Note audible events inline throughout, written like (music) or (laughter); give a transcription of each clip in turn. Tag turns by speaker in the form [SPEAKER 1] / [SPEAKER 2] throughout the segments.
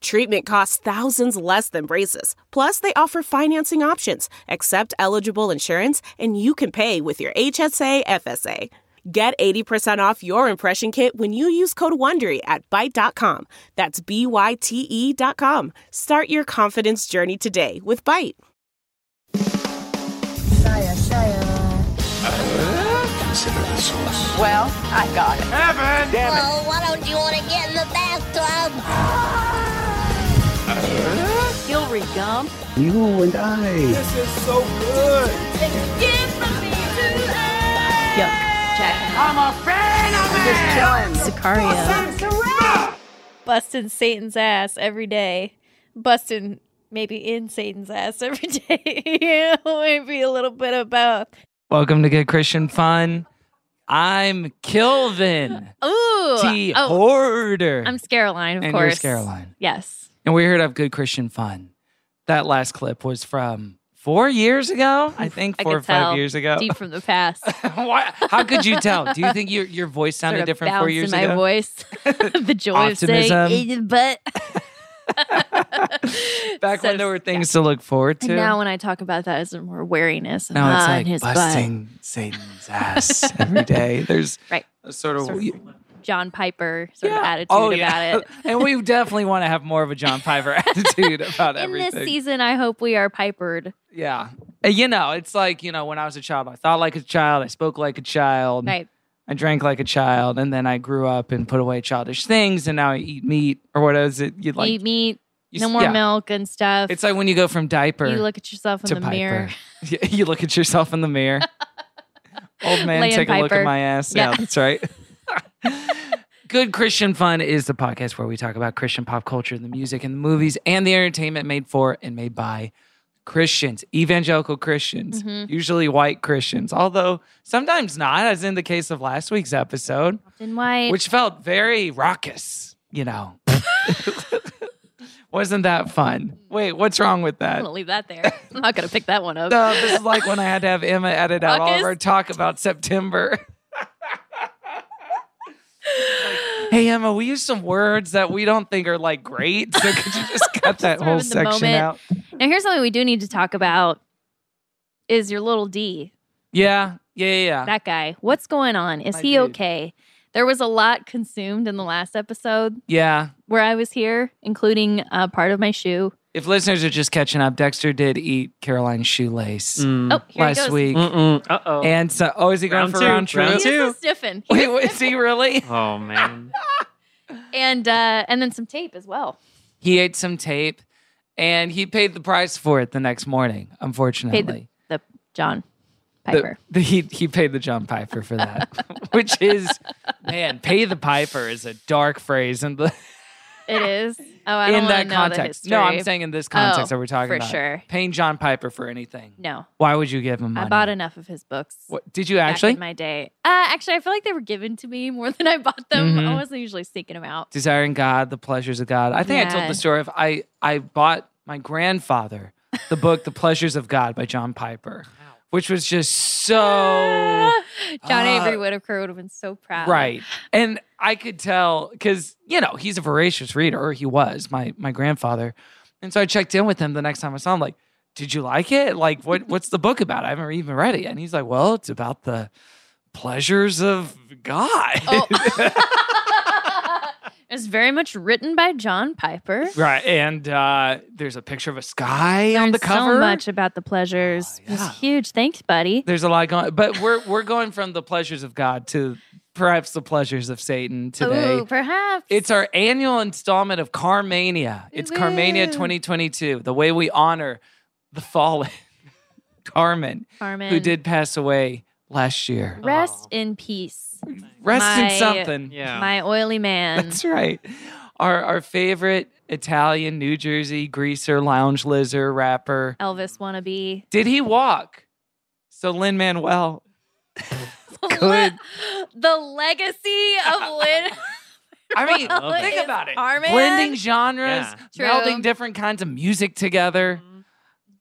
[SPEAKER 1] Treatment costs thousands less than braces. Plus, they offer financing options, accept eligible insurance, and you can pay with your HSA FSA. Get 80% off your impression kit when you use code WONDERY at Byte.com. That's B-Y-T-E E dot com. Start your confidence journey today with Byte.
[SPEAKER 2] Well, I got it.
[SPEAKER 3] Well, why don't you want to get in the bathtub?
[SPEAKER 2] Hillary Gump.
[SPEAKER 4] You and I.
[SPEAKER 2] Yuck. Jack. I'm a fan of Just
[SPEAKER 5] Sicario. Busting Satan's ass every day. Busting maybe in Satan's ass (laughs) every day. yeah, maybe a little bit of both.
[SPEAKER 6] Welcome to Good Christian Fun. I'm Kilvin
[SPEAKER 5] Ooh.
[SPEAKER 6] T.
[SPEAKER 5] oh,
[SPEAKER 6] Hoarder.
[SPEAKER 5] I'm Scaroline, of
[SPEAKER 6] and
[SPEAKER 5] course.
[SPEAKER 6] Here's Caroline.
[SPEAKER 5] Yes.
[SPEAKER 6] And we're here to have Good Christian Fun. That last clip was from four years ago, I think,
[SPEAKER 5] I
[SPEAKER 6] four
[SPEAKER 5] could
[SPEAKER 6] or five
[SPEAKER 5] tell.
[SPEAKER 6] years ago.
[SPEAKER 5] Deep from the past.
[SPEAKER 6] (laughs) Why- How could you tell? Do you think your, your voice sounded
[SPEAKER 5] sort of
[SPEAKER 6] different
[SPEAKER 5] bounce
[SPEAKER 6] four years
[SPEAKER 5] in my
[SPEAKER 6] ago? (laughs)
[SPEAKER 5] voice. (laughs) the joy of
[SPEAKER 6] Optimism.
[SPEAKER 5] saying, "Eh, but.
[SPEAKER 6] (laughs)
[SPEAKER 5] (laughs)
[SPEAKER 6] Back
[SPEAKER 5] So
[SPEAKER 6] when there were
[SPEAKER 5] scary.
[SPEAKER 6] things to look forward to.
[SPEAKER 5] And now when I talk about that, it's more wariness. And,
[SPEAKER 6] Now
[SPEAKER 5] ah, and
[SPEAKER 6] it's
[SPEAKER 5] his
[SPEAKER 6] like
[SPEAKER 5] butt.
[SPEAKER 6] busting Satan's ass
[SPEAKER 5] (laughs)
[SPEAKER 6] every day. There's
[SPEAKER 5] Right.
[SPEAKER 6] a sort of,
[SPEAKER 5] Sort of John Piper sort of
[SPEAKER 6] Yeah.
[SPEAKER 5] attitude
[SPEAKER 6] Oh,
[SPEAKER 5] about
[SPEAKER 6] yeah.
[SPEAKER 5] it.
[SPEAKER 6] (laughs) and
[SPEAKER 5] (laughs)
[SPEAKER 6] we definitely want to have more of a John Piper attitude about
[SPEAKER 5] In
[SPEAKER 6] everything.
[SPEAKER 5] this season, I hope we are pipered.
[SPEAKER 6] Yeah. Uh, You know, it's like, you know, when I was a child, I thought like a child, I spoke like a child,
[SPEAKER 5] Right.
[SPEAKER 6] I drank like a child, and then I grew up and put away childish things, and now I eat meat or what is it? You like
[SPEAKER 5] Eat meat,
[SPEAKER 6] you
[SPEAKER 5] no
[SPEAKER 6] s-
[SPEAKER 5] more
[SPEAKER 6] yeah.
[SPEAKER 5] milk and stuff.
[SPEAKER 6] It's like when you go from diaper
[SPEAKER 5] you look at yourself in
[SPEAKER 6] to
[SPEAKER 5] the
[SPEAKER 6] Piper. (laughs)
[SPEAKER 5] mirror.
[SPEAKER 6] Yeah, you look at yourself in the mirror.
[SPEAKER 5] (laughs)
[SPEAKER 6] Old man,
[SPEAKER 5] Laying
[SPEAKER 6] take a look
[SPEAKER 5] Piper.
[SPEAKER 6] at my ass. Yeah,
[SPEAKER 5] Yeah. (laughs)
[SPEAKER 6] that's right. Good Christian Fun is the podcast where we talk about Christian pop culture, the music and the movies, and the entertainment made for and made by Christians, evangelical Christians,
[SPEAKER 5] Mhm.
[SPEAKER 6] usually white Christians, although sometimes not, as in the case of last week's episode,
[SPEAKER 5] And white.
[SPEAKER 6] which felt very raucous,
[SPEAKER 5] (laughs)
[SPEAKER 6] you know. (laughs) Wasn't that fun? Wait, what's wrong with that?
[SPEAKER 5] I'm gonna leave that
[SPEAKER 6] (laughs)
[SPEAKER 5] there. I'm not gonna pick that one up.
[SPEAKER 6] No, this is like when I had to have Emma edit out all of
[SPEAKER 5] Ruckus?
[SPEAKER 6] our talk about September. (laughs) hey Emma, we use some words that we don't think are like great. So could you
[SPEAKER 5] (laughs)
[SPEAKER 6] just cut that
[SPEAKER 5] Sort of
[SPEAKER 6] whole
[SPEAKER 5] in the
[SPEAKER 6] section
[SPEAKER 5] moment.
[SPEAKER 6] out?
[SPEAKER 5] Now here's something we do need to talk about: is your little D
[SPEAKER 6] Yeah, yeah, yeah, yeah.
[SPEAKER 5] that guy? What's going on? Is
[SPEAKER 6] My
[SPEAKER 5] he
[SPEAKER 6] dude.
[SPEAKER 5] okay? There was a lot consumed in the last episode
[SPEAKER 6] yeah.
[SPEAKER 5] where I was here, including uh, part of my shoe.
[SPEAKER 6] If listeners are just catching up, Dexter did eat Caroline's shoelace
[SPEAKER 5] Oh, here he
[SPEAKER 6] last
[SPEAKER 5] goes.
[SPEAKER 6] week,
[SPEAKER 7] Mm-mm. Uh-oh.
[SPEAKER 6] and so oh, is he going
[SPEAKER 7] Mm. Round
[SPEAKER 6] for
[SPEAKER 7] two,
[SPEAKER 6] round trip?
[SPEAKER 7] round
[SPEAKER 5] He
[SPEAKER 7] two.
[SPEAKER 5] was a stiffin'. He
[SPEAKER 6] (laughs) Wait,
[SPEAKER 5] was
[SPEAKER 6] wait, is he really?
[SPEAKER 7] oh, man.
[SPEAKER 5] and uh, and then some tape as well.
[SPEAKER 6] He ate some tape, and he paid the price for it the next morning. Unfortunately,
[SPEAKER 5] Paid the, the John Piper.
[SPEAKER 6] The, the, he he paid the John Piper for that, (laughs) which is man, pay the piper is a dark phrase in the
[SPEAKER 5] it is. Oh, I don't
[SPEAKER 6] in
[SPEAKER 5] wanna
[SPEAKER 6] that
[SPEAKER 5] know
[SPEAKER 6] context.
[SPEAKER 5] The
[SPEAKER 6] no, I'm
[SPEAKER 5] history.
[SPEAKER 6] saying in this context
[SPEAKER 5] Oh,
[SPEAKER 6] that we're talking
[SPEAKER 5] for
[SPEAKER 6] about
[SPEAKER 5] sure.
[SPEAKER 6] paying John Piper for anything.
[SPEAKER 5] no.
[SPEAKER 6] Why would you give him money?
[SPEAKER 5] I bought enough of his books.
[SPEAKER 6] What, did you
[SPEAKER 5] back
[SPEAKER 6] actually?
[SPEAKER 5] in my day. Uh, actually, I feel like they were given to me more (laughs) than I bought them.
[SPEAKER 6] Mhm.
[SPEAKER 5] I wasn't usually seeking them out.
[SPEAKER 6] Desiring God, the pleasures of God. I think I told
[SPEAKER 5] Yeah.
[SPEAKER 6] the story of I I bought my grandfather the book The Pleasures of God by
[SPEAKER 5] (laughs)
[SPEAKER 6] John Piper, which was just so
[SPEAKER 5] Ah, (laughs) John
[SPEAKER 6] uh,
[SPEAKER 5] Avery Whitaker would have been so proud.
[SPEAKER 6] Right. And I could tell because, you know, he's a voracious reader, or he was, my my grandfather. And so I checked in with him the next time I saw him, like, did you like it? Like, what what's the book about? I haven't even read it yet. And he's like, Well, it's about the pleasures of God.
[SPEAKER 5] Oh. it's very much written by John Piper.
[SPEAKER 6] (laughs) right. And uh there's a picture of a sky on the
[SPEAKER 5] Learned
[SPEAKER 6] cover.
[SPEAKER 5] So much about the pleasures.
[SPEAKER 6] Oh, yeah.
[SPEAKER 5] It's huge. Thanks, buddy.
[SPEAKER 6] There's a lot going but we're we're going from the pleasures of God to perhaps the pleasures of Satan today.
[SPEAKER 5] Ooh, perhaps.
[SPEAKER 6] It's our annual installment of Carmania. It's Carmania
[SPEAKER 5] Woo.
[SPEAKER 6] 2022, the way we honor the fallen (laughs) Carmen,
[SPEAKER 5] Carmen.
[SPEAKER 6] who did pass away last year.
[SPEAKER 5] Rest
[SPEAKER 7] Oh.
[SPEAKER 5] in peace,
[SPEAKER 6] Rest
[SPEAKER 5] My-
[SPEAKER 6] in something.
[SPEAKER 7] Yeah.
[SPEAKER 5] my oily man.
[SPEAKER 6] That's right. Our our favorite Italian New Jersey greaser, lounge lizard rapper.
[SPEAKER 5] Elvis wannabe. (laughs)
[SPEAKER 6] Did he walk? So Lin Manuel,
[SPEAKER 5] Le- the legacy
[SPEAKER 6] (laughs)
[SPEAKER 5] of Lin. (laughs)
[SPEAKER 6] I mean,
[SPEAKER 7] Love
[SPEAKER 6] think
[SPEAKER 7] it.
[SPEAKER 6] about it.
[SPEAKER 5] Harmon
[SPEAKER 6] Blending genres,
[SPEAKER 5] Yeah. True.
[SPEAKER 6] melding different kinds of music together.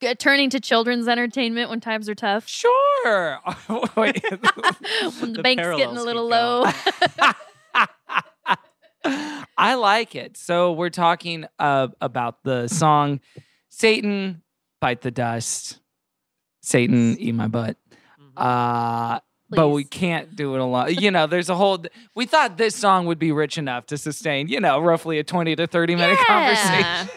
[SPEAKER 5] G- uh, turning to children's entertainment when times are
[SPEAKER 6] (laughs)
[SPEAKER 5] tough.
[SPEAKER 6] Sure.
[SPEAKER 5] (laughs)
[SPEAKER 6] Wait.
[SPEAKER 5] when the,
[SPEAKER 7] The
[SPEAKER 5] bank's getting a
[SPEAKER 7] parallels
[SPEAKER 5] little
[SPEAKER 7] keep going.
[SPEAKER 5] low.
[SPEAKER 6] (laughs) I like it. So we're talking uh, about the song Satan Bite the Dust. Satan eat my butt. Uh but we
[SPEAKER 5] Please.
[SPEAKER 6] can't do it alone. You know, there's a whole we thought this song would be rich enough to sustain, you know, roughly a 20 to 30 minute conversation.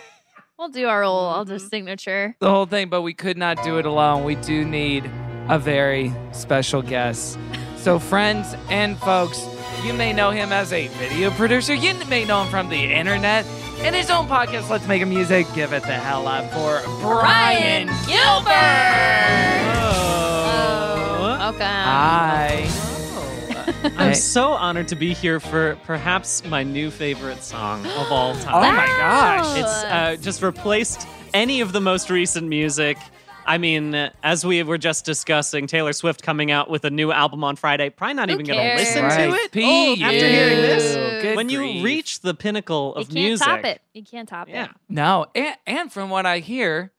[SPEAKER 5] We'll do our old, I'll do signature.
[SPEAKER 6] the whole thing, but we could not do it alone. We do need a very special guest. So, friends and folks, you may know him as a video producer. You may know him from the internet and his own podcast, Let's Make a Music. Give it the hell up for Brian.
[SPEAKER 5] Gilbert.
[SPEAKER 7] Oh.
[SPEAKER 5] Welcome.
[SPEAKER 6] Hi.
[SPEAKER 7] (laughs) I'm so honored to be here for perhaps my new favorite song of all
[SPEAKER 6] Oh
[SPEAKER 7] time.
[SPEAKER 6] my gosh.
[SPEAKER 7] It's uh, just replaced any of the most recent music. I mean, as we were just discussing, Taylor Swift coming out with a new album on Friday. Probably not
[SPEAKER 5] Who
[SPEAKER 7] even going to
[SPEAKER 5] cares?
[SPEAKER 7] listen
[SPEAKER 6] Right.
[SPEAKER 7] to it.
[SPEAKER 6] Pete.
[SPEAKER 7] after hearing
[SPEAKER 5] this,
[SPEAKER 6] Good
[SPEAKER 7] when you
[SPEAKER 6] grief.
[SPEAKER 7] reach the pinnacle
[SPEAKER 5] You
[SPEAKER 7] of
[SPEAKER 5] can't
[SPEAKER 7] music,
[SPEAKER 5] top it. You can't top
[SPEAKER 7] yeah,
[SPEAKER 5] it.
[SPEAKER 6] No, and, and from what I hear,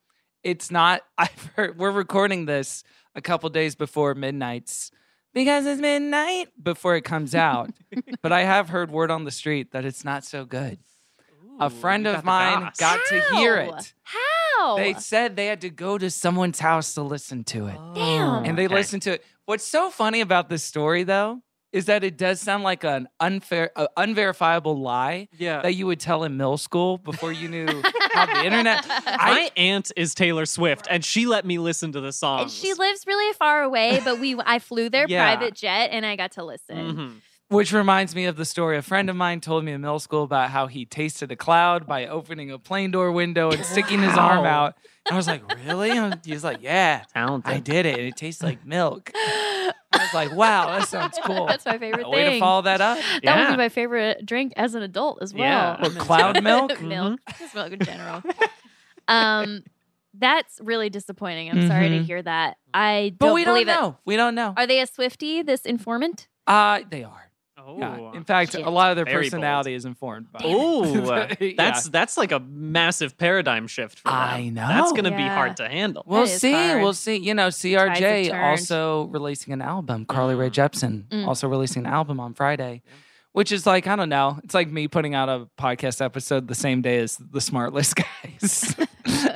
[SPEAKER 6] it's not. (laughs) I've heard, we're recording this a couple days before midnight's because it's midnight before it comes
[SPEAKER 7] (laughs)
[SPEAKER 6] out. but I have heard word on the street that it's not so good. a friend
[SPEAKER 7] you
[SPEAKER 6] of
[SPEAKER 7] got the
[SPEAKER 6] mine
[SPEAKER 7] goss.
[SPEAKER 6] got to hear
[SPEAKER 5] How?
[SPEAKER 6] it.
[SPEAKER 5] How?
[SPEAKER 6] They said they had to go to someone's house to listen to it,
[SPEAKER 5] Damn.
[SPEAKER 6] and they
[SPEAKER 7] Oh, Okay.
[SPEAKER 6] listened to it. What's so funny about this story, though, is that it does sound like an unfair, uh, unverifiable lie
[SPEAKER 7] yeah.
[SPEAKER 6] (laughs) that you would tell in middle school before you knew how
[SPEAKER 5] (laughs)
[SPEAKER 6] the internet. I
[SPEAKER 7] my aunt is Taylor Swift, and she let me listen to the song.
[SPEAKER 5] and she lives really far away, but we I flew their
[SPEAKER 7] Yeah. Mm-hmm.
[SPEAKER 5] private jet and I got to listen.
[SPEAKER 6] Which reminds me of the story a friend of mine told me in middle school about how he tasted a cloud by opening a plane door window and sticking his arm
[SPEAKER 7] Wow.
[SPEAKER 6] out. And I was like, really? And He was like, yeah,
[SPEAKER 7] Talented.
[SPEAKER 6] I did it. And it tastes
[SPEAKER 5] (laughs)
[SPEAKER 6] like milk. I was like, wow, that sounds
[SPEAKER 5] (laughs)
[SPEAKER 6] cool.
[SPEAKER 5] That's my favorite
[SPEAKER 6] Way to
[SPEAKER 5] thing.
[SPEAKER 6] follow
[SPEAKER 5] (laughs)
[SPEAKER 6] that up.
[SPEAKER 5] That would
[SPEAKER 7] Yeah.
[SPEAKER 5] be my favorite drink as an adult as well.
[SPEAKER 7] Yeah.
[SPEAKER 6] What,
[SPEAKER 7] (laughs)
[SPEAKER 6] cloud milk?
[SPEAKER 5] milk, (laughs) just milk in general. um, that's really disappointing. I'm sorry to
[SPEAKER 6] Mhm.
[SPEAKER 5] hear that. I don't
[SPEAKER 6] But we don't
[SPEAKER 5] believe it.
[SPEAKER 6] know. We don't know.
[SPEAKER 5] Are they a Swifty? This informant?
[SPEAKER 6] Uh, they are.
[SPEAKER 7] Oh,
[SPEAKER 6] Yeah. In fact,
[SPEAKER 5] Shit.
[SPEAKER 6] a lot of their
[SPEAKER 7] Very bold.
[SPEAKER 6] personality is informed by. (laughs)
[SPEAKER 5] (laughs)
[SPEAKER 7] Oh,
[SPEAKER 6] Yeah.
[SPEAKER 7] that's that's like a massive paradigm shift for them.
[SPEAKER 6] I know.
[SPEAKER 7] That's going to be
[SPEAKER 5] Yeah.
[SPEAKER 7] hard to handle.
[SPEAKER 6] We'll
[SPEAKER 5] is
[SPEAKER 6] see.
[SPEAKER 5] hard.
[SPEAKER 6] We'll see. You know,
[SPEAKER 5] have
[SPEAKER 6] CRJ
[SPEAKER 5] turned.
[SPEAKER 6] also releasing an album. Carly Rae Jepsen
[SPEAKER 5] Mm.
[SPEAKER 6] also releasing an album on Friday, which is like I don't know. It's like me putting out a podcast episode the same day as the Smartless (laughs)
[SPEAKER 5] (laughs)
[SPEAKER 6] guys,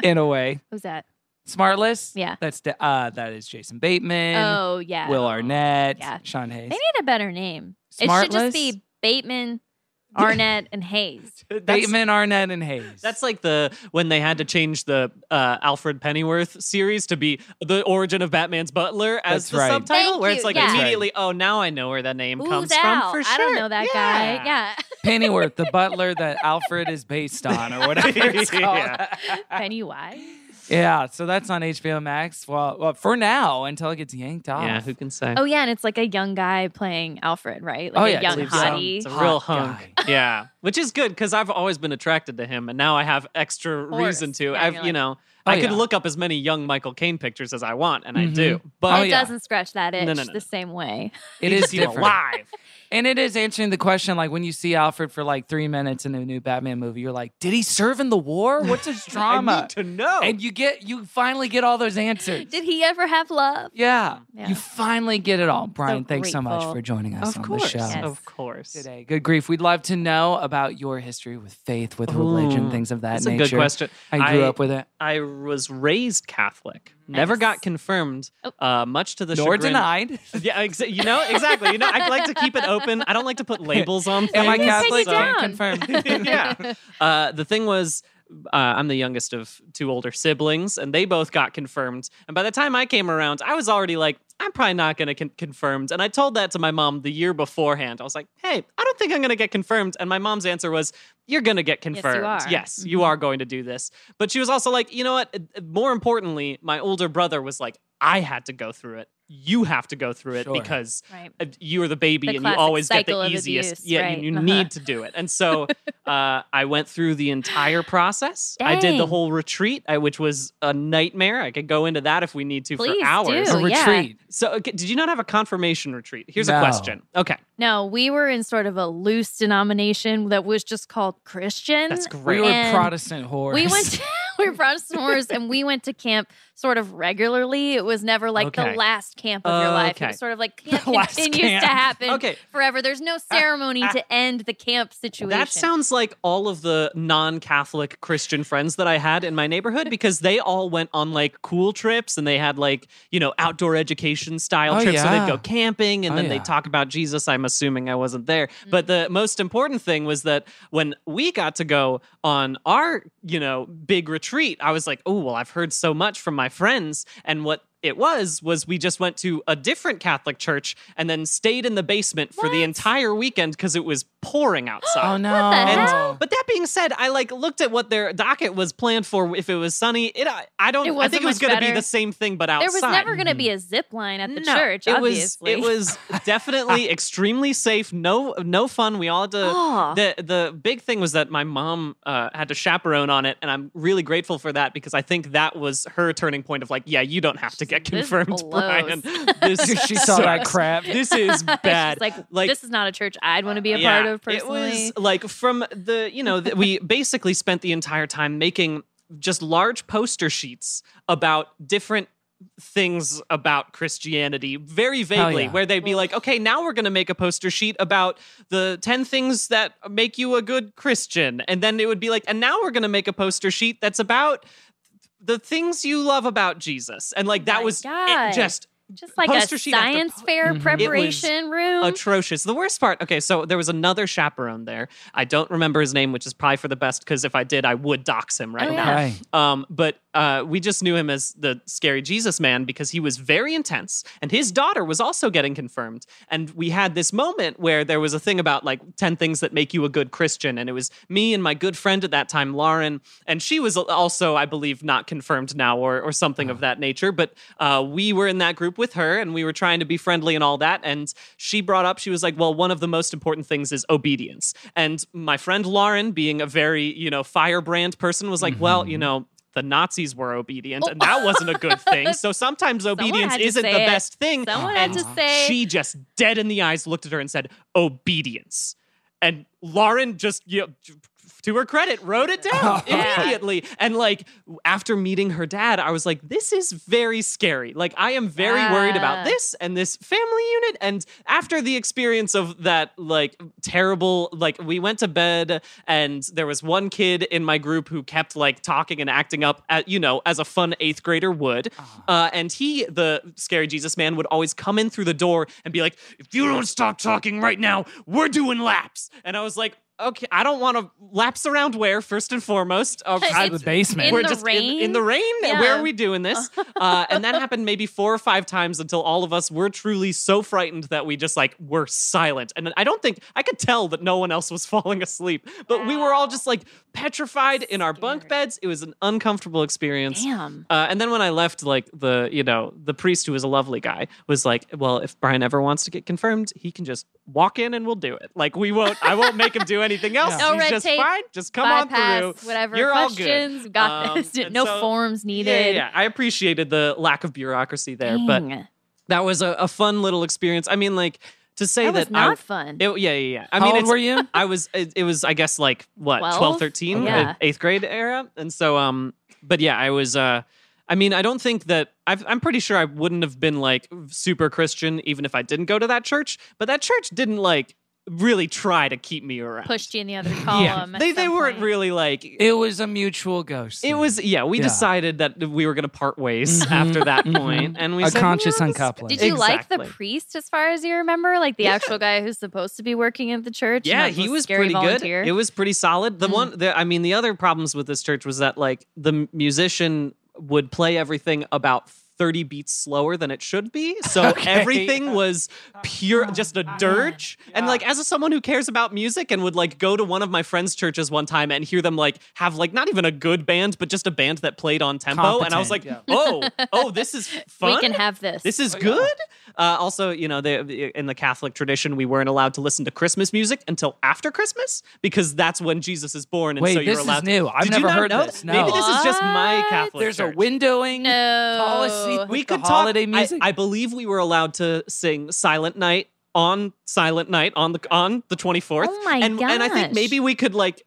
[SPEAKER 6] in a way.
[SPEAKER 5] Who's that?
[SPEAKER 6] Smartless.
[SPEAKER 5] Yeah.
[SPEAKER 6] That's da- uh, that is Jason Bateman,
[SPEAKER 5] oh yeah.
[SPEAKER 6] Will Arnett,
[SPEAKER 5] Yeah.
[SPEAKER 6] Sean Hayes.
[SPEAKER 5] they need a better name. It should just be Bateman, Arnett, and Hayes.
[SPEAKER 7] That's-
[SPEAKER 6] Bateman, Arnett, and Hayes.
[SPEAKER 7] That's like the when they had to change the uh, Alfred Pennyworth series to be the origin of Batman's butler as
[SPEAKER 6] That's
[SPEAKER 7] the
[SPEAKER 6] right.
[SPEAKER 7] subtitle,
[SPEAKER 5] Thank
[SPEAKER 7] where
[SPEAKER 5] you,
[SPEAKER 7] it's like
[SPEAKER 5] yeah. That's right.
[SPEAKER 7] immediately, oh, now I know where that name
[SPEAKER 5] Who's
[SPEAKER 7] comes
[SPEAKER 5] Al?
[SPEAKER 7] from. For sure,
[SPEAKER 5] I don't know that guy.
[SPEAKER 7] (laughs) Yeah.
[SPEAKER 5] Yeah.
[SPEAKER 6] Pennyworth, the butler that Alfred is based on, or whatever it's called.
[SPEAKER 7] Yeah.
[SPEAKER 5] Pennywise.
[SPEAKER 6] Yeah, so that's on HBO Max. Well, well for now until it gets yanked off.
[SPEAKER 7] (laughs) Yeah, who can say?
[SPEAKER 5] Oh yeah, and it's like a young guy playing Alfred, right? Like
[SPEAKER 6] Oh,
[SPEAKER 5] a
[SPEAKER 6] yeah, I
[SPEAKER 5] young
[SPEAKER 6] believe so.
[SPEAKER 5] hottie.
[SPEAKER 7] It's a real
[SPEAKER 6] Hot
[SPEAKER 7] hunk. yeah, which is good because I've always been attracted to him, and now I have extra
[SPEAKER 5] course.
[SPEAKER 7] reason to.
[SPEAKER 5] Yeah,
[SPEAKER 7] I've,
[SPEAKER 5] you're
[SPEAKER 7] you
[SPEAKER 5] like-
[SPEAKER 7] know,
[SPEAKER 6] Oh,
[SPEAKER 7] I could
[SPEAKER 6] yeah.
[SPEAKER 7] look up as many young Michael Caine pictures as I want, and
[SPEAKER 6] Mhm.
[SPEAKER 7] I do.
[SPEAKER 6] Oh,
[SPEAKER 7] But
[SPEAKER 5] it
[SPEAKER 6] yeah.
[SPEAKER 5] doesn't scratch that itch
[SPEAKER 7] no, no,
[SPEAKER 5] the
[SPEAKER 7] no.
[SPEAKER 5] same way.
[SPEAKER 6] It is
[SPEAKER 7] you
[SPEAKER 6] different.
[SPEAKER 7] alive.
[SPEAKER 6] And it is answering the question like when you see Alfred for like three minutes in a new Batman movie, you're like, did he serve in the war? What's his drama?
[SPEAKER 7] (laughs) I need to know.
[SPEAKER 6] And you get you finally get all those answers.
[SPEAKER 5] Did he ever have love?
[SPEAKER 6] yeah.
[SPEAKER 5] Yeah.
[SPEAKER 6] You finally get it all. Brian, thanks so much
[SPEAKER 5] grateful.
[SPEAKER 6] for joining us
[SPEAKER 7] of
[SPEAKER 6] on
[SPEAKER 7] course,
[SPEAKER 6] the show.
[SPEAKER 5] Yes.
[SPEAKER 7] of course.
[SPEAKER 6] Today, good grief. We'd love to know about your history with faith, with religion,
[SPEAKER 7] Ooh,
[SPEAKER 6] things of that
[SPEAKER 7] That's a
[SPEAKER 6] nature.
[SPEAKER 7] good question.
[SPEAKER 6] I grew up with it.
[SPEAKER 7] I was raised Catholic. Never got confirmed,
[SPEAKER 5] Oh.
[SPEAKER 7] uh, much to the
[SPEAKER 6] Nor
[SPEAKER 7] chagrin-
[SPEAKER 6] denied.
[SPEAKER 7] Yeah, exa- you know exactly. You know, I like to keep it open. I don't like to put labels on.
[SPEAKER 6] (laughs)
[SPEAKER 7] Things,
[SPEAKER 6] Am I
[SPEAKER 5] Take it
[SPEAKER 6] Catholic?
[SPEAKER 7] so-
[SPEAKER 5] down.
[SPEAKER 6] Can't (laughs) confirm.
[SPEAKER 7] yeah. (laughs) Uh, the thing was, uh, I'm the youngest of two older siblings, and they both got confirmed. And by the time I came around, I was already like, I'm probably not going to get confirmed. And I told that to my mom the year beforehand. I was like, hey, I don't think I'm going to get confirmed. And my mom's answer was, you're going to get
[SPEAKER 5] you
[SPEAKER 7] confirmed.
[SPEAKER 5] are. Mm-hmm.
[SPEAKER 7] Yes, you are going to do this. But she was also like, you know what? Uh, More importantly, my older brother was like, I had to go through it. you have to go through it
[SPEAKER 6] Sure.
[SPEAKER 7] because
[SPEAKER 5] Right.
[SPEAKER 7] uh, you are the baby
[SPEAKER 5] The
[SPEAKER 7] and you
[SPEAKER 5] classic
[SPEAKER 7] always get
[SPEAKER 5] cycle
[SPEAKER 7] the
[SPEAKER 5] of
[SPEAKER 7] easiest.
[SPEAKER 5] abuse,
[SPEAKER 7] yeah,
[SPEAKER 5] right,
[SPEAKER 7] you, you
[SPEAKER 5] uh-huh.
[SPEAKER 7] need to do it.
[SPEAKER 5] (laughs)
[SPEAKER 7] And so uh, I went through the entire process. I did the
[SPEAKER 5] Dang.
[SPEAKER 7] whole retreat, I, which was a nightmare. I could go into that if we need to
[SPEAKER 5] Please
[SPEAKER 7] for hours.
[SPEAKER 5] do.
[SPEAKER 6] a
[SPEAKER 5] Oh, yeah.
[SPEAKER 6] retreat.
[SPEAKER 7] So, okay, did you not have a confirmation retreat? Here's a
[SPEAKER 6] No.
[SPEAKER 7] question. Okay,
[SPEAKER 5] No, we were in sort of a loose denomination that was just called Christian.
[SPEAKER 7] that's
[SPEAKER 6] We
[SPEAKER 7] great.
[SPEAKER 6] were
[SPEAKER 5] And
[SPEAKER 6] Protestant whores.
[SPEAKER 5] We went. (laughs) To, (laughs) we were Protestant whores, and we went to camp sort of regularly. It was never like
[SPEAKER 7] Okay.
[SPEAKER 5] the last camp of your life.
[SPEAKER 7] Okay.
[SPEAKER 5] It was sort of
[SPEAKER 7] (laughs)
[SPEAKER 5] like camp
[SPEAKER 6] The last
[SPEAKER 5] continues
[SPEAKER 6] camp.
[SPEAKER 5] to happen
[SPEAKER 7] Okay.
[SPEAKER 5] forever. There's no ceremony
[SPEAKER 7] ah.
[SPEAKER 5] to end the camp situation.
[SPEAKER 7] That sounds like all of the non-Catholic Christian friends that I had in
[SPEAKER 5] (laughs)
[SPEAKER 7] my neighborhood because they all went on like cool trips and they had like, you know, outdoor education style
[SPEAKER 6] Oh,
[SPEAKER 7] trips where
[SPEAKER 6] yeah.
[SPEAKER 7] they'd go camping and
[SPEAKER 6] Oh,
[SPEAKER 7] then they'd
[SPEAKER 6] yeah.
[SPEAKER 7] talk about Jesus. I'm assuming I wasn't there.
[SPEAKER 5] Mm.
[SPEAKER 7] But the most important thing was that when we got to go on our, you know, big retreat, I was like, "Oh, well, I've heard so much from my friends." And what it was was we just went to a different Catholic church and then stayed in the basement for the entire weekend because it was
[SPEAKER 5] (gasps)
[SPEAKER 7] pouring outside.
[SPEAKER 6] (laughs) Oh no!
[SPEAKER 5] hell?
[SPEAKER 7] And, but that being said, I like looked at what their docket was planned for. If it was sunny, it I, I don't.
[SPEAKER 5] It
[SPEAKER 7] I
[SPEAKER 5] wasn't
[SPEAKER 7] think it was
[SPEAKER 5] much
[SPEAKER 7] going to be
[SPEAKER 5] better.
[SPEAKER 7] the same thing, but outside.
[SPEAKER 5] there was never going to be a
[SPEAKER 6] Mm-hmm.
[SPEAKER 5] zip line at the church.
[SPEAKER 7] It
[SPEAKER 5] obviously, (laughs)
[SPEAKER 7] was. It was definitely extremely safe. No, no fun. We all had to.
[SPEAKER 5] Aw.
[SPEAKER 7] The the big thing was that my mom uh, had to chaperone on it, and I'm really grateful for that because I think that was her turning point of like, yeah, you don't have to get
[SPEAKER 5] This
[SPEAKER 7] confirmed, (laughs)
[SPEAKER 5] blows.
[SPEAKER 7] Brian. This
[SPEAKER 6] she saw
[SPEAKER 7] (laughs)
[SPEAKER 6] that
[SPEAKER 7] sucks.
[SPEAKER 6] crap.
[SPEAKER 7] This is bad.
[SPEAKER 5] (laughs) She's like, this is not a church I'd want to be a part of personally.
[SPEAKER 7] It was like from the, you know, that
[SPEAKER 5] (laughs)
[SPEAKER 7] we basically spent the entire time making just large poster sheets about different things about Christianity
[SPEAKER 5] Oh,
[SPEAKER 7] very vaguely
[SPEAKER 6] yeah.
[SPEAKER 7] where they'd be like okay now we're going to make a poster sheet about the 10 things that make you a good Christian and then it would be like and now we're going to make a poster sheet that's about the things you love about Jesus and like that
[SPEAKER 5] my
[SPEAKER 7] was it
[SPEAKER 5] God.
[SPEAKER 7] just
[SPEAKER 5] just like
[SPEAKER 7] poster
[SPEAKER 5] a
[SPEAKER 7] sheet after
[SPEAKER 5] science
[SPEAKER 7] po-
[SPEAKER 6] Mm-hmm.
[SPEAKER 5] fair preparation room.
[SPEAKER 7] atrocious. The worst part, okay, so there was another chaperone there. I don't remember his name, which is probably for the best because if I did, I would dox him right
[SPEAKER 5] Oh,
[SPEAKER 7] now.
[SPEAKER 5] yeah.
[SPEAKER 6] Okay.
[SPEAKER 7] Um, but uh, we just knew him as the scary Jesus man because he was very intense, and his daughter was also getting confirmed. And we had this moment where there was a thing about like 10 things that make you a good Christian, and it was me and my good friend at that time, Lauren, and she was also, I believe, not confirmed now or, or something of
[SPEAKER 5] Uh-huh.
[SPEAKER 7] that nature. But uh, we were in that group with her, and we were trying to be friendly and all that. And she brought up, she was like, Well, one of the most important things is obedience. And my friend Lauren, being a very, you know, firebrand person, was like, Well, you
[SPEAKER 5] Mm-hmm.
[SPEAKER 7] know, the Nazis were obedient, and that wasn't a
[SPEAKER 5] (laughs)
[SPEAKER 7] good thing. So sometimes obedience
[SPEAKER 5] had to
[SPEAKER 7] isn't the
[SPEAKER 5] say it.
[SPEAKER 7] best thing.
[SPEAKER 5] Someone had
[SPEAKER 7] and
[SPEAKER 5] to say-
[SPEAKER 7] she just dead in the eyes looked at her and said, "Obedience." And Lauren just, you know, to her credit, wrote it down
[SPEAKER 5] Yeah.
[SPEAKER 7] immediately. And like after meeting her dad, I was like, "This is very scary. Like I am very worried about
[SPEAKER 5] Ah.
[SPEAKER 7] this and this family unit." And after the experience of that, like terrible, like we went to bed and there was one kid in my group who kept like talking and acting up at you know as a fun eighth grader would uh, and he the scary jesus man would always come in through the door and be like if you don't stop talking right now we're doing laps and i was like okay i don't want to laps around where first and foremost uh,
[SPEAKER 5] It's
[SPEAKER 7] I-
[SPEAKER 6] the basement.
[SPEAKER 5] in
[SPEAKER 7] we're
[SPEAKER 5] the
[SPEAKER 7] just In, in
[SPEAKER 5] rain?
[SPEAKER 7] the rain
[SPEAKER 5] Yeah.
[SPEAKER 7] where are we doing this
[SPEAKER 5] (laughs)
[SPEAKER 7] uh, and that happened maybe four or five times until all of us were truly so frightened that we just like were silent and i don't think i could tell that no one else was (laughs) falling asleep but we were all just like petrified in our bunk beds it was an uncomfortable experience
[SPEAKER 5] Damn.
[SPEAKER 7] uh, and then when I left, like the you know the priest who was a lovely guy was like, "Well, if Brian ever wants to get confirmed, he can just walk in and we'll do it. Like we won't, I won't make him do
[SPEAKER 5] (laughs)
[SPEAKER 7] anything else.
[SPEAKER 5] No
[SPEAKER 7] He's
[SPEAKER 5] red
[SPEAKER 7] just
[SPEAKER 5] tape,
[SPEAKER 7] fine. Just come on
[SPEAKER 5] Bypass
[SPEAKER 7] through.
[SPEAKER 5] whatever
[SPEAKER 7] You're all
[SPEAKER 5] questions.
[SPEAKER 7] good.
[SPEAKER 5] Got
[SPEAKER 7] Um,
[SPEAKER 5] this. (laughs)
[SPEAKER 7] and
[SPEAKER 5] no
[SPEAKER 7] so-
[SPEAKER 5] forms
[SPEAKER 7] Yeah,
[SPEAKER 5] needed.
[SPEAKER 7] yeah, yeah. I appreciated the lack of bureaucracy there, but
[SPEAKER 5] Dang.
[SPEAKER 7] that was a, a fun little experience. I mean, like to say
[SPEAKER 5] that
[SPEAKER 7] that,
[SPEAKER 5] was not
[SPEAKER 7] I,
[SPEAKER 5] fun.
[SPEAKER 7] It, yeah, yeah, yeah. I
[SPEAKER 6] How
[SPEAKER 7] mean,
[SPEAKER 6] old
[SPEAKER 7] it's-
[SPEAKER 6] were you?
[SPEAKER 7] I was it, it was I guess like what 12,
[SPEAKER 5] Twelve?
[SPEAKER 7] 13
[SPEAKER 5] Yeah.
[SPEAKER 7] uh, eighth grade era and so um but yeah I was uh I mean I don't think that I've, I'm pretty sure I wouldn't have been like super Christian even if I didn't go to that church but that church didn't like really try to keep me around
[SPEAKER 5] Pushed you in the
[SPEAKER 7] (laughs)
[SPEAKER 5] other column. um, at
[SPEAKER 7] they they
[SPEAKER 5] some
[SPEAKER 7] weren't
[SPEAKER 5] point.
[SPEAKER 7] really like
[SPEAKER 6] It was a mutual ghost.
[SPEAKER 7] it was yeah we
[SPEAKER 6] Yeah. Mm-hmm.
[SPEAKER 7] decided that we were gonna part ways after that point and we
[SPEAKER 6] a
[SPEAKER 7] said,
[SPEAKER 6] conscious
[SPEAKER 7] "Well, this-
[SPEAKER 6] uncoupling.
[SPEAKER 5] Did you like
[SPEAKER 7] Exactly.
[SPEAKER 5] the priest as far as you remember? Like the actual guy who's supposed to be working at the church? and
[SPEAKER 7] Yeah,
[SPEAKER 5] that
[SPEAKER 7] he
[SPEAKER 5] little
[SPEAKER 7] was
[SPEAKER 5] scary
[SPEAKER 7] pretty
[SPEAKER 5] volunteer?
[SPEAKER 7] good. It was pretty solid.
[SPEAKER 6] Mm-hmm.
[SPEAKER 7] The one, the, I mean, the other problems with this church was that like the musician would play everything about 30 beats slower than it should be. So
[SPEAKER 6] (laughs) Okay.
[SPEAKER 7] everything was pure, just a dirge. And like, as a someone who cares about music and would like go to one of my friends' churches one time and hear them like have like not even a good band, but just a band that played on tempo. and I was like,
[SPEAKER 6] Competent,
[SPEAKER 7] oh, oh, this is
[SPEAKER 6] (laughs)
[SPEAKER 7] fun.
[SPEAKER 5] We can have this.
[SPEAKER 7] This
[SPEAKER 6] Oh,
[SPEAKER 7] is good. Uh, also, you know, they, in the Catholic tradition, we weren't allowed to listen to Christmas music until after Christmas because that's when Jesus is born. And
[SPEAKER 6] Wait,
[SPEAKER 7] so you're
[SPEAKER 6] this is
[SPEAKER 7] allowed to-
[SPEAKER 6] new. I've
[SPEAKER 7] Did you
[SPEAKER 6] never
[SPEAKER 7] not
[SPEAKER 6] heard
[SPEAKER 7] know
[SPEAKER 6] this.
[SPEAKER 7] that? Maybe
[SPEAKER 6] No.
[SPEAKER 7] this is just my Catholic.
[SPEAKER 6] There's
[SPEAKER 7] church.
[SPEAKER 6] a windowing
[SPEAKER 5] No.
[SPEAKER 6] policy. with
[SPEAKER 7] We
[SPEAKER 6] the
[SPEAKER 7] could talk.
[SPEAKER 6] holiday
[SPEAKER 7] I-
[SPEAKER 6] music.
[SPEAKER 7] I, believe we were allowed to sing Silent Night on Silent Night on the on the 24th.
[SPEAKER 5] Oh my
[SPEAKER 7] and, And I think
[SPEAKER 5] gosh.
[SPEAKER 7] maybe we could like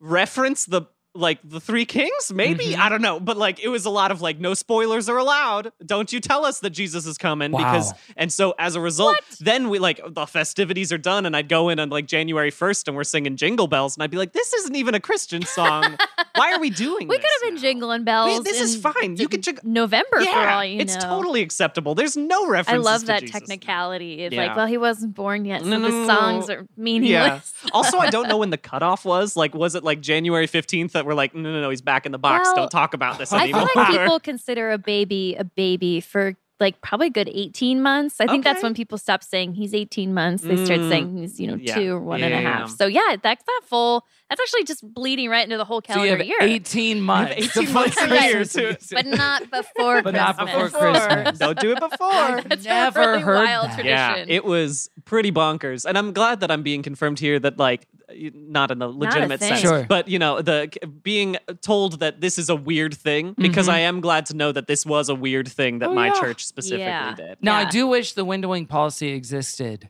[SPEAKER 7] reference the like the three kings maybe
[SPEAKER 5] Mm-hmm.
[SPEAKER 7] i don't know but like it was a lot of like no spoilers are allowed don't you tell us that jesus is coming because
[SPEAKER 6] Wow.
[SPEAKER 7] and so as a result then we like the festivities are done and i'd go in on like january 1st and we're singing jingle bells and i'd be like this isn't even a
[SPEAKER 5] (laughs)
[SPEAKER 7] christian song why are we doing
[SPEAKER 5] We
[SPEAKER 7] this
[SPEAKER 5] could have been
[SPEAKER 7] now?
[SPEAKER 5] jingling bells.
[SPEAKER 7] Wait, this is
[SPEAKER 5] in
[SPEAKER 7] fine. You could
[SPEAKER 5] d-
[SPEAKER 7] jing-
[SPEAKER 5] November for all you
[SPEAKER 7] it's
[SPEAKER 5] know.
[SPEAKER 7] totally acceptable. There's no
[SPEAKER 5] I
[SPEAKER 7] reference.
[SPEAKER 5] love that technicality. It's
[SPEAKER 7] Yeah.
[SPEAKER 5] like, well, he wasn't born yet, so
[SPEAKER 7] No, no,
[SPEAKER 5] the
[SPEAKER 7] no,
[SPEAKER 5] songs
[SPEAKER 7] no.
[SPEAKER 5] are meaningless.
[SPEAKER 7] also, I don't
[SPEAKER 5] (laughs)
[SPEAKER 7] know when the cutoff was. Like, was it like January 15th that we're like, no, no, no, he's back in the box.
[SPEAKER 5] Well,
[SPEAKER 7] don't talk about this
[SPEAKER 5] I
[SPEAKER 7] anymore.
[SPEAKER 5] feel like
[SPEAKER 7] (laughs)
[SPEAKER 5] people consider a baby a baby for like probably a good 18 months. I think that's
[SPEAKER 7] Okay.
[SPEAKER 5] when people stop saying he's 18 months. They start
[SPEAKER 7] Mm.
[SPEAKER 5] saying he's, you know,
[SPEAKER 7] Yeah.
[SPEAKER 5] two or one and a
[SPEAKER 7] Yeah,
[SPEAKER 5] half.
[SPEAKER 7] yeah, yeah.
[SPEAKER 5] So yeah, that's that full. That's actually just bleeding right into the whole
[SPEAKER 6] so you
[SPEAKER 5] calendar
[SPEAKER 6] have
[SPEAKER 5] year.
[SPEAKER 6] (laughs) 18 months. to
[SPEAKER 7] 18
[SPEAKER 6] play
[SPEAKER 7] months a
[SPEAKER 6] Christmas
[SPEAKER 7] year to-
[SPEAKER 6] music.
[SPEAKER 7] (laughs)
[SPEAKER 5] but not before
[SPEAKER 6] But
[SPEAKER 5] Christmas.
[SPEAKER 6] not before
[SPEAKER 5] (laughs)
[SPEAKER 6] Christmas.
[SPEAKER 7] don't do it before.
[SPEAKER 5] That's
[SPEAKER 6] Never
[SPEAKER 5] a really
[SPEAKER 6] heard
[SPEAKER 5] wild
[SPEAKER 6] that.
[SPEAKER 7] yeah,
[SPEAKER 5] tradition.
[SPEAKER 7] it was pretty bonkers, and I'm glad that I'm being confirmed here that like y- not in the legitimate
[SPEAKER 5] thing.
[SPEAKER 7] sense,
[SPEAKER 6] Sure.
[SPEAKER 7] but you know the being told that this is a weird thing because
[SPEAKER 6] Mm-hmm.
[SPEAKER 7] I am glad to know that this was a weird thing that
[SPEAKER 6] Oh,
[SPEAKER 7] my
[SPEAKER 6] yeah.
[SPEAKER 7] church specifically
[SPEAKER 5] Yeah.
[SPEAKER 7] did.
[SPEAKER 6] Now, I
[SPEAKER 5] Yeah.
[SPEAKER 6] do wish the windowing policy existed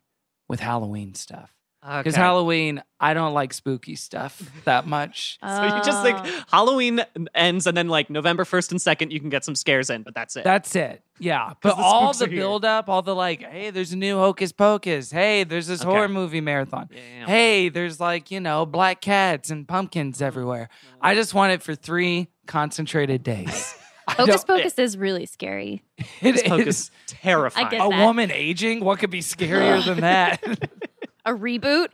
[SPEAKER 6] with Halloween stuff. Because
[SPEAKER 7] Okay.
[SPEAKER 6] Halloween, I don't like spooky stuff that much.
[SPEAKER 7] So you just think
[SPEAKER 5] Oh.
[SPEAKER 7] Halloween ends and then like November 1st and 2nd, you can get some scares in, but that's it.
[SPEAKER 6] That's it. Yeah. But
[SPEAKER 7] the
[SPEAKER 6] all
[SPEAKER 7] spooks
[SPEAKER 6] the
[SPEAKER 7] are here.
[SPEAKER 6] build up, all the like, hey, there's a new Hocus Pocus. Hey, there's this
[SPEAKER 7] Okay.
[SPEAKER 6] horror movie marathon.
[SPEAKER 7] Yeah.
[SPEAKER 6] Hey, there's like, you know, black cats and pumpkins everywhere. I just want it for three concentrated days. (laughs) I
[SPEAKER 5] Hocus
[SPEAKER 6] don't-
[SPEAKER 5] Pocus is really scary.
[SPEAKER 6] it
[SPEAKER 7] It's focus
[SPEAKER 6] is- (laughs) Oh.
[SPEAKER 7] terrifying.
[SPEAKER 5] I get
[SPEAKER 6] A
[SPEAKER 5] that.
[SPEAKER 6] woman aging? What could be scarier than that? (laughs)
[SPEAKER 5] A reboot?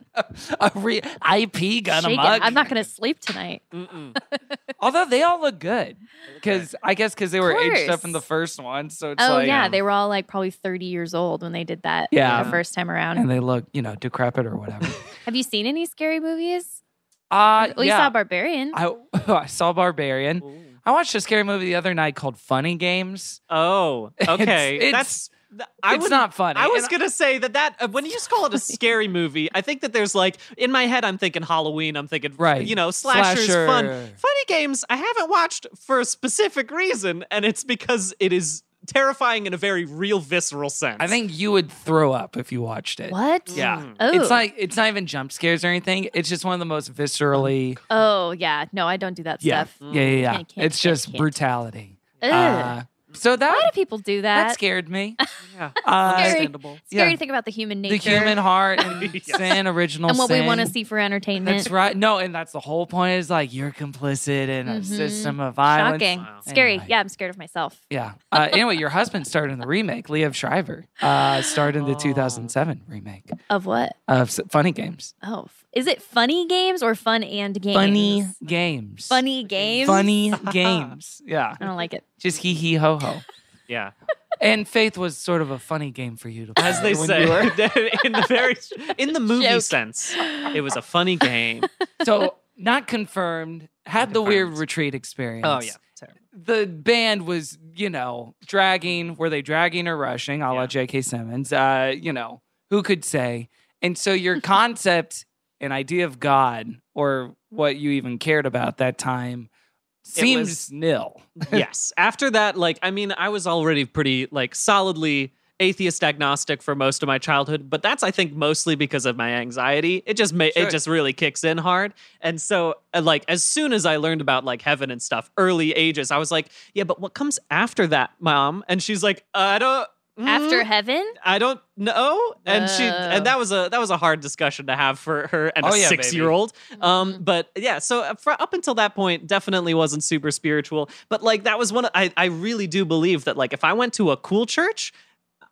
[SPEAKER 6] a re- IP gun
[SPEAKER 5] Shake it.
[SPEAKER 6] amok.
[SPEAKER 5] I'm not going to sleep tonight.
[SPEAKER 7] Mm-mm.
[SPEAKER 6] Although they all look good, because I guess because they were aged up in the
[SPEAKER 5] course.
[SPEAKER 6] first one, so it's
[SPEAKER 5] Oh
[SPEAKER 6] like um,
[SPEAKER 5] yeah, they were all like probably 30 years old when they did that
[SPEAKER 6] Yeah.
[SPEAKER 5] the first time around.
[SPEAKER 6] and they look you know decrepit or whatever.
[SPEAKER 5] Have you seen any scary movies?
[SPEAKER 6] Uh,
[SPEAKER 5] well, you
[SPEAKER 6] yeah.
[SPEAKER 5] saw Barbarian.
[SPEAKER 6] I, I (laughs) saw Barbarian. I watched a scary movie the other night called Funny Games.
[SPEAKER 7] Oh, okay.
[SPEAKER 6] it's-
[SPEAKER 7] that's. th- I
[SPEAKER 6] it's
[SPEAKER 7] would-
[SPEAKER 6] not funny.
[SPEAKER 7] I was
[SPEAKER 6] And-
[SPEAKER 7] going to say that that uh, when you
[SPEAKER 6] (laughs)
[SPEAKER 7] just call it a scary movie, I think that there's like in my head I'm thinking Halloween, I'm thinking
[SPEAKER 6] Right.
[SPEAKER 7] you know, slashers fun.
[SPEAKER 6] Slasher.
[SPEAKER 7] Funny games I haven't watched for a specific reason and it's because it is terrifying in a very real visceral sense.
[SPEAKER 6] I think you would throw up if you watched it.
[SPEAKER 5] what?
[SPEAKER 6] Yeah.
[SPEAKER 5] Oh.
[SPEAKER 6] It's like it's not even jump scares or anything. It's just one of the most viscerally.
[SPEAKER 5] Oh yeah. No, I don't do that
[SPEAKER 6] Yeah,
[SPEAKER 5] stuff.
[SPEAKER 6] yeah, yeah. yeah.
[SPEAKER 5] Can't, can't,
[SPEAKER 6] it's
[SPEAKER 5] can't,
[SPEAKER 6] just
[SPEAKER 5] can't.
[SPEAKER 6] brutality.
[SPEAKER 5] Ugh.
[SPEAKER 6] Uh, so that
[SPEAKER 5] Why do people do that?
[SPEAKER 6] that
[SPEAKER 5] (laughs)
[SPEAKER 6] scared me.
[SPEAKER 7] yeah.
[SPEAKER 6] Uh,
[SPEAKER 5] Scary.
[SPEAKER 7] Understandable.
[SPEAKER 5] Scary
[SPEAKER 6] yeah.
[SPEAKER 5] to think about the human nature.
[SPEAKER 6] the
[SPEAKER 5] (laughs)
[SPEAKER 6] human heart and
[SPEAKER 7] Yes.
[SPEAKER 6] sin, original
[SPEAKER 5] and what
[SPEAKER 6] sin.
[SPEAKER 5] we want to see for entertainment.
[SPEAKER 6] That's right. No, and that's the whole point is like you're complicit in a
[SPEAKER 5] Mhm.
[SPEAKER 6] system of violence.
[SPEAKER 5] Shocking.
[SPEAKER 7] Wow.
[SPEAKER 5] Scary.
[SPEAKER 6] Anyway.
[SPEAKER 5] Yeah, I'm scared of myself.
[SPEAKER 6] Yeah. Uh, anyway, your husband starred in the remake. Liev Shriver uh, starred in the
[SPEAKER 7] Oh.
[SPEAKER 6] 2007 remake
[SPEAKER 5] Of what?
[SPEAKER 6] of S- Funny Games.
[SPEAKER 5] Oh, f- is it funny games or fun and games?
[SPEAKER 6] Funny Games.
[SPEAKER 5] Funny games.
[SPEAKER 6] (laughs) Funny Games. Yeah.
[SPEAKER 5] I don't like it.
[SPEAKER 6] Just hee hee ho ho.
[SPEAKER 7] Yeah.
[SPEAKER 6] And Faith was sort of a funny game for you to play
[SPEAKER 7] as they
[SPEAKER 6] (laughs) when you
[SPEAKER 7] say
[SPEAKER 6] were-
[SPEAKER 7] in (laughs) the very in the movie
[SPEAKER 5] Joke.
[SPEAKER 7] sense it was a
[SPEAKER 5] (laughs)
[SPEAKER 7] funny game
[SPEAKER 6] So not confirmed. Had the weird
[SPEAKER 7] confirmed.
[SPEAKER 6] retreat experience.
[SPEAKER 7] oh yeah terrible.
[SPEAKER 6] the band was, you know, dragging. Were they dragging or rushing? A la
[SPEAKER 7] Yeah.
[SPEAKER 6] J.K. Simmons. Uh, you know, who could say? And so
[SPEAKER 7] (laughs)
[SPEAKER 6] your concept and idea of God, or what you even cared about that time, seems
[SPEAKER 7] was-
[SPEAKER 6] nil.
[SPEAKER 7] yes after that like i mean i was already pretty like solidly atheist agnostic for most of my childhood but that's i think mostly because of my anxiety it just ma-
[SPEAKER 6] Sure.
[SPEAKER 7] it just really kicks in hard and so uh, like as soon as i learned about like heaven and stuff early ages i was like yeah but what comes after that mom and she's like i don't
[SPEAKER 6] Hmm?
[SPEAKER 7] mm,
[SPEAKER 5] After heaven?
[SPEAKER 7] I don't know. And she
[SPEAKER 5] Oh.
[SPEAKER 7] and that was a that was a hard discussion to have for her and
[SPEAKER 6] Oh,
[SPEAKER 7] a
[SPEAKER 6] yeah,
[SPEAKER 7] six year old.
[SPEAKER 5] Mm-hmm.
[SPEAKER 7] Um, but yeah, so uh, for, up until that point, definitely wasn't super spiritual. But like that was one. Of, I I really do believe that like if I went to a cool church.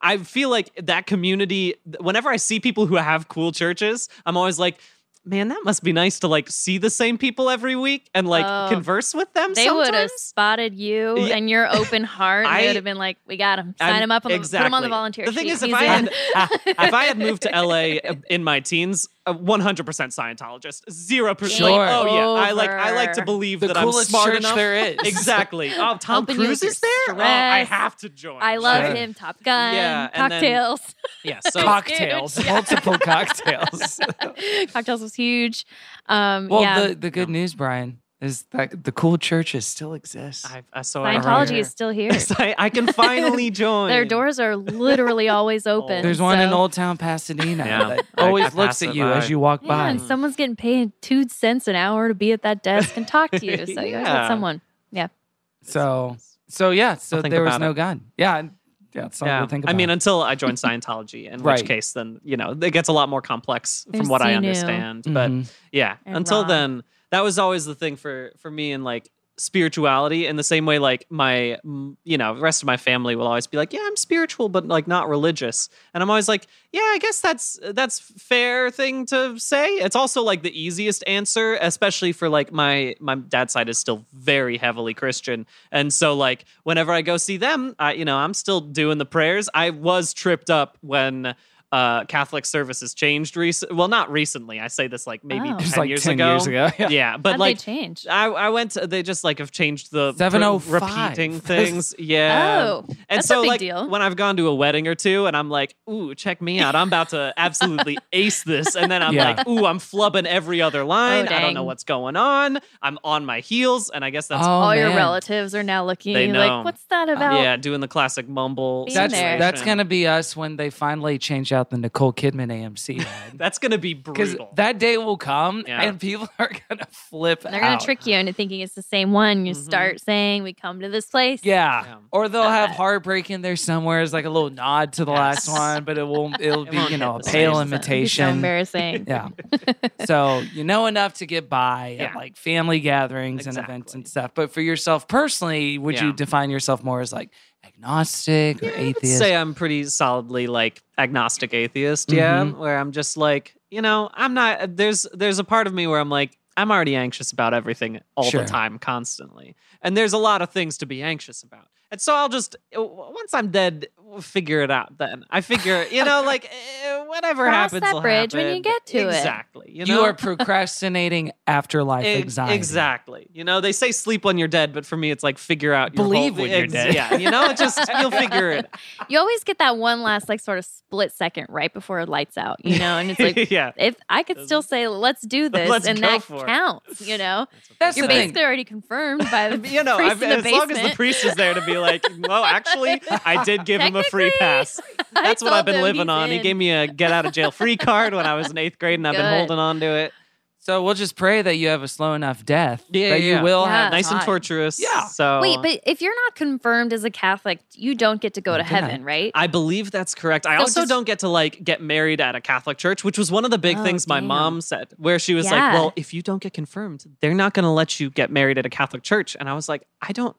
[SPEAKER 7] I feel like that community, whenever I see people who have cool churches, I'm always like, man, that must be nice to like see the same people every week and like
[SPEAKER 5] Oh.
[SPEAKER 7] converse with them.
[SPEAKER 5] They would have
[SPEAKER 7] sometimes.
[SPEAKER 5] spotted you
[SPEAKER 7] Yeah.
[SPEAKER 5] and your open heart. and
[SPEAKER 7] I-
[SPEAKER 5] they would have been like, "We got him. Sign
[SPEAKER 7] I'm-
[SPEAKER 5] him up. On the, Put him on
[SPEAKER 7] exactly.
[SPEAKER 5] the volunteer."
[SPEAKER 7] The thing
[SPEAKER 5] sheet.
[SPEAKER 7] is, if
[SPEAKER 5] He's
[SPEAKER 7] I had-
[SPEAKER 5] (laughs)
[SPEAKER 7] uh,
[SPEAKER 5] in."
[SPEAKER 7] if I had moved to LA in my teens, uh, 100% Scientologist, zero percent.
[SPEAKER 6] Sure.
[SPEAKER 7] Like, oh yeah, I like I like to
[SPEAKER 5] Over.
[SPEAKER 7] believe
[SPEAKER 6] The
[SPEAKER 7] that
[SPEAKER 6] coolest
[SPEAKER 7] I'm smart
[SPEAKER 6] church
[SPEAKER 7] enough.
[SPEAKER 6] there is.
[SPEAKER 7] (laughs) Exactly.
[SPEAKER 5] (laughs)
[SPEAKER 7] Oh, Tom
[SPEAKER 5] Open you
[SPEAKER 7] Cruise
[SPEAKER 5] with
[SPEAKER 7] is
[SPEAKER 5] your
[SPEAKER 7] there. Oh, I
[SPEAKER 5] stress.
[SPEAKER 7] have to join.
[SPEAKER 5] I love
[SPEAKER 6] Sure.
[SPEAKER 5] him. Top Gun.
[SPEAKER 7] Yeah, and then-
[SPEAKER 5] cocktails. (laughs)
[SPEAKER 7] Yeah.
[SPEAKER 6] (laughs)
[SPEAKER 7] So
[SPEAKER 6] cocktails,
[SPEAKER 7] (laughs)
[SPEAKER 6] multiple cocktails.
[SPEAKER 5] cocktails was huge. Um,
[SPEAKER 6] Well,
[SPEAKER 5] yeah.
[SPEAKER 6] the, the good news, Brian, is that the cool churches still exist.
[SPEAKER 7] I, I so I-
[SPEAKER 5] Scientology
[SPEAKER 6] Oh, here.
[SPEAKER 5] is still
[SPEAKER 7] (laughs)
[SPEAKER 5] here.
[SPEAKER 7] I, I can
[SPEAKER 5] (laughs)
[SPEAKER 7] finally join.
[SPEAKER 5] Their doors are literally
[SPEAKER 7] (laughs)
[SPEAKER 5] always
[SPEAKER 7] Oh.
[SPEAKER 5] open.
[SPEAKER 6] There's one in
[SPEAKER 5] so-
[SPEAKER 6] Old Town Pasadena
[SPEAKER 7] Yeah.
[SPEAKER 6] that
[SPEAKER 7] I- I
[SPEAKER 6] always
[SPEAKER 7] passed
[SPEAKER 6] looks at
[SPEAKER 7] it
[SPEAKER 6] you
[SPEAKER 7] by.
[SPEAKER 6] as you walk
[SPEAKER 5] Yeah,
[SPEAKER 6] by.
[SPEAKER 5] and someone's getting paid two cents an hour to be at that desk and talk to you. So you always
[SPEAKER 7] (laughs) Yeah.
[SPEAKER 5] got someone. Yeah.
[SPEAKER 6] So, so yeah, so
[SPEAKER 7] I'll think
[SPEAKER 6] there was
[SPEAKER 7] about
[SPEAKER 6] no
[SPEAKER 7] it.
[SPEAKER 6] God. Yeah, and- yeah, it's something
[SPEAKER 7] Yeah.
[SPEAKER 6] to think
[SPEAKER 7] I
[SPEAKER 6] about.
[SPEAKER 7] mean, until I
[SPEAKER 6] (laughs)
[SPEAKER 7] join Scientology, in
[SPEAKER 6] Right.
[SPEAKER 7] which case, then you know it gets a lot more complex
[SPEAKER 5] There's
[SPEAKER 7] from what I
[SPEAKER 5] Xenu.
[SPEAKER 7] understand. But
[SPEAKER 6] Mhm.
[SPEAKER 7] yeah,
[SPEAKER 5] And
[SPEAKER 7] until
[SPEAKER 5] Ron.
[SPEAKER 7] then, that was always the thing for for me in like spirituality. In the same way, like my mm, you know the rest of my family will always be like, yeah, I'm spiritual, but like not religious. And I'm always like, yeah, I guess that's that's fair thing to say. It's also like the easiest answer, especially for like my my dad's side is still very heavily Christian, and so like whenever I go see them, I you know I'm still doing the prayers. I was tripped up when. Uh, Catholic services changed recent. Well, not recently. I say this like maybe
[SPEAKER 5] Oh. It was
[SPEAKER 6] It's
[SPEAKER 7] 10
[SPEAKER 6] like
[SPEAKER 7] years
[SPEAKER 6] 10
[SPEAKER 7] ago.
[SPEAKER 6] years ago. (laughs) Yeah.
[SPEAKER 7] Yeah, but
[SPEAKER 5] How'd
[SPEAKER 7] like
[SPEAKER 5] they change?
[SPEAKER 7] I, I went. To, they just like have changed the pr-
[SPEAKER 6] 705. (laughs)
[SPEAKER 7] repeating things. Yeah.
[SPEAKER 5] Oh,
[SPEAKER 7] and
[SPEAKER 5] that's a
[SPEAKER 7] so
[SPEAKER 5] big
[SPEAKER 7] like
[SPEAKER 5] deal.
[SPEAKER 7] when I've gone to a wedding or two, and I'm like, ooh, check me out. I'm
[SPEAKER 5] (laughs)
[SPEAKER 7] about to absolutely ace this, and then I'm
[SPEAKER 6] Yeah.
[SPEAKER 7] like, ooh, I'm flubbing every other line. I don't know
[SPEAKER 5] dang.
[SPEAKER 7] what's going on. I'm on my heels, and I guess that's
[SPEAKER 6] Oh,
[SPEAKER 5] All your
[SPEAKER 6] man.
[SPEAKER 5] relatives are now looking
[SPEAKER 7] They
[SPEAKER 5] at you
[SPEAKER 7] know.
[SPEAKER 5] like, what's that about?
[SPEAKER 7] yeah, doing the classic mumble.
[SPEAKER 5] Being
[SPEAKER 6] That's
[SPEAKER 5] there.
[SPEAKER 6] that's
[SPEAKER 7] situation.
[SPEAKER 6] gonna be us when they finally change out the Nicole Kidman
[SPEAKER 7] (laughs)
[SPEAKER 6] AMC ad.
[SPEAKER 7] that's gonna be
[SPEAKER 6] Because
[SPEAKER 7] brutal.
[SPEAKER 6] that day will come
[SPEAKER 7] Yeah.
[SPEAKER 6] and people (laughs) are gonna flip.
[SPEAKER 5] They're going
[SPEAKER 6] out.
[SPEAKER 5] to trick you into thinking it's the same one. You
[SPEAKER 7] Mhm.
[SPEAKER 5] start saying, we come to this place.
[SPEAKER 6] Yeah.
[SPEAKER 7] Yeah.
[SPEAKER 6] Or they'll have heartbreak in there somewhere as like a little nod to the last
[SPEAKER 7] Yes.
[SPEAKER 6] one, but it won't it'll
[SPEAKER 7] It
[SPEAKER 6] be,
[SPEAKER 7] won't
[SPEAKER 6] you know,
[SPEAKER 7] hit
[SPEAKER 6] a
[SPEAKER 7] the
[SPEAKER 6] pale
[SPEAKER 5] It'd be
[SPEAKER 7] same.
[SPEAKER 5] so
[SPEAKER 6] imitation.
[SPEAKER 5] embarrassing.
[SPEAKER 6] (laughs)
[SPEAKER 7] (laughs)
[SPEAKER 6] yeah. So you know enough to get by at
[SPEAKER 7] Yeah.
[SPEAKER 6] like family gatherings and events
[SPEAKER 7] Exactly.
[SPEAKER 6] and stuff. But for yourself personally, would
[SPEAKER 7] Yeah.
[SPEAKER 6] you define yourself more as like agnostic or
[SPEAKER 7] I would
[SPEAKER 6] atheist?
[SPEAKER 7] say I'm pretty solidly like agnostic atheist. Yeah,
[SPEAKER 5] Mm-hmm.
[SPEAKER 6] Mhm.
[SPEAKER 7] where I'm just like, you know, I'm not. There's there's a part of me where I'm like, I'm already anxious about everything all
[SPEAKER 6] Sure.
[SPEAKER 7] the time, constantly, and there's a lot of things to be anxious about. And so I'll just uh, w- once I'm dead, we'll figure it out. Then I figure, you know,
[SPEAKER 5] (laughs)
[SPEAKER 7] like eh, whatever
[SPEAKER 5] Cross
[SPEAKER 7] happens,
[SPEAKER 5] that
[SPEAKER 7] will
[SPEAKER 5] bridge when you
[SPEAKER 7] happen.
[SPEAKER 5] get to it.
[SPEAKER 7] exactly. You,
[SPEAKER 6] you,
[SPEAKER 7] know?
[SPEAKER 6] are procrastinating afterlife
[SPEAKER 7] Ex-
[SPEAKER 6] anxiety.
[SPEAKER 7] Exactly. You know, they say sleep when you're dead, but for me, it's like figure out. Your
[SPEAKER 6] Believe
[SPEAKER 7] whole-
[SPEAKER 6] when you're dead.
[SPEAKER 7] Yeah. You know, it just
[SPEAKER 5] (laughs)
[SPEAKER 7] you'll figure it.
[SPEAKER 5] You always get that one last, like, sort of split second right before it lights out, you know? And it's
[SPEAKER 6] (laughs)
[SPEAKER 5] like,
[SPEAKER 7] (laughs) yeah.
[SPEAKER 5] if I could still say, let's do this,
[SPEAKER 7] Let's
[SPEAKER 5] and
[SPEAKER 7] go
[SPEAKER 5] that
[SPEAKER 7] for it.
[SPEAKER 5] counts, you know?
[SPEAKER 6] (laughs) That's
[SPEAKER 5] You're
[SPEAKER 6] the thing.
[SPEAKER 5] basically already confirmed by
[SPEAKER 6] (laughs)
[SPEAKER 5] the
[SPEAKER 7] you know,
[SPEAKER 5] priest
[SPEAKER 7] I've,
[SPEAKER 5] in the
[SPEAKER 7] as long
[SPEAKER 5] basement.
[SPEAKER 7] as the priest is there to
[SPEAKER 5] (laughs)
[SPEAKER 7] be like, well, actually, I did give him a free
[SPEAKER 5] Technically,
[SPEAKER 7] pass.
[SPEAKER 5] I
[SPEAKER 7] That's what
[SPEAKER 5] told
[SPEAKER 7] I've been
[SPEAKER 5] him
[SPEAKER 7] living
[SPEAKER 5] he's
[SPEAKER 7] on. He
[SPEAKER 5] in.
[SPEAKER 7] gave me a get out of jail free card when I was in eighth grade, and I've been
[SPEAKER 5] Good.
[SPEAKER 7] holding on to it.
[SPEAKER 6] So we'll just pray that you have a slow enough death
[SPEAKER 7] Yeah,
[SPEAKER 6] that
[SPEAKER 7] yeah.
[SPEAKER 6] you will
[SPEAKER 5] Yeah.
[SPEAKER 6] have
[SPEAKER 7] Nice and
[SPEAKER 6] time.
[SPEAKER 7] torturous.
[SPEAKER 6] Yeah.
[SPEAKER 7] So
[SPEAKER 5] Wait, but if you're not confirmed as a Catholic, you don't get to go to
[SPEAKER 6] Oh, did I?
[SPEAKER 5] heaven, right?
[SPEAKER 7] I believe that's correct. I
[SPEAKER 5] So
[SPEAKER 7] also
[SPEAKER 5] just-
[SPEAKER 7] don't get to like get married at a Catholic church, which was one of the big
[SPEAKER 5] Oh,
[SPEAKER 7] things my
[SPEAKER 5] damn.
[SPEAKER 7] mom said, where she was like,
[SPEAKER 5] Yeah.
[SPEAKER 7] "Well, if you don't get confirmed, they're not going to let you get married at a Catholic church." And I was like, "I don't."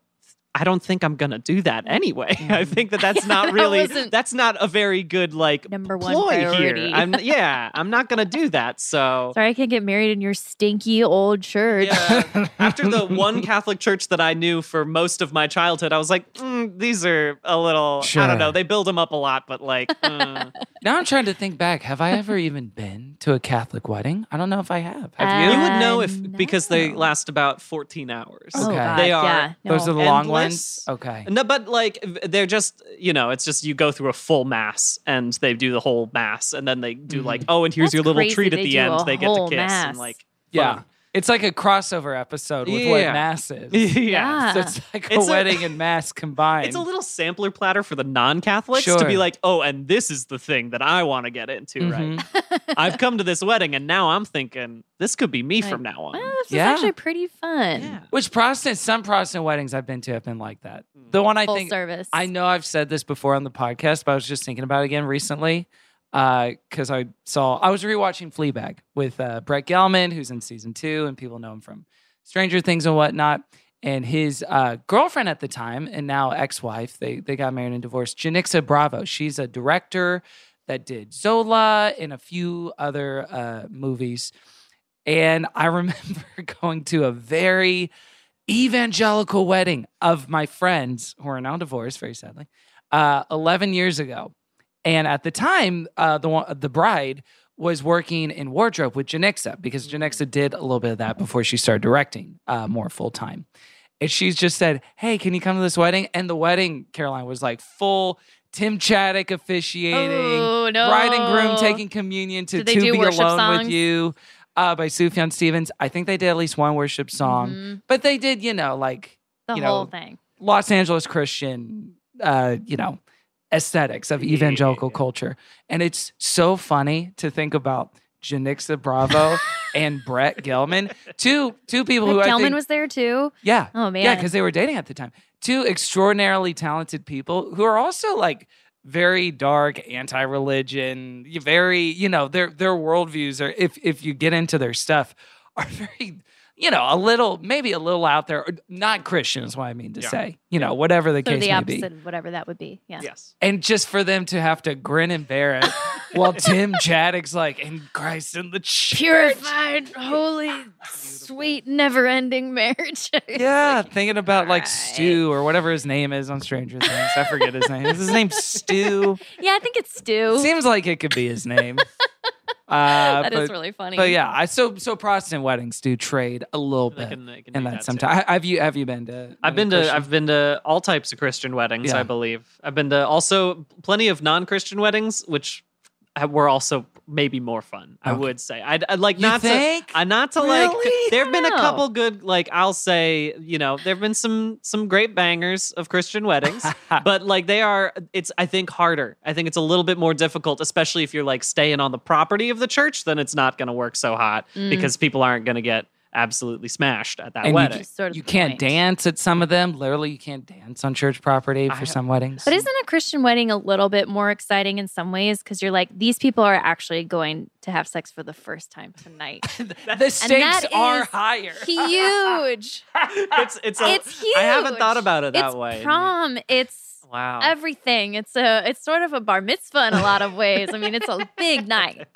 [SPEAKER 7] I don't think I'm gonna do that anyway. (laughs) I
[SPEAKER 5] (laughs)
[SPEAKER 7] think that that's
[SPEAKER 5] Yeah,
[SPEAKER 7] not
[SPEAKER 5] that
[SPEAKER 7] really
[SPEAKER 5] wasn't-
[SPEAKER 7] that's not a very good like
[SPEAKER 5] Number one
[SPEAKER 7] ploy
[SPEAKER 5] priority.
[SPEAKER 7] here. I'm
[SPEAKER 5] (laughs)
[SPEAKER 7] yeah, I'm not gonna do that. So
[SPEAKER 5] Sorry, I can't get married in your stinky old church.
[SPEAKER 7] yeah. After the one Catholic church that I knew for most of my childhood, I was like, mm, these are a little, I
[SPEAKER 6] Sure.
[SPEAKER 7] don't know. They build them up a lot, but like, mm.
[SPEAKER 6] Now I'm trying to think back. Have I ever even been to a Catholic wedding? I don't know if I have. Have
[SPEAKER 5] Uh,
[SPEAKER 6] you?
[SPEAKER 7] You would know if
[SPEAKER 5] no.
[SPEAKER 7] because they last about 14 hours.
[SPEAKER 5] Oh,
[SPEAKER 6] Okay.
[SPEAKER 5] God,
[SPEAKER 7] They are-
[SPEAKER 5] Yeah,
[SPEAKER 6] Those are
[SPEAKER 5] no.
[SPEAKER 6] the long
[SPEAKER 7] endless-
[SPEAKER 6] ones. Okay.
[SPEAKER 7] No, but like they're just, you know, it's just you go through a full mass and they do the whole mass and then they do like, oh, and
[SPEAKER 5] Mm-hmm.
[SPEAKER 7] here's
[SPEAKER 5] That's
[SPEAKER 7] your little
[SPEAKER 5] crazy.
[SPEAKER 7] treat at
[SPEAKER 5] They
[SPEAKER 7] the
[SPEAKER 5] do
[SPEAKER 7] end.
[SPEAKER 5] a
[SPEAKER 7] They get to
[SPEAKER 5] whole
[SPEAKER 7] kiss
[SPEAKER 5] mass.
[SPEAKER 7] and like,
[SPEAKER 5] (laughs)
[SPEAKER 7] (laughs)
[SPEAKER 6] Yeah.
[SPEAKER 7] fun.
[SPEAKER 6] It's like a crossover episode with what
[SPEAKER 7] Yeah.
[SPEAKER 6] mass is.
[SPEAKER 7] yeah.
[SPEAKER 5] Yeah.
[SPEAKER 6] (laughs) So it's like a
[SPEAKER 7] Uh-uh. (laughs) It's a-
[SPEAKER 6] wedding and mass combined.
[SPEAKER 7] It's a little sampler platter for the non-Catholics to be
[SPEAKER 6] Sure.
[SPEAKER 7] like, oh, and this is the thing that I want to get into, right? (laughs) I've come to this wedding and now I'm thinking this could be me
[SPEAKER 5] Mm-hmm. Like,
[SPEAKER 7] from now on.
[SPEAKER 5] (laughs) Well, this
[SPEAKER 6] Yeah.
[SPEAKER 5] is actually pretty fun.
[SPEAKER 7] yeah.
[SPEAKER 6] Which Protestant, some Protestant weddings I've been to have been like that. The one I
[SPEAKER 5] Full
[SPEAKER 6] think
[SPEAKER 5] service.
[SPEAKER 6] I know I've said this before on the podcast, but I was just thinking about it again recently because I saw I was rewatching Fleabag with uh, Brett Gelman, who's in season two, and people know him from Stranger Things and whatnot. And his uh, girlfriend at the time, and now ex-wife, they they got married and divorced. Janixa Bravo, she's a director that did Zola and a few other uh, movies. And I (laughs) remember going to a very evangelical wedding of my friends who are now divorced, very sadly, uh, 11 years ago. And at the time, uh, the one, the bride was working in wardrobe with Janixa because Janixa did a little bit of that before she started directing uh, more full time. And she's just said, "Hey, can you come to this wedding?" And the wedding, Caroline was like full Tim Chaddick officiating,
[SPEAKER 5] Oh, no.
[SPEAKER 6] bride and groom taking communion to
[SPEAKER 5] Did they
[SPEAKER 6] "To
[SPEAKER 5] do
[SPEAKER 6] Be Alone
[SPEAKER 5] worship songs?
[SPEAKER 6] with You" uh, by Sufjan Stevens. I think they did at least one worship song,
[SPEAKER 5] Mhm.
[SPEAKER 6] but they did, you know, like
[SPEAKER 5] The
[SPEAKER 6] you know,
[SPEAKER 5] whole thing.
[SPEAKER 6] Los Angeles Christian, uh, you know, aesthetics of evangelical culture. And it's so funny to think about
[SPEAKER 5] (laughs)
[SPEAKER 6] Janixa Bravo and Brett Gelman, two two people who
[SPEAKER 5] Like,
[SPEAKER 6] I
[SPEAKER 5] Gelman
[SPEAKER 6] think,
[SPEAKER 5] was there too.
[SPEAKER 6] yeah,
[SPEAKER 5] Oh man.
[SPEAKER 6] yeah, because they were dating at the time. Two extraordinarily talented people who are also like very dark, anti-religion, you- very, you know, their their worldviews are if if you get into their stuff, (laughs) are very, you know, a little, maybe a little out there. or Not Christian is what I mean to
[SPEAKER 7] Yeah.
[SPEAKER 6] say. You know, whatever the
[SPEAKER 5] so
[SPEAKER 6] case
[SPEAKER 5] the
[SPEAKER 6] may
[SPEAKER 5] opposite
[SPEAKER 6] be.
[SPEAKER 5] of whatever that would be. Yeah.
[SPEAKER 7] Yes.
[SPEAKER 6] And just for them to have to grin and bear
[SPEAKER 5] (laughs)
[SPEAKER 6] it while Tim Chaddick's like, in Christ in the church.
[SPEAKER 5] Purified, holy,
[SPEAKER 7] Ah,
[SPEAKER 5] sweet, never-ending marriage. (laughs)
[SPEAKER 6] Yeah, thinking about like
[SPEAKER 5] "Alright."
[SPEAKER 6] Stu or whatever his name is on Stranger Things. I forget his name. Is his name Stu?
[SPEAKER 5] yeah, I think it's Stu.
[SPEAKER 6] Seems like it could be
[SPEAKER 5] (laughs)
[SPEAKER 6] his name. Uh,
[SPEAKER 5] That is
[SPEAKER 6] but,
[SPEAKER 5] really funny.
[SPEAKER 6] but yeah, I so so Protestant weddings do trade a little
[SPEAKER 7] I
[SPEAKER 6] bit
[SPEAKER 7] can, I can
[SPEAKER 6] in
[SPEAKER 7] do
[SPEAKER 6] that
[SPEAKER 7] too.
[SPEAKER 6] sometimes. Have you have you been to?
[SPEAKER 7] I've been to
[SPEAKER 6] Christian-
[SPEAKER 7] I've been to all types of Christian weddings,
[SPEAKER 6] Yeah.
[SPEAKER 7] I believe. I've been to also plenty of non-Christian weddings, which ha- were also maybe more fun. I
[SPEAKER 6] Okay.
[SPEAKER 7] would say I'd, I'd like
[SPEAKER 6] You
[SPEAKER 7] not
[SPEAKER 6] think?
[SPEAKER 7] to I not to
[SPEAKER 6] Really?
[SPEAKER 7] (laughs) like. There have been a
[SPEAKER 5] No.
[SPEAKER 7] couple good like I'll say you know there have been some some great bangers of Christian
[SPEAKER 6] (laughs)
[SPEAKER 7] weddings, but like they are it's I think harder. I think it's a little bit more difficult, especially if you're like staying on the property of the church. Then it's not going to work so hot because people aren't going to get absolutely smashed at that
[SPEAKER 6] Mm. And you
[SPEAKER 7] wedding. (laughs)
[SPEAKER 6] just-
[SPEAKER 5] Sort of
[SPEAKER 6] you
[SPEAKER 5] the
[SPEAKER 6] can't
[SPEAKER 5] point.
[SPEAKER 6] dance at some of them. Literally, you can't dance on church property for
[SPEAKER 7] I-
[SPEAKER 6] some weddings.
[SPEAKER 5] But isn't a Christian wedding a little bit more exciting in some ways? Because you're like, these people are actually going to have sex for the first time tonight.
[SPEAKER 7] (laughs)
[SPEAKER 6] the stakes
[SPEAKER 5] that
[SPEAKER 6] are
[SPEAKER 5] is
[SPEAKER 6] higher?
[SPEAKER 5] huge.
[SPEAKER 7] (laughs) it's it's a,
[SPEAKER 5] It's huge.
[SPEAKER 7] I haven't thought about it that
[SPEAKER 5] it's
[SPEAKER 7] way. Oh.
[SPEAKER 5] Prom. It's
[SPEAKER 7] Wow.
[SPEAKER 5] everything. It's a it's sort of a bar mitzvah in a lot of ways. I mean, it's a
[SPEAKER 7] (laughs)
[SPEAKER 5] big night.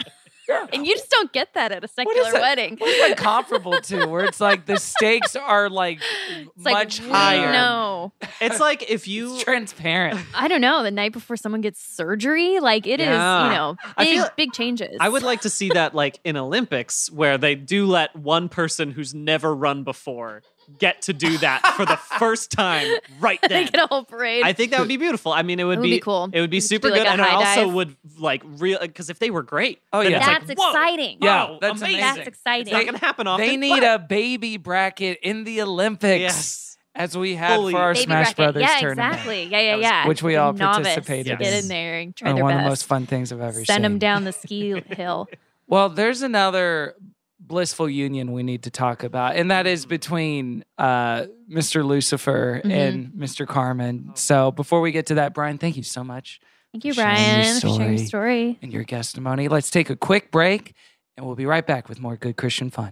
[SPEAKER 5] And you just don't get that at a secular
[SPEAKER 6] that?
[SPEAKER 5] wedding.
[SPEAKER 6] What is that comparable to? Where it's like the stakes are like
[SPEAKER 5] It's like,
[SPEAKER 6] much
[SPEAKER 5] we
[SPEAKER 6] higher.
[SPEAKER 5] know.
[SPEAKER 7] it's like if you
[SPEAKER 6] It's transparent.
[SPEAKER 5] I don't know. The night before someone gets surgery, like it is,
[SPEAKER 7] Yeah.
[SPEAKER 5] you know,
[SPEAKER 7] I
[SPEAKER 5] big
[SPEAKER 7] feel-
[SPEAKER 5] big changes.
[SPEAKER 7] I
[SPEAKER 5] (laughs)
[SPEAKER 7] would like to see that like in Olympics where they do let one person who's never run before get to do that for
[SPEAKER 5] (laughs)
[SPEAKER 7] the first time right
[SPEAKER 5] they
[SPEAKER 7] then.
[SPEAKER 5] get a whole parade.
[SPEAKER 7] I think that
[SPEAKER 5] (laughs)
[SPEAKER 7] would be beautiful. I mean, it would,
[SPEAKER 5] It would be cool.
[SPEAKER 7] It would be
[SPEAKER 5] You could
[SPEAKER 7] super
[SPEAKER 5] do, like,
[SPEAKER 7] good,
[SPEAKER 5] a
[SPEAKER 7] and I
[SPEAKER 5] high
[SPEAKER 7] also
[SPEAKER 5] dive.
[SPEAKER 7] would like real because if they were great,
[SPEAKER 6] Oh,
[SPEAKER 7] then
[SPEAKER 6] yeah.
[SPEAKER 7] it's like,
[SPEAKER 5] that's
[SPEAKER 7] whoa,
[SPEAKER 5] exciting.
[SPEAKER 6] Yeah,
[SPEAKER 7] Wow,
[SPEAKER 6] that's
[SPEAKER 7] amazing.
[SPEAKER 5] That's
[SPEAKER 6] amazing.
[SPEAKER 7] It's
[SPEAKER 5] exciting.
[SPEAKER 7] not gonna happen often.
[SPEAKER 6] They need
[SPEAKER 7] but-
[SPEAKER 6] a baby bracket in the Olympics,
[SPEAKER 7] yes.
[SPEAKER 6] as we had
[SPEAKER 7] Fully.
[SPEAKER 6] for our
[SPEAKER 5] Baby
[SPEAKER 6] Smash
[SPEAKER 5] bracket.
[SPEAKER 6] Brothers
[SPEAKER 5] yeah,
[SPEAKER 6] tournament,
[SPEAKER 5] exactly. Yeah, yeah,
[SPEAKER 7] That was-
[SPEAKER 5] yeah.
[SPEAKER 6] which we all
[SPEAKER 5] The novice
[SPEAKER 6] participated
[SPEAKER 7] Yes.
[SPEAKER 5] Get
[SPEAKER 6] in.
[SPEAKER 5] in there and (laughs) try
[SPEAKER 6] And
[SPEAKER 5] their
[SPEAKER 6] Uh, one
[SPEAKER 5] best.
[SPEAKER 6] of the most fun things I've ever
[SPEAKER 5] Send
[SPEAKER 6] seen.
[SPEAKER 5] them down the
[SPEAKER 6] (laughs)
[SPEAKER 5] ski hill.
[SPEAKER 6] Well, there's another blissful union we need to talk about, and that
[SPEAKER 5] Mm.
[SPEAKER 6] is between uh, Mr. Lucifer
[SPEAKER 5] Mhm.
[SPEAKER 6] and Mr.
[SPEAKER 5] Oh.
[SPEAKER 6] Carmen. So before we get to that, Brian, thank you so much
[SPEAKER 5] Thank you,
[SPEAKER 6] Sharing your
[SPEAKER 5] Brian, for sharing your
[SPEAKER 6] story.
[SPEAKER 5] story.
[SPEAKER 6] and your testimony. Let's take a quick break, and we'll be right back with more good Christian fun.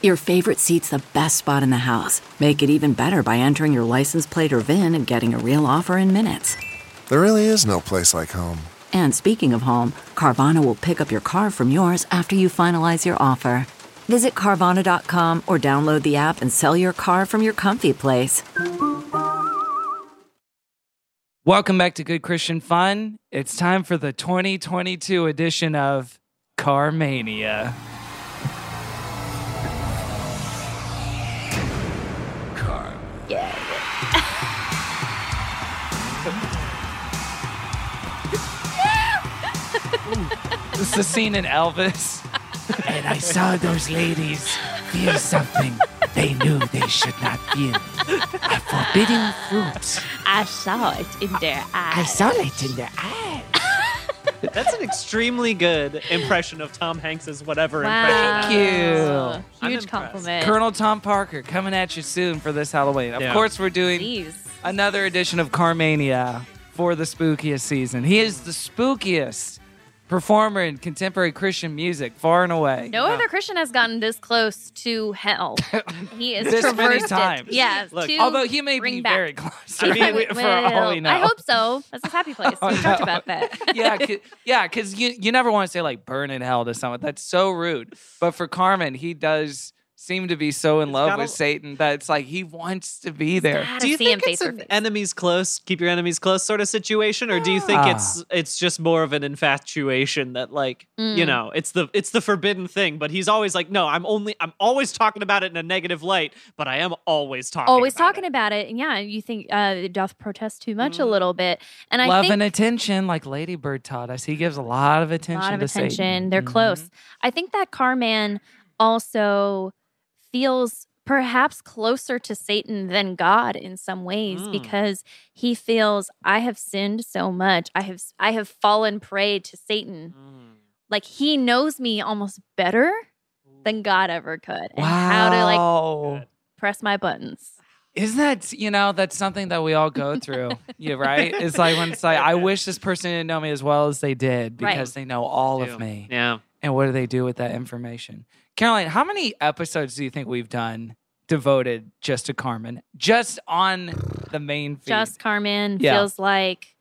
[SPEAKER 8] Your favorite seat's the best spot in the house. Make it even better by entering your license plate or VIN and getting a real offer in minutes.
[SPEAKER 9] There really is no place like home.
[SPEAKER 8] And speaking of home, Carvana will pick up your car from yours after you finalize your offer. Visit Carvana.com or download the app and sell your car from your comfy place.
[SPEAKER 6] Welcome back to Good Christian Fun. It's time for the 2022 edition of Carmania. It's the scene in Elvis. and I saw those ladies feel something they knew they should not feel. A forbidden fruit.
[SPEAKER 5] I saw it in their eyes.
[SPEAKER 6] it in their eyes.
[SPEAKER 7] That's an extremely good impression of Tom Hanks's whatever
[SPEAKER 5] Wow.
[SPEAKER 7] impression.
[SPEAKER 6] Thank you.
[SPEAKER 7] I'm
[SPEAKER 5] Huge
[SPEAKER 7] impressed.
[SPEAKER 5] compliment.
[SPEAKER 6] Colonel Tom Parker coming at you soon for this Halloween. Of
[SPEAKER 7] Yeah.
[SPEAKER 6] course, we're doing
[SPEAKER 5] Jeez.
[SPEAKER 6] another edition of Carmania for the spookiest season. He is the spookiest performer in contemporary Christian music, far and away.
[SPEAKER 5] No other Christian has gotten this close to
[SPEAKER 6] (laughs)
[SPEAKER 5] hell. He is
[SPEAKER 6] This many
[SPEAKER 5] traversed it.
[SPEAKER 6] times.
[SPEAKER 5] Yeah,
[SPEAKER 7] Look,
[SPEAKER 5] to
[SPEAKER 6] Although he may
[SPEAKER 5] bring
[SPEAKER 6] be
[SPEAKER 5] back.
[SPEAKER 6] very (laughs) close.
[SPEAKER 7] I
[SPEAKER 6] right?
[SPEAKER 7] mean,
[SPEAKER 6] We- for all we
[SPEAKER 5] Well,
[SPEAKER 6] know.
[SPEAKER 5] I hope so. That's his happy
[SPEAKER 6] (laughs)
[SPEAKER 5] place.
[SPEAKER 6] Oh,
[SPEAKER 5] we talked
[SPEAKER 6] no.
[SPEAKER 5] about that.
[SPEAKER 6] (laughs) yeah, cause, yeah, because you you never want to say like burn in hell to someone. That's so rude. But for Carmen, he does seem to be so in
[SPEAKER 7] It's
[SPEAKER 6] love
[SPEAKER 7] gotta-
[SPEAKER 6] with Satan that it's like he wants to be there.
[SPEAKER 5] Gotta
[SPEAKER 7] Do you
[SPEAKER 5] see him
[SPEAKER 7] think
[SPEAKER 5] face
[SPEAKER 7] it's
[SPEAKER 5] to
[SPEAKER 7] an
[SPEAKER 5] face.
[SPEAKER 7] enemies close, keep your enemies close sort of situation, or do you think
[SPEAKER 6] Ah.
[SPEAKER 7] it's it's just more of an infatuation that like you
[SPEAKER 5] Mm.
[SPEAKER 7] know it's the it's the forbidden thing, but he's always like, no, I'm only I'm always talking about it in a negative light, but I am always talking
[SPEAKER 5] Always
[SPEAKER 7] about
[SPEAKER 5] talking
[SPEAKER 7] it.
[SPEAKER 5] about it, and yeah, you think uh, it doth protest too much a little bit, and I
[SPEAKER 6] Mm. love
[SPEAKER 5] think
[SPEAKER 6] and attention, like Lady Bird taught us. He gives a lot of attention.
[SPEAKER 5] lot of
[SPEAKER 6] to
[SPEAKER 5] attention.
[SPEAKER 6] Satan.
[SPEAKER 5] They're
[SPEAKER 6] Mhm.
[SPEAKER 5] close. I think that Carman also feels perhaps closer to Satan than God in some ways
[SPEAKER 6] Hmm.
[SPEAKER 7] Mm.
[SPEAKER 5] because he feels I have sinned so much. I have I have fallen prey to Satan.
[SPEAKER 6] Mm-hmm.
[SPEAKER 7] Mm.
[SPEAKER 5] Like he knows me almost better than God ever could. And how to like
[SPEAKER 6] Wow.
[SPEAKER 5] press my buttons.
[SPEAKER 6] Isn't that you know that's something that we all go
[SPEAKER 5] (laughs)
[SPEAKER 6] through? yeah, right. It's like when it's like I wish this person didn't know me as well as they did
[SPEAKER 5] Right.
[SPEAKER 6] because they know all
[SPEAKER 7] Ew.
[SPEAKER 6] of me.
[SPEAKER 7] Yeah.
[SPEAKER 6] And what do they do with that information? Caroline, how many episodes do you think we've done devoted just to Carmen, just on the main feed?
[SPEAKER 5] Just Carmen
[SPEAKER 6] Yeah.
[SPEAKER 5] feels like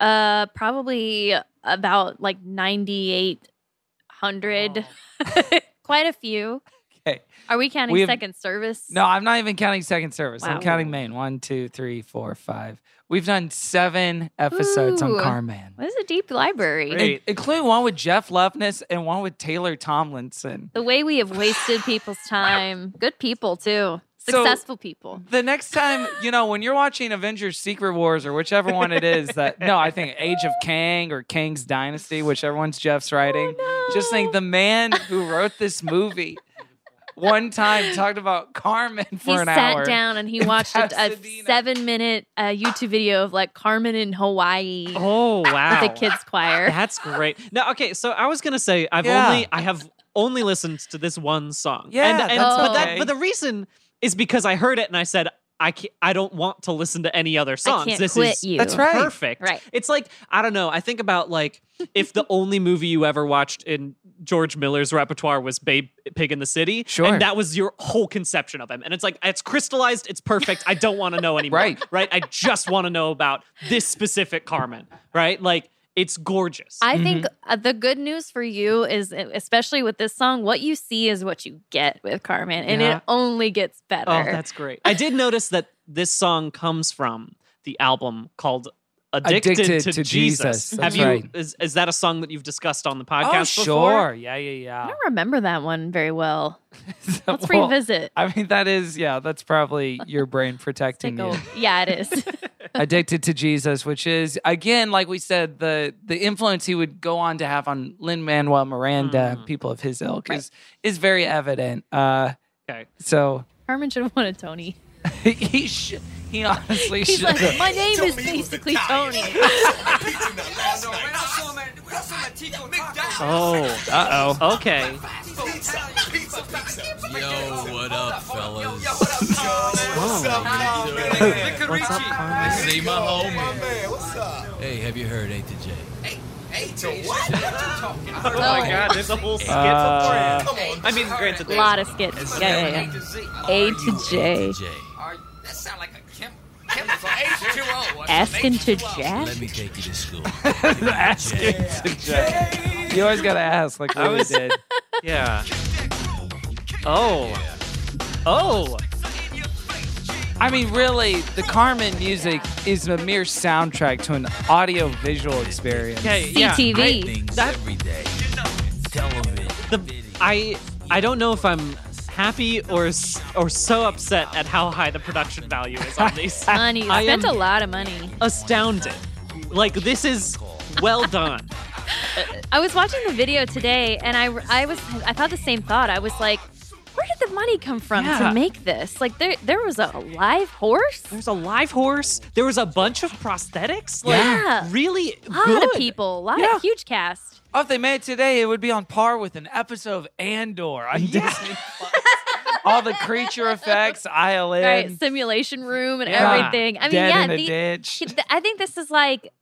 [SPEAKER 5] uh probably about like 9800 (laughs) quite a few
[SPEAKER 6] Okay.
[SPEAKER 5] are we counting
[SPEAKER 6] Oh. We have-
[SPEAKER 5] second service
[SPEAKER 6] No, I'm not even counting second service. I'm
[SPEAKER 5] Wow.
[SPEAKER 6] counting main. One, two, three, four, five. We've done seven episodes
[SPEAKER 5] Ooh.
[SPEAKER 6] on Carmen,
[SPEAKER 5] what is a deep library
[SPEAKER 7] Great.
[SPEAKER 6] In- including one with Jeff Loveness and one with Taylor Tomlinson.
[SPEAKER 5] the way we have wasted people's time good people too
[SPEAKER 6] So-
[SPEAKER 5] successful people
[SPEAKER 6] The next time, you know, when you're watching Avengers Secret Wars or whichever one it is that, no, I think Age of Kang or Kang's Dynasty, whichever one's
[SPEAKER 5] Oh,
[SPEAKER 6] Jeff's writing, just think the man who wrote this movie one time talked about Carmen for
[SPEAKER 5] he
[SPEAKER 6] an
[SPEAKER 5] sat
[SPEAKER 6] hour.
[SPEAKER 5] down and he
[SPEAKER 6] in
[SPEAKER 5] watched a, a
[SPEAKER 6] Pasadena.
[SPEAKER 5] seven minute uh, youtube video of like carmen in hawaii
[SPEAKER 7] Oh wow.
[SPEAKER 5] with a kids choir
[SPEAKER 7] (laughs) That's great. No, okay. So I was gonna say I've
[SPEAKER 6] Yeah.
[SPEAKER 7] only I have only listened to this one song.
[SPEAKER 6] Yeah,
[SPEAKER 7] and, and-
[SPEAKER 5] that's
[SPEAKER 7] but
[SPEAKER 6] okay.
[SPEAKER 7] that but the reason is because I heard it and I said I can't, I don't want to listen to any other songs.
[SPEAKER 5] can't
[SPEAKER 7] this
[SPEAKER 5] quit
[SPEAKER 7] is
[SPEAKER 5] you.
[SPEAKER 6] That's right.
[SPEAKER 7] perfect.
[SPEAKER 5] Right.
[SPEAKER 7] It's like I don't know. I think about like
[SPEAKER 5] (laughs)
[SPEAKER 7] if the only movie you ever watched in George Miller's repertoire was Babe Pig in the City,
[SPEAKER 6] Sure.
[SPEAKER 7] and that was your whole conception of him, and it's like it's crystallized, it's perfect. I don't want
[SPEAKER 6] (laughs)
[SPEAKER 7] to know anymore.
[SPEAKER 6] Right.
[SPEAKER 7] right. I just want to know about this specific Carmen. Right, like. It's gorgeous.
[SPEAKER 5] I think
[SPEAKER 7] Mm-hmm.
[SPEAKER 5] uh, the good news for you is, uh, especially with this song, what you see is what you get with Carmen, and
[SPEAKER 6] Yeah.
[SPEAKER 5] it only gets better.
[SPEAKER 7] Oh, that's great. I did notice that this song comes from the album called Addicted,
[SPEAKER 6] Addicted
[SPEAKER 7] to,
[SPEAKER 6] to
[SPEAKER 7] Jesus.
[SPEAKER 6] Jesus.
[SPEAKER 7] Have
[SPEAKER 6] That's
[SPEAKER 7] you
[SPEAKER 6] right.
[SPEAKER 7] is, is that a song that you've discussed on the
[SPEAKER 6] Oh,
[SPEAKER 7] podcast
[SPEAKER 6] sure. Yeah, yeah,
[SPEAKER 5] I
[SPEAKER 6] yeah.
[SPEAKER 5] don't remember that one very
[SPEAKER 7] (laughs)
[SPEAKER 5] well.
[SPEAKER 6] (laughs)
[SPEAKER 5] Let's
[SPEAKER 6] Well,
[SPEAKER 5] revisit.
[SPEAKER 6] I mean, that is, yeah, that's probably your brain protecting
[SPEAKER 5] Take
[SPEAKER 6] you.
[SPEAKER 5] a, yeah, it
[SPEAKER 7] (laughs)
[SPEAKER 5] is. (laughs)
[SPEAKER 6] Addicted to Jesus, which is again, like we said, the the influence he would go on to have on Lin Manuel Miranda, and people of his ilk, is is very evident. Uh,
[SPEAKER 7] Okay.
[SPEAKER 6] so (laughs)
[SPEAKER 7] (laughs)
[SPEAKER 5] Carmen should have won a Tony.
[SPEAKER 6] he sh- he honestly
[SPEAKER 5] He's
[SPEAKER 6] should.
[SPEAKER 5] like, my name is basically Tony.
[SPEAKER 7] Oh, uh oh. Okay.
[SPEAKER 10] Yo, what up, fellas?
[SPEAKER 2] What's up, Carmen?
[SPEAKER 10] See my homie. What's up? Hey, have you heard Ain't the J?
[SPEAKER 7] Oh my god, there's a whole skit of
[SPEAKER 6] Uh,
[SPEAKER 7] friends. I mean, granted,
[SPEAKER 5] A
[SPEAKER 7] there's-
[SPEAKER 5] lot of skits. Yeah, yeah, yeah. A to J. Asking to Jack?
[SPEAKER 10] Let me take you to (laughs) school.
[SPEAKER 6] asking to Jack. (laughs) You always gotta ask, like
[SPEAKER 7] I
[SPEAKER 6] Louis
[SPEAKER 7] was-
[SPEAKER 6] did.
[SPEAKER 7] (laughs) Yeah. Oh. Oh.
[SPEAKER 6] I mean, really, the Carmen music is a mere soundtrack to an audio-visual experience.
[SPEAKER 7] Yeah, yeah.
[SPEAKER 5] CTV.
[SPEAKER 7] I, that,
[SPEAKER 10] Every day. Television.
[SPEAKER 7] the, I I don't know if I'm happy or s- or so upset at how high the production value is on these.
[SPEAKER 5] (laughs) Money. You
[SPEAKER 7] I
[SPEAKER 5] spent
[SPEAKER 7] am-
[SPEAKER 5] a lot of money.
[SPEAKER 7] Astounded. Like this is well done.
[SPEAKER 5] I was watching the video today, and I, I was I thought the same thought. I was like, where did the money come from
[SPEAKER 7] Yeah.
[SPEAKER 5] to make this? Like there there was a live horse.
[SPEAKER 7] There's a live horse. There was a bunch of prosthetics. Like
[SPEAKER 5] Yeah.
[SPEAKER 7] really
[SPEAKER 5] A lot
[SPEAKER 7] good.
[SPEAKER 5] of people. A lot
[SPEAKER 6] Yeah.
[SPEAKER 5] of huge cast.
[SPEAKER 6] Oh, if they made it today, it would be on par with an episode of Andor on Disney. Plus. All the creature effects, ILM,
[SPEAKER 5] Right, simulation room and
[SPEAKER 6] Yeah.
[SPEAKER 5] everything. I mean,
[SPEAKER 6] dead
[SPEAKER 5] yeah,
[SPEAKER 6] in a
[SPEAKER 5] the-
[SPEAKER 6] ditch.
[SPEAKER 5] Th- I think this is like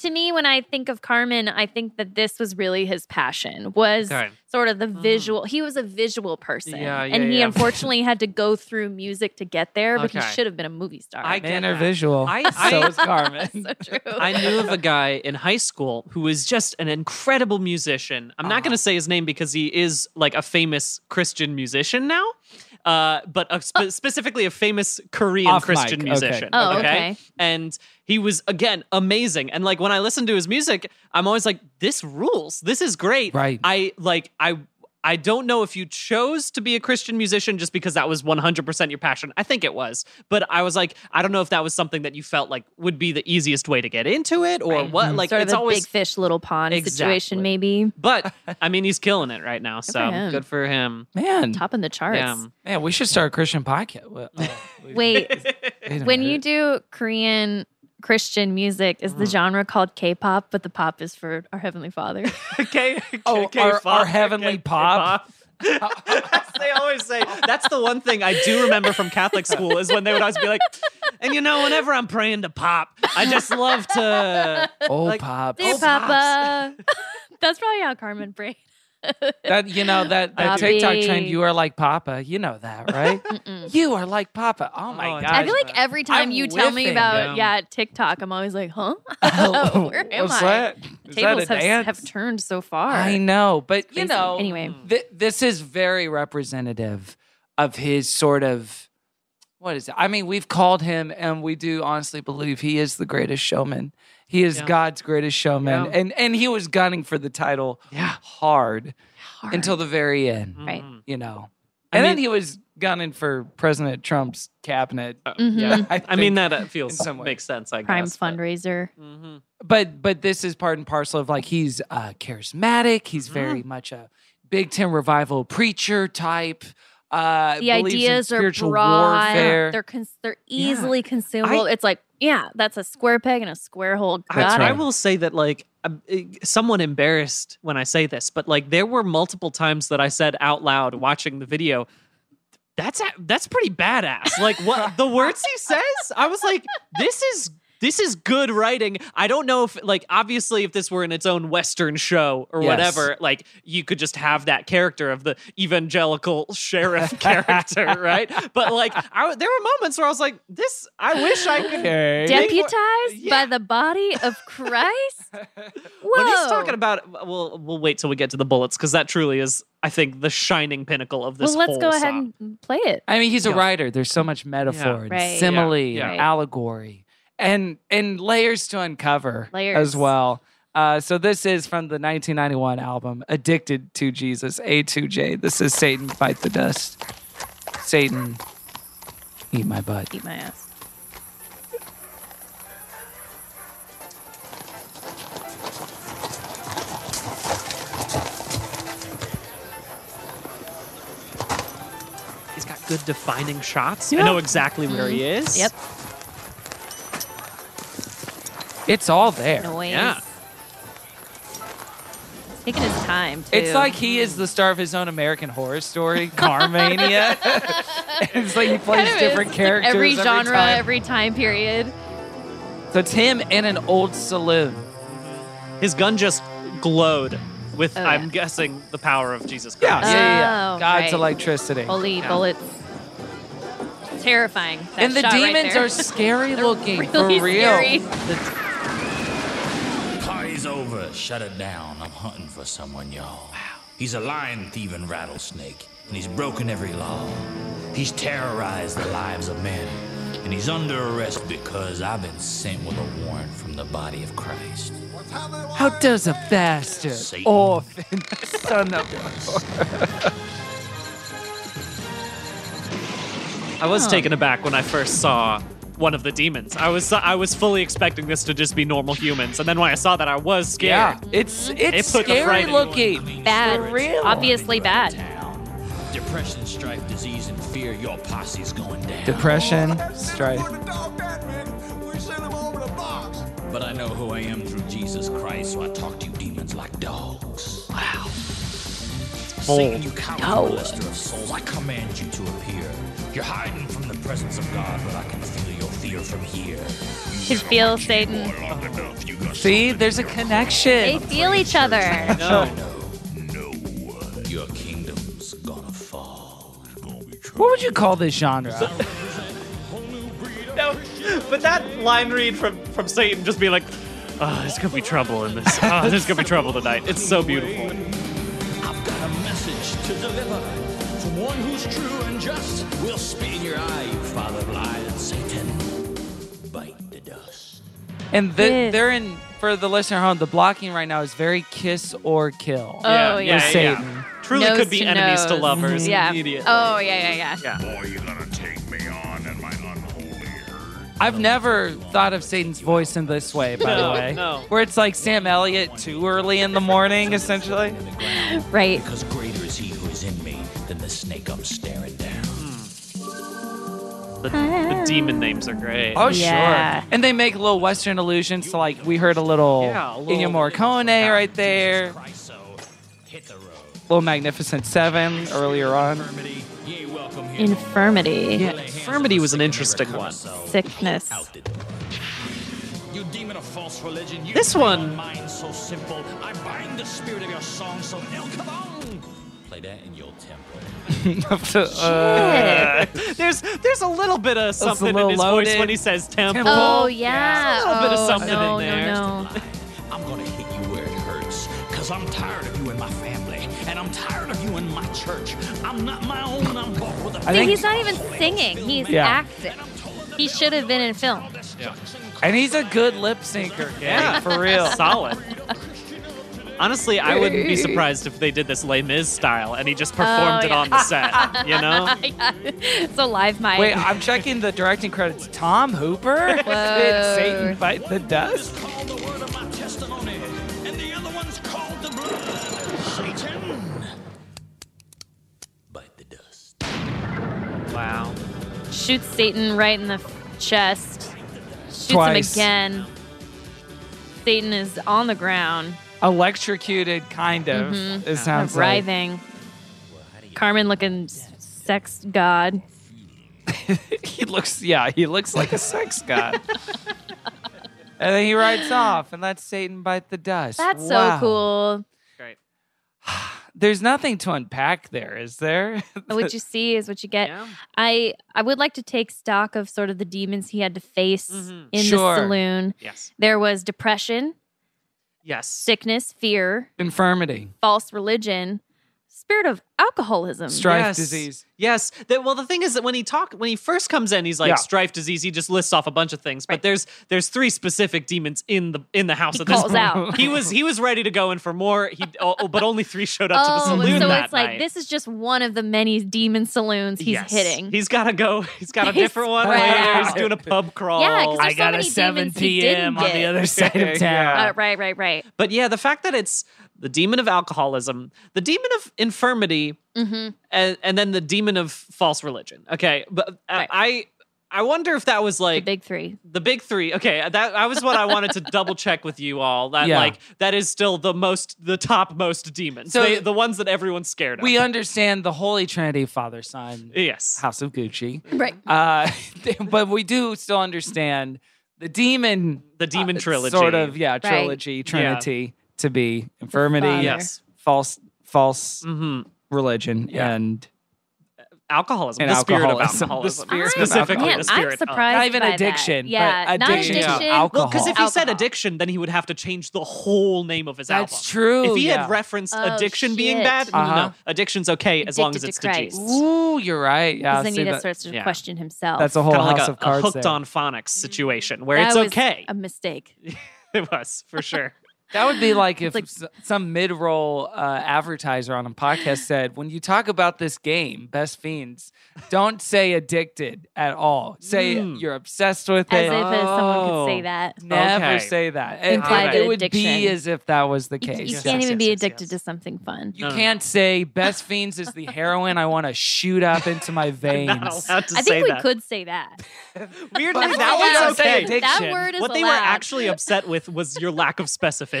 [SPEAKER 5] to me when I think of Carmen, I think that this was really his passion was
[SPEAKER 7] Okay. Mm.
[SPEAKER 5] sort of the visual. He was a visual person,
[SPEAKER 7] Yeah, yeah,
[SPEAKER 5] and he
[SPEAKER 7] yeah.
[SPEAKER 5] unfortunately had to go through music to get there. But
[SPEAKER 7] Okay.
[SPEAKER 5] he should have been a movie star.
[SPEAKER 7] I get
[SPEAKER 6] Man or
[SPEAKER 7] that.
[SPEAKER 6] visual. (laughs)
[SPEAKER 7] I- I-
[SPEAKER 6] so is Carmen.
[SPEAKER 5] (laughs) so true.
[SPEAKER 7] (laughs) I knew of a guy in high school who was just an incredible musician. I'm
[SPEAKER 5] Uh-huh.
[SPEAKER 7] not going to say his name because he is like a famous Christian musician now, uh, but a spe- specifically a famous Korean
[SPEAKER 6] Off mic,
[SPEAKER 7] Christian
[SPEAKER 6] okay.
[SPEAKER 7] musician.
[SPEAKER 5] Oh, okay.
[SPEAKER 7] And he was, again, amazing. And like when I listen to his music, I'm always like, this rules. This is great.
[SPEAKER 6] Right.
[SPEAKER 7] I like, I. I don't know if you chose to be a Christian musician just because that was 100% your passion. I think it was. But I was like, I don't know if that was something that you felt like would be the easiest way to get into it or
[SPEAKER 5] Right. Mm-hmm.
[SPEAKER 7] what. Like,
[SPEAKER 5] sort
[SPEAKER 7] it's
[SPEAKER 5] of a
[SPEAKER 7] always.
[SPEAKER 5] big fish, little pond
[SPEAKER 7] Exactly.
[SPEAKER 5] situation, maybe (laughs)
[SPEAKER 7] but I mean, he's killing it right now. so
[SPEAKER 5] him.
[SPEAKER 7] good for him.
[SPEAKER 6] Man,
[SPEAKER 5] top in the charts.
[SPEAKER 7] Yeah.
[SPEAKER 6] man, we should start a Christian podcast.
[SPEAKER 5] (laughs)
[SPEAKER 6] Well, oh, we-
[SPEAKER 5] Wait,
[SPEAKER 6] wait a
[SPEAKER 5] when you
[SPEAKER 6] minute.
[SPEAKER 5] do Korean Christian music, is the
[SPEAKER 6] Mm.
[SPEAKER 5] genre called K-pop? But the pop is for our Heavenly Father.
[SPEAKER 7] (laughs) K-
[SPEAKER 6] Oh,
[SPEAKER 7] K-
[SPEAKER 6] our-
[SPEAKER 7] K-pop,
[SPEAKER 6] our heavenly
[SPEAKER 7] K-
[SPEAKER 6] pop.
[SPEAKER 7] K-pop. Yes, (laughs) they always say that's the one thing I do remember from Catholic school is when they would always be like, and you know, whenever I'm praying to pop, I just love to. (laughs)
[SPEAKER 6] oh
[SPEAKER 7] like-
[SPEAKER 6] pop,
[SPEAKER 5] Dear
[SPEAKER 7] Oh,
[SPEAKER 5] Papa. (laughs) That's probably how Carmen prayed.
[SPEAKER 6] that you know that, that
[SPEAKER 5] Bobby.
[SPEAKER 6] TikTok trend. You are like Papa. You know
[SPEAKER 5] (laughs)
[SPEAKER 6] that, right? you are like Papa. Oh my
[SPEAKER 7] Oh,
[SPEAKER 6] god!
[SPEAKER 5] I feel like every time
[SPEAKER 6] I'm
[SPEAKER 5] you tell me
[SPEAKER 6] whiffing,
[SPEAKER 5] about
[SPEAKER 7] yeah.
[SPEAKER 5] yeah TikTok, I'm always like, huh?
[SPEAKER 6] (laughs)
[SPEAKER 5] (laughs) Where am
[SPEAKER 6] Oh, What's
[SPEAKER 5] I?
[SPEAKER 6] that? Is that a
[SPEAKER 5] Tables have,
[SPEAKER 6] dance?
[SPEAKER 5] have turned so far.
[SPEAKER 6] I know, Hmm. but you
[SPEAKER 5] Crazy.
[SPEAKER 6] know,
[SPEAKER 5] Anyway.
[SPEAKER 6] thi- this is very representative of his sort of what is it? I mean, we've called him, and we do honestly believe he is the greatest showman. He is
[SPEAKER 7] Yeah.
[SPEAKER 6] God's greatest showman,
[SPEAKER 7] Yeah.
[SPEAKER 6] and and he was gunning for the title
[SPEAKER 7] Yeah.
[SPEAKER 6] hard, until the very end,
[SPEAKER 5] Right.
[SPEAKER 7] Mhm.
[SPEAKER 6] you know.
[SPEAKER 7] I
[SPEAKER 6] And then
[SPEAKER 7] mean-
[SPEAKER 6] he was gunning for President Trump's cabinet.
[SPEAKER 5] Mhm.
[SPEAKER 7] Uh, Yeah.
[SPEAKER 6] (laughs) I,
[SPEAKER 7] I mean,
[SPEAKER 6] think.
[SPEAKER 7] that uh, feels
[SPEAKER 6] in some way.
[SPEAKER 7] makes sense, I
[SPEAKER 5] Prime
[SPEAKER 7] guess.
[SPEAKER 5] fundraiser.
[SPEAKER 7] Mm-hmm.
[SPEAKER 6] but but this is part and parcel of like he's uh charismatic
[SPEAKER 5] Mm-hmm.
[SPEAKER 6] he's very much a big ten revival preacher type uh
[SPEAKER 5] The
[SPEAKER 6] believes in
[SPEAKER 5] ideas are
[SPEAKER 6] spiritual
[SPEAKER 5] broad.
[SPEAKER 6] warfare
[SPEAKER 5] They're cons- they're
[SPEAKER 6] Yeah.
[SPEAKER 5] easily consumable. it's like, yeah, that's a square peg and a square hole. Got
[SPEAKER 6] That's
[SPEAKER 5] it.
[SPEAKER 6] right.
[SPEAKER 7] I will say that, like, I'm uh, somewhat embarrassed when I say this, but like, there were multiple times that I said out loud watching the video, "That's a- that's pretty badass." Like,
[SPEAKER 6] (laughs)
[SPEAKER 7] what the words he says, I was like, "This is." This is good writing. I don't know if, like, obviously, if this were in its own Western show or
[SPEAKER 6] Yes.
[SPEAKER 7] whatever, like, you could just have that character of the evangelical
[SPEAKER 6] (laughs)
[SPEAKER 7] sheriff character, right? But, like, I, there were moments where I was like, this, I wish I could
[SPEAKER 6] okay
[SPEAKER 5] Deputized
[SPEAKER 7] Yeah.
[SPEAKER 5] by the body
[SPEAKER 6] (laughs)
[SPEAKER 5] of Christ? Whoa.
[SPEAKER 7] When he's talking about, we'll we'll wait till we get to the bullets because that truly is, I think, the shining pinnacle of this.
[SPEAKER 5] well, let's
[SPEAKER 7] whole
[SPEAKER 5] go ahead
[SPEAKER 7] song.
[SPEAKER 5] and play it.
[SPEAKER 6] i mean he's a
[SPEAKER 7] Yeah.
[SPEAKER 6] writer there's so much metaphor and
[SPEAKER 5] Right. Yeah,
[SPEAKER 6] simile
[SPEAKER 7] yeah.
[SPEAKER 6] and allegory and and layers to uncover
[SPEAKER 5] Layers.
[SPEAKER 6] as well uh, so this is from the 1991 album addicted to jesus a2j this is satan bite the dust satan eat my butt
[SPEAKER 5] Eat my ass.
[SPEAKER 7] He's got good defining shots. I know exactly where he
[SPEAKER 5] Mhm.
[SPEAKER 7] is.
[SPEAKER 5] Yep.
[SPEAKER 6] It's all there.
[SPEAKER 5] Noise.
[SPEAKER 6] Yeah.
[SPEAKER 5] Taking his time. Too.
[SPEAKER 6] It's like he is the star of his own American Horror Story, (laughs) Carmania. (laughs) it's like he plays
[SPEAKER 5] Kind of
[SPEAKER 6] different
[SPEAKER 5] is.
[SPEAKER 6] characters
[SPEAKER 5] every genre,
[SPEAKER 6] time.
[SPEAKER 5] every time period.
[SPEAKER 6] So it's him in an old saloon.
[SPEAKER 7] His gun just glowed with,
[SPEAKER 5] Oh,
[SPEAKER 7] I'm
[SPEAKER 5] yeah.
[SPEAKER 7] guessing, the power of Jesus Christ.
[SPEAKER 6] Yeah, yeah, yeah.
[SPEAKER 5] Oh,
[SPEAKER 6] God's
[SPEAKER 5] right.
[SPEAKER 6] electricity.
[SPEAKER 5] Holy
[SPEAKER 6] Yeah.
[SPEAKER 5] bullets. Terrifying. That
[SPEAKER 6] and the
[SPEAKER 5] shot right
[SPEAKER 6] demons
[SPEAKER 5] there.
[SPEAKER 6] are
[SPEAKER 5] (laughs)
[SPEAKER 6] scary
[SPEAKER 5] They're
[SPEAKER 6] looking
[SPEAKER 5] really
[SPEAKER 6] for real.
[SPEAKER 5] scary.
[SPEAKER 6] The-
[SPEAKER 10] Party's over. Shut it down. I'm hunting for someone, y'all. He's a lion thieving rattlesnake, and he's broken every law. He's terrorized the lives of men, and he's under arrest because I've been sent with a warrant from the body of Christ.
[SPEAKER 6] how does a bastard,
[SPEAKER 10] Satan.
[SPEAKER 7] (laughs)
[SPEAKER 6] orphan, son of
[SPEAKER 5] Uh,
[SPEAKER 7] I was
[SPEAKER 5] oh.
[SPEAKER 6] Huh.
[SPEAKER 7] taken aback when I first saw one of the demons. I was I was fully expecting this to just be normal humans, and then when I saw that, I was
[SPEAKER 6] Yeah,
[SPEAKER 7] scared.
[SPEAKER 6] it's
[SPEAKER 7] It
[SPEAKER 6] it's
[SPEAKER 7] put the fright
[SPEAKER 6] scary
[SPEAKER 7] in me.
[SPEAKER 6] looking.
[SPEAKER 5] bad.
[SPEAKER 6] For real.
[SPEAKER 5] Obviously bad.
[SPEAKER 10] Depression, strife, disease, and fear. Your posse's going down.
[SPEAKER 6] Depression, strife.
[SPEAKER 10] But I know who I am through Jesus Christ, so I talk to you demons like dogs. Wow. Satan, you
[SPEAKER 5] Bold.
[SPEAKER 10] countless of souls, I command you to appear. You're hiding from the presence of God, but I can feel your fear from here.
[SPEAKER 5] Can feel Satan.
[SPEAKER 10] Long enough, you got
[SPEAKER 6] See, there's a
[SPEAKER 5] They
[SPEAKER 6] connection.
[SPEAKER 5] feel each other.
[SPEAKER 7] No.
[SPEAKER 10] your kingdom's gonna fall. It's gonna be true.
[SPEAKER 6] What would you call this genre?
[SPEAKER 7] No, but that line read from from Satan just being like, "Ah, there's gonna be trouble in (laughs) this. Ah, there's gonna be trouble tonight." It's so beautiful.
[SPEAKER 10] I've got a message to deliver from one who's true and just. Will spit in your eye, you father of lies, Satan. Bite the dust.
[SPEAKER 6] And the,
[SPEAKER 5] Yes.
[SPEAKER 6] they're in for the listener at home. The blocking right now is very kiss or kill.
[SPEAKER 5] Oh, yeah.
[SPEAKER 6] With Satan.
[SPEAKER 7] Truly
[SPEAKER 5] Nose
[SPEAKER 7] could be
[SPEAKER 5] to
[SPEAKER 7] enemies to
[SPEAKER 5] nose.
[SPEAKER 7] lovers
[SPEAKER 5] Yeah.
[SPEAKER 7] immediately.
[SPEAKER 5] Oh yeah, yeah, yeah.
[SPEAKER 7] Yeah.
[SPEAKER 6] I've never thought of Satan's voice in this way, by
[SPEAKER 7] No,
[SPEAKER 6] the way.
[SPEAKER 7] no.
[SPEAKER 6] Where it's like Sam Elliott too early in the morning, essentially.
[SPEAKER 5] Right.
[SPEAKER 10] Because greater is he who is in me than the snake I'm staring down.
[SPEAKER 7] The, the demon names are great.
[SPEAKER 6] Oh,
[SPEAKER 5] Yeah.
[SPEAKER 6] sure. And they make little Western allusions to like, we heard a little,
[SPEAKER 7] Yeah, a
[SPEAKER 6] Ennio
[SPEAKER 7] little-
[SPEAKER 6] Morricone right there,
[SPEAKER 10] Christ, so hit the road.
[SPEAKER 6] little Magnificent Seven earlier on. (laughs)
[SPEAKER 10] Infirmity, ye welcome here.
[SPEAKER 5] Infirmity.
[SPEAKER 7] Yeah, infirmity was an interesting one.
[SPEAKER 5] Sickness.
[SPEAKER 10] Out the door. You demon of false religion, you
[SPEAKER 7] This
[SPEAKER 10] play
[SPEAKER 7] one-
[SPEAKER 10] on Mind so simple. I bind the spirit of your song, so El Capone. Play that in your temple.
[SPEAKER 7] Oh,
[SPEAKER 6] Uh,
[SPEAKER 7] (laughs) There's there's a little bit of
[SPEAKER 6] a
[SPEAKER 7] something in
[SPEAKER 6] little
[SPEAKER 7] his voice
[SPEAKER 6] loaded.
[SPEAKER 7] when he says temple.
[SPEAKER 6] Temple.
[SPEAKER 5] Oh yeah.
[SPEAKER 7] A little bit of
[SPEAKER 5] Oh,
[SPEAKER 7] something
[SPEAKER 5] no,
[SPEAKER 7] in
[SPEAKER 5] no,
[SPEAKER 7] there.
[SPEAKER 5] No,
[SPEAKER 10] I'm gonna hit you where it hurts. Cause I'm tired of you and my family. And I'm tired of you and my church. I'm not my own, I'm bought with a
[SPEAKER 6] I
[SPEAKER 5] See,
[SPEAKER 6] think-
[SPEAKER 5] he's not even singing. He's
[SPEAKER 6] Yeah.
[SPEAKER 5] acting. He should have been in film. (laughs)
[SPEAKER 6] and he's a good lip syncer.
[SPEAKER 7] Yeah,
[SPEAKER 6] for real.
[SPEAKER 7] (laughs) Solid. Honestly, I wouldn't be surprised if they did this Les Mis style and he just performed it
[SPEAKER 5] Oh, yeah.
[SPEAKER 7] on the set. You know?
[SPEAKER 5] (laughs) yeah. It's a live mic.
[SPEAKER 6] Wait, I'm checking the directing credits. Tom Hooper?
[SPEAKER 5] Whoa.
[SPEAKER 6] Did Satan bite the dust?
[SPEAKER 10] called the word of my testimony, and the other one's called the blood. Satan! Bite the dust.
[SPEAKER 7] Wow.
[SPEAKER 5] Shoots Satan right in the chest. Shoots
[SPEAKER 6] Twice.
[SPEAKER 5] him again. Satan is on the ground,
[SPEAKER 6] Electrocuted, kind of. It sounds like.
[SPEAKER 5] Mm-hmm. writhing. Carmen looking s- sex god.
[SPEAKER 6] (laughs) he looks yeah he looks like a sex god and then he rides off and lets satan bite the dust
[SPEAKER 5] That's
[SPEAKER 6] Wow.
[SPEAKER 5] so cool.
[SPEAKER 7] Great.
[SPEAKER 6] there's nothing to unpack there is there (laughs)
[SPEAKER 5] What you see is what you get.
[SPEAKER 7] Yeah.
[SPEAKER 5] I I would like to take stock of sort of the demons he had to face
[SPEAKER 7] Mhm.
[SPEAKER 5] in
[SPEAKER 6] Sure.
[SPEAKER 5] the saloon.
[SPEAKER 7] Yes.
[SPEAKER 5] There was depression,
[SPEAKER 7] Yes.
[SPEAKER 5] sickness, fear,
[SPEAKER 6] infirmity
[SPEAKER 5] false religion, spirit of alcoholism.
[SPEAKER 6] strife disease
[SPEAKER 7] Yes. That, well, the thing is that when he talk, when he first comes in, he's like
[SPEAKER 6] Yeah.
[SPEAKER 7] strife disease. He just lists off a bunch of things, but there's there's three specific demons in the in the house
[SPEAKER 5] He
[SPEAKER 7] at this
[SPEAKER 5] calls
[SPEAKER 7] point.
[SPEAKER 5] out.
[SPEAKER 7] He was he was ready to go in for more. He oh, oh, but only three showed up to the
[SPEAKER 5] Oh,
[SPEAKER 7] saloon
[SPEAKER 5] so
[SPEAKER 7] that
[SPEAKER 5] it's like
[SPEAKER 7] night.
[SPEAKER 5] this is just one of the many demon saloons he's
[SPEAKER 7] Yes.
[SPEAKER 5] hitting.
[SPEAKER 7] He's got to go. He's got a
[SPEAKER 5] He's
[SPEAKER 7] different one
[SPEAKER 5] spread
[SPEAKER 7] later.
[SPEAKER 5] out.
[SPEAKER 7] He's doing a pub crawl.
[SPEAKER 5] Yeah, 'cause
[SPEAKER 6] i
[SPEAKER 5] there's so
[SPEAKER 6] got a
[SPEAKER 5] many
[SPEAKER 6] 7
[SPEAKER 5] demons he didn't
[SPEAKER 6] p.m on the
[SPEAKER 5] get.
[SPEAKER 6] other
[SPEAKER 7] (laughs)
[SPEAKER 6] side of
[SPEAKER 5] Uh,
[SPEAKER 6] town
[SPEAKER 5] right, right, right.
[SPEAKER 7] But yeah, the fact that it's the demon of alcoholism, the demon of infirmity,
[SPEAKER 5] Mm-hmm.
[SPEAKER 7] and, and then the demon of false religion. Okay, but uh, I I wonder if that was like the
[SPEAKER 5] big three.
[SPEAKER 7] The big three. Okay, that I was what I wanted to double check with you all. That
[SPEAKER 6] Yeah.
[SPEAKER 7] like that is still the most the top most demons.
[SPEAKER 6] So-
[SPEAKER 7] They- the ones that everyone's scared of.
[SPEAKER 6] We understand the Holy Trinity, Father, Son,
[SPEAKER 7] yes,
[SPEAKER 6] House of Gucci.
[SPEAKER 5] Right.
[SPEAKER 6] Uh, (laughs) but we do still understand the demon,
[SPEAKER 7] the demon trilogy.
[SPEAKER 6] uh, sort of, yeah,
[SPEAKER 7] Right.
[SPEAKER 6] trilogy,
[SPEAKER 7] Yeah.
[SPEAKER 6] Trinity to be infirmity,
[SPEAKER 7] Father. Yes.
[SPEAKER 6] false, false
[SPEAKER 7] Mhm.
[SPEAKER 6] religion,
[SPEAKER 7] Yeah.
[SPEAKER 6] and
[SPEAKER 7] alcoholism.
[SPEAKER 6] And
[SPEAKER 7] the spirit
[SPEAKER 6] alcoholism. The
[SPEAKER 7] of alcoholism.
[SPEAKER 6] spirit of
[SPEAKER 7] specifically,
[SPEAKER 6] alcoholism.
[SPEAKER 7] the
[SPEAKER 6] Man,
[SPEAKER 7] spirit.
[SPEAKER 5] I'm
[SPEAKER 7] of-
[SPEAKER 5] surprised.
[SPEAKER 6] Not even
[SPEAKER 5] by
[SPEAKER 6] addiction,
[SPEAKER 5] That.
[SPEAKER 6] but
[SPEAKER 5] Yeah, not
[SPEAKER 6] addiction to
[SPEAKER 5] addiction.
[SPEAKER 6] alcohol.
[SPEAKER 7] Well, because if he said
[SPEAKER 5] Alcohol.
[SPEAKER 7] addiction, then he would have to change the whole name of his
[SPEAKER 6] That's
[SPEAKER 7] album.
[SPEAKER 6] true,
[SPEAKER 7] If he
[SPEAKER 6] yeah.
[SPEAKER 7] had referenced
[SPEAKER 5] Oh,
[SPEAKER 7] addiction being
[SPEAKER 5] shit.
[SPEAKER 7] bad, no,
[SPEAKER 6] Uh-huh.
[SPEAKER 7] no, addiction's okay as long as
[SPEAKER 5] Addicted
[SPEAKER 7] it's
[SPEAKER 5] to Christ.
[SPEAKER 7] diseased.
[SPEAKER 6] ooh, you're right. Yeah,
[SPEAKER 5] Because then
[SPEAKER 6] see
[SPEAKER 5] he just
[SPEAKER 6] that-
[SPEAKER 5] starts to
[SPEAKER 7] yeah.
[SPEAKER 5] question himself.
[SPEAKER 6] that's a whole
[SPEAKER 7] Kinda like
[SPEAKER 6] house
[SPEAKER 7] a,
[SPEAKER 6] of cards.
[SPEAKER 7] a hooked
[SPEAKER 6] there.
[SPEAKER 7] on phonics situation where
[SPEAKER 5] Mm. That
[SPEAKER 7] it's
[SPEAKER 5] was
[SPEAKER 7] okay.
[SPEAKER 5] A mistake.
[SPEAKER 7] (laughs) it was
[SPEAKER 5] (laughs)
[SPEAKER 7] for
[SPEAKER 6] (laughs)
[SPEAKER 7] sure.
[SPEAKER 6] That would be like if
[SPEAKER 5] like-
[SPEAKER 6] s some mid-roll uh, advertiser on a podcast said, "When you talk about this game, Best Fiends, don't say addicted at all. Say
[SPEAKER 7] Mm.
[SPEAKER 6] you're obsessed with
[SPEAKER 5] Hmm. As
[SPEAKER 6] it.
[SPEAKER 5] if uh, someone could
[SPEAKER 7] Oh.
[SPEAKER 5] say that.
[SPEAKER 6] Never
[SPEAKER 7] Okay.
[SPEAKER 6] say that. It,
[SPEAKER 5] Implied
[SPEAKER 6] it would be
[SPEAKER 5] addiction.
[SPEAKER 6] as if that was the
[SPEAKER 5] You,
[SPEAKER 6] case.
[SPEAKER 5] you
[SPEAKER 6] Yes.
[SPEAKER 5] can't
[SPEAKER 7] yes,
[SPEAKER 5] even
[SPEAKER 7] yes,
[SPEAKER 5] be
[SPEAKER 7] yes,
[SPEAKER 5] addicted
[SPEAKER 7] yes.
[SPEAKER 5] to something fun.
[SPEAKER 6] You
[SPEAKER 7] No, no, no.
[SPEAKER 6] can't say Best Fiends is the heroin I want to shoot up
[SPEAKER 5] (laughs)
[SPEAKER 6] into my veins.
[SPEAKER 7] Not allowed to
[SPEAKER 5] I
[SPEAKER 7] say
[SPEAKER 5] think we
[SPEAKER 7] that.
[SPEAKER 5] could say
[SPEAKER 7] (laughs)
[SPEAKER 5] that.
[SPEAKER 7] Weirdly,
[SPEAKER 6] But
[SPEAKER 7] that
[SPEAKER 6] allowed
[SPEAKER 7] was
[SPEAKER 6] to say
[SPEAKER 7] okay.
[SPEAKER 6] addiction.
[SPEAKER 5] That word is
[SPEAKER 7] what they
[SPEAKER 5] allowed.
[SPEAKER 7] were actually upset with was your lack
[SPEAKER 5] (laughs)
[SPEAKER 7] of specificity.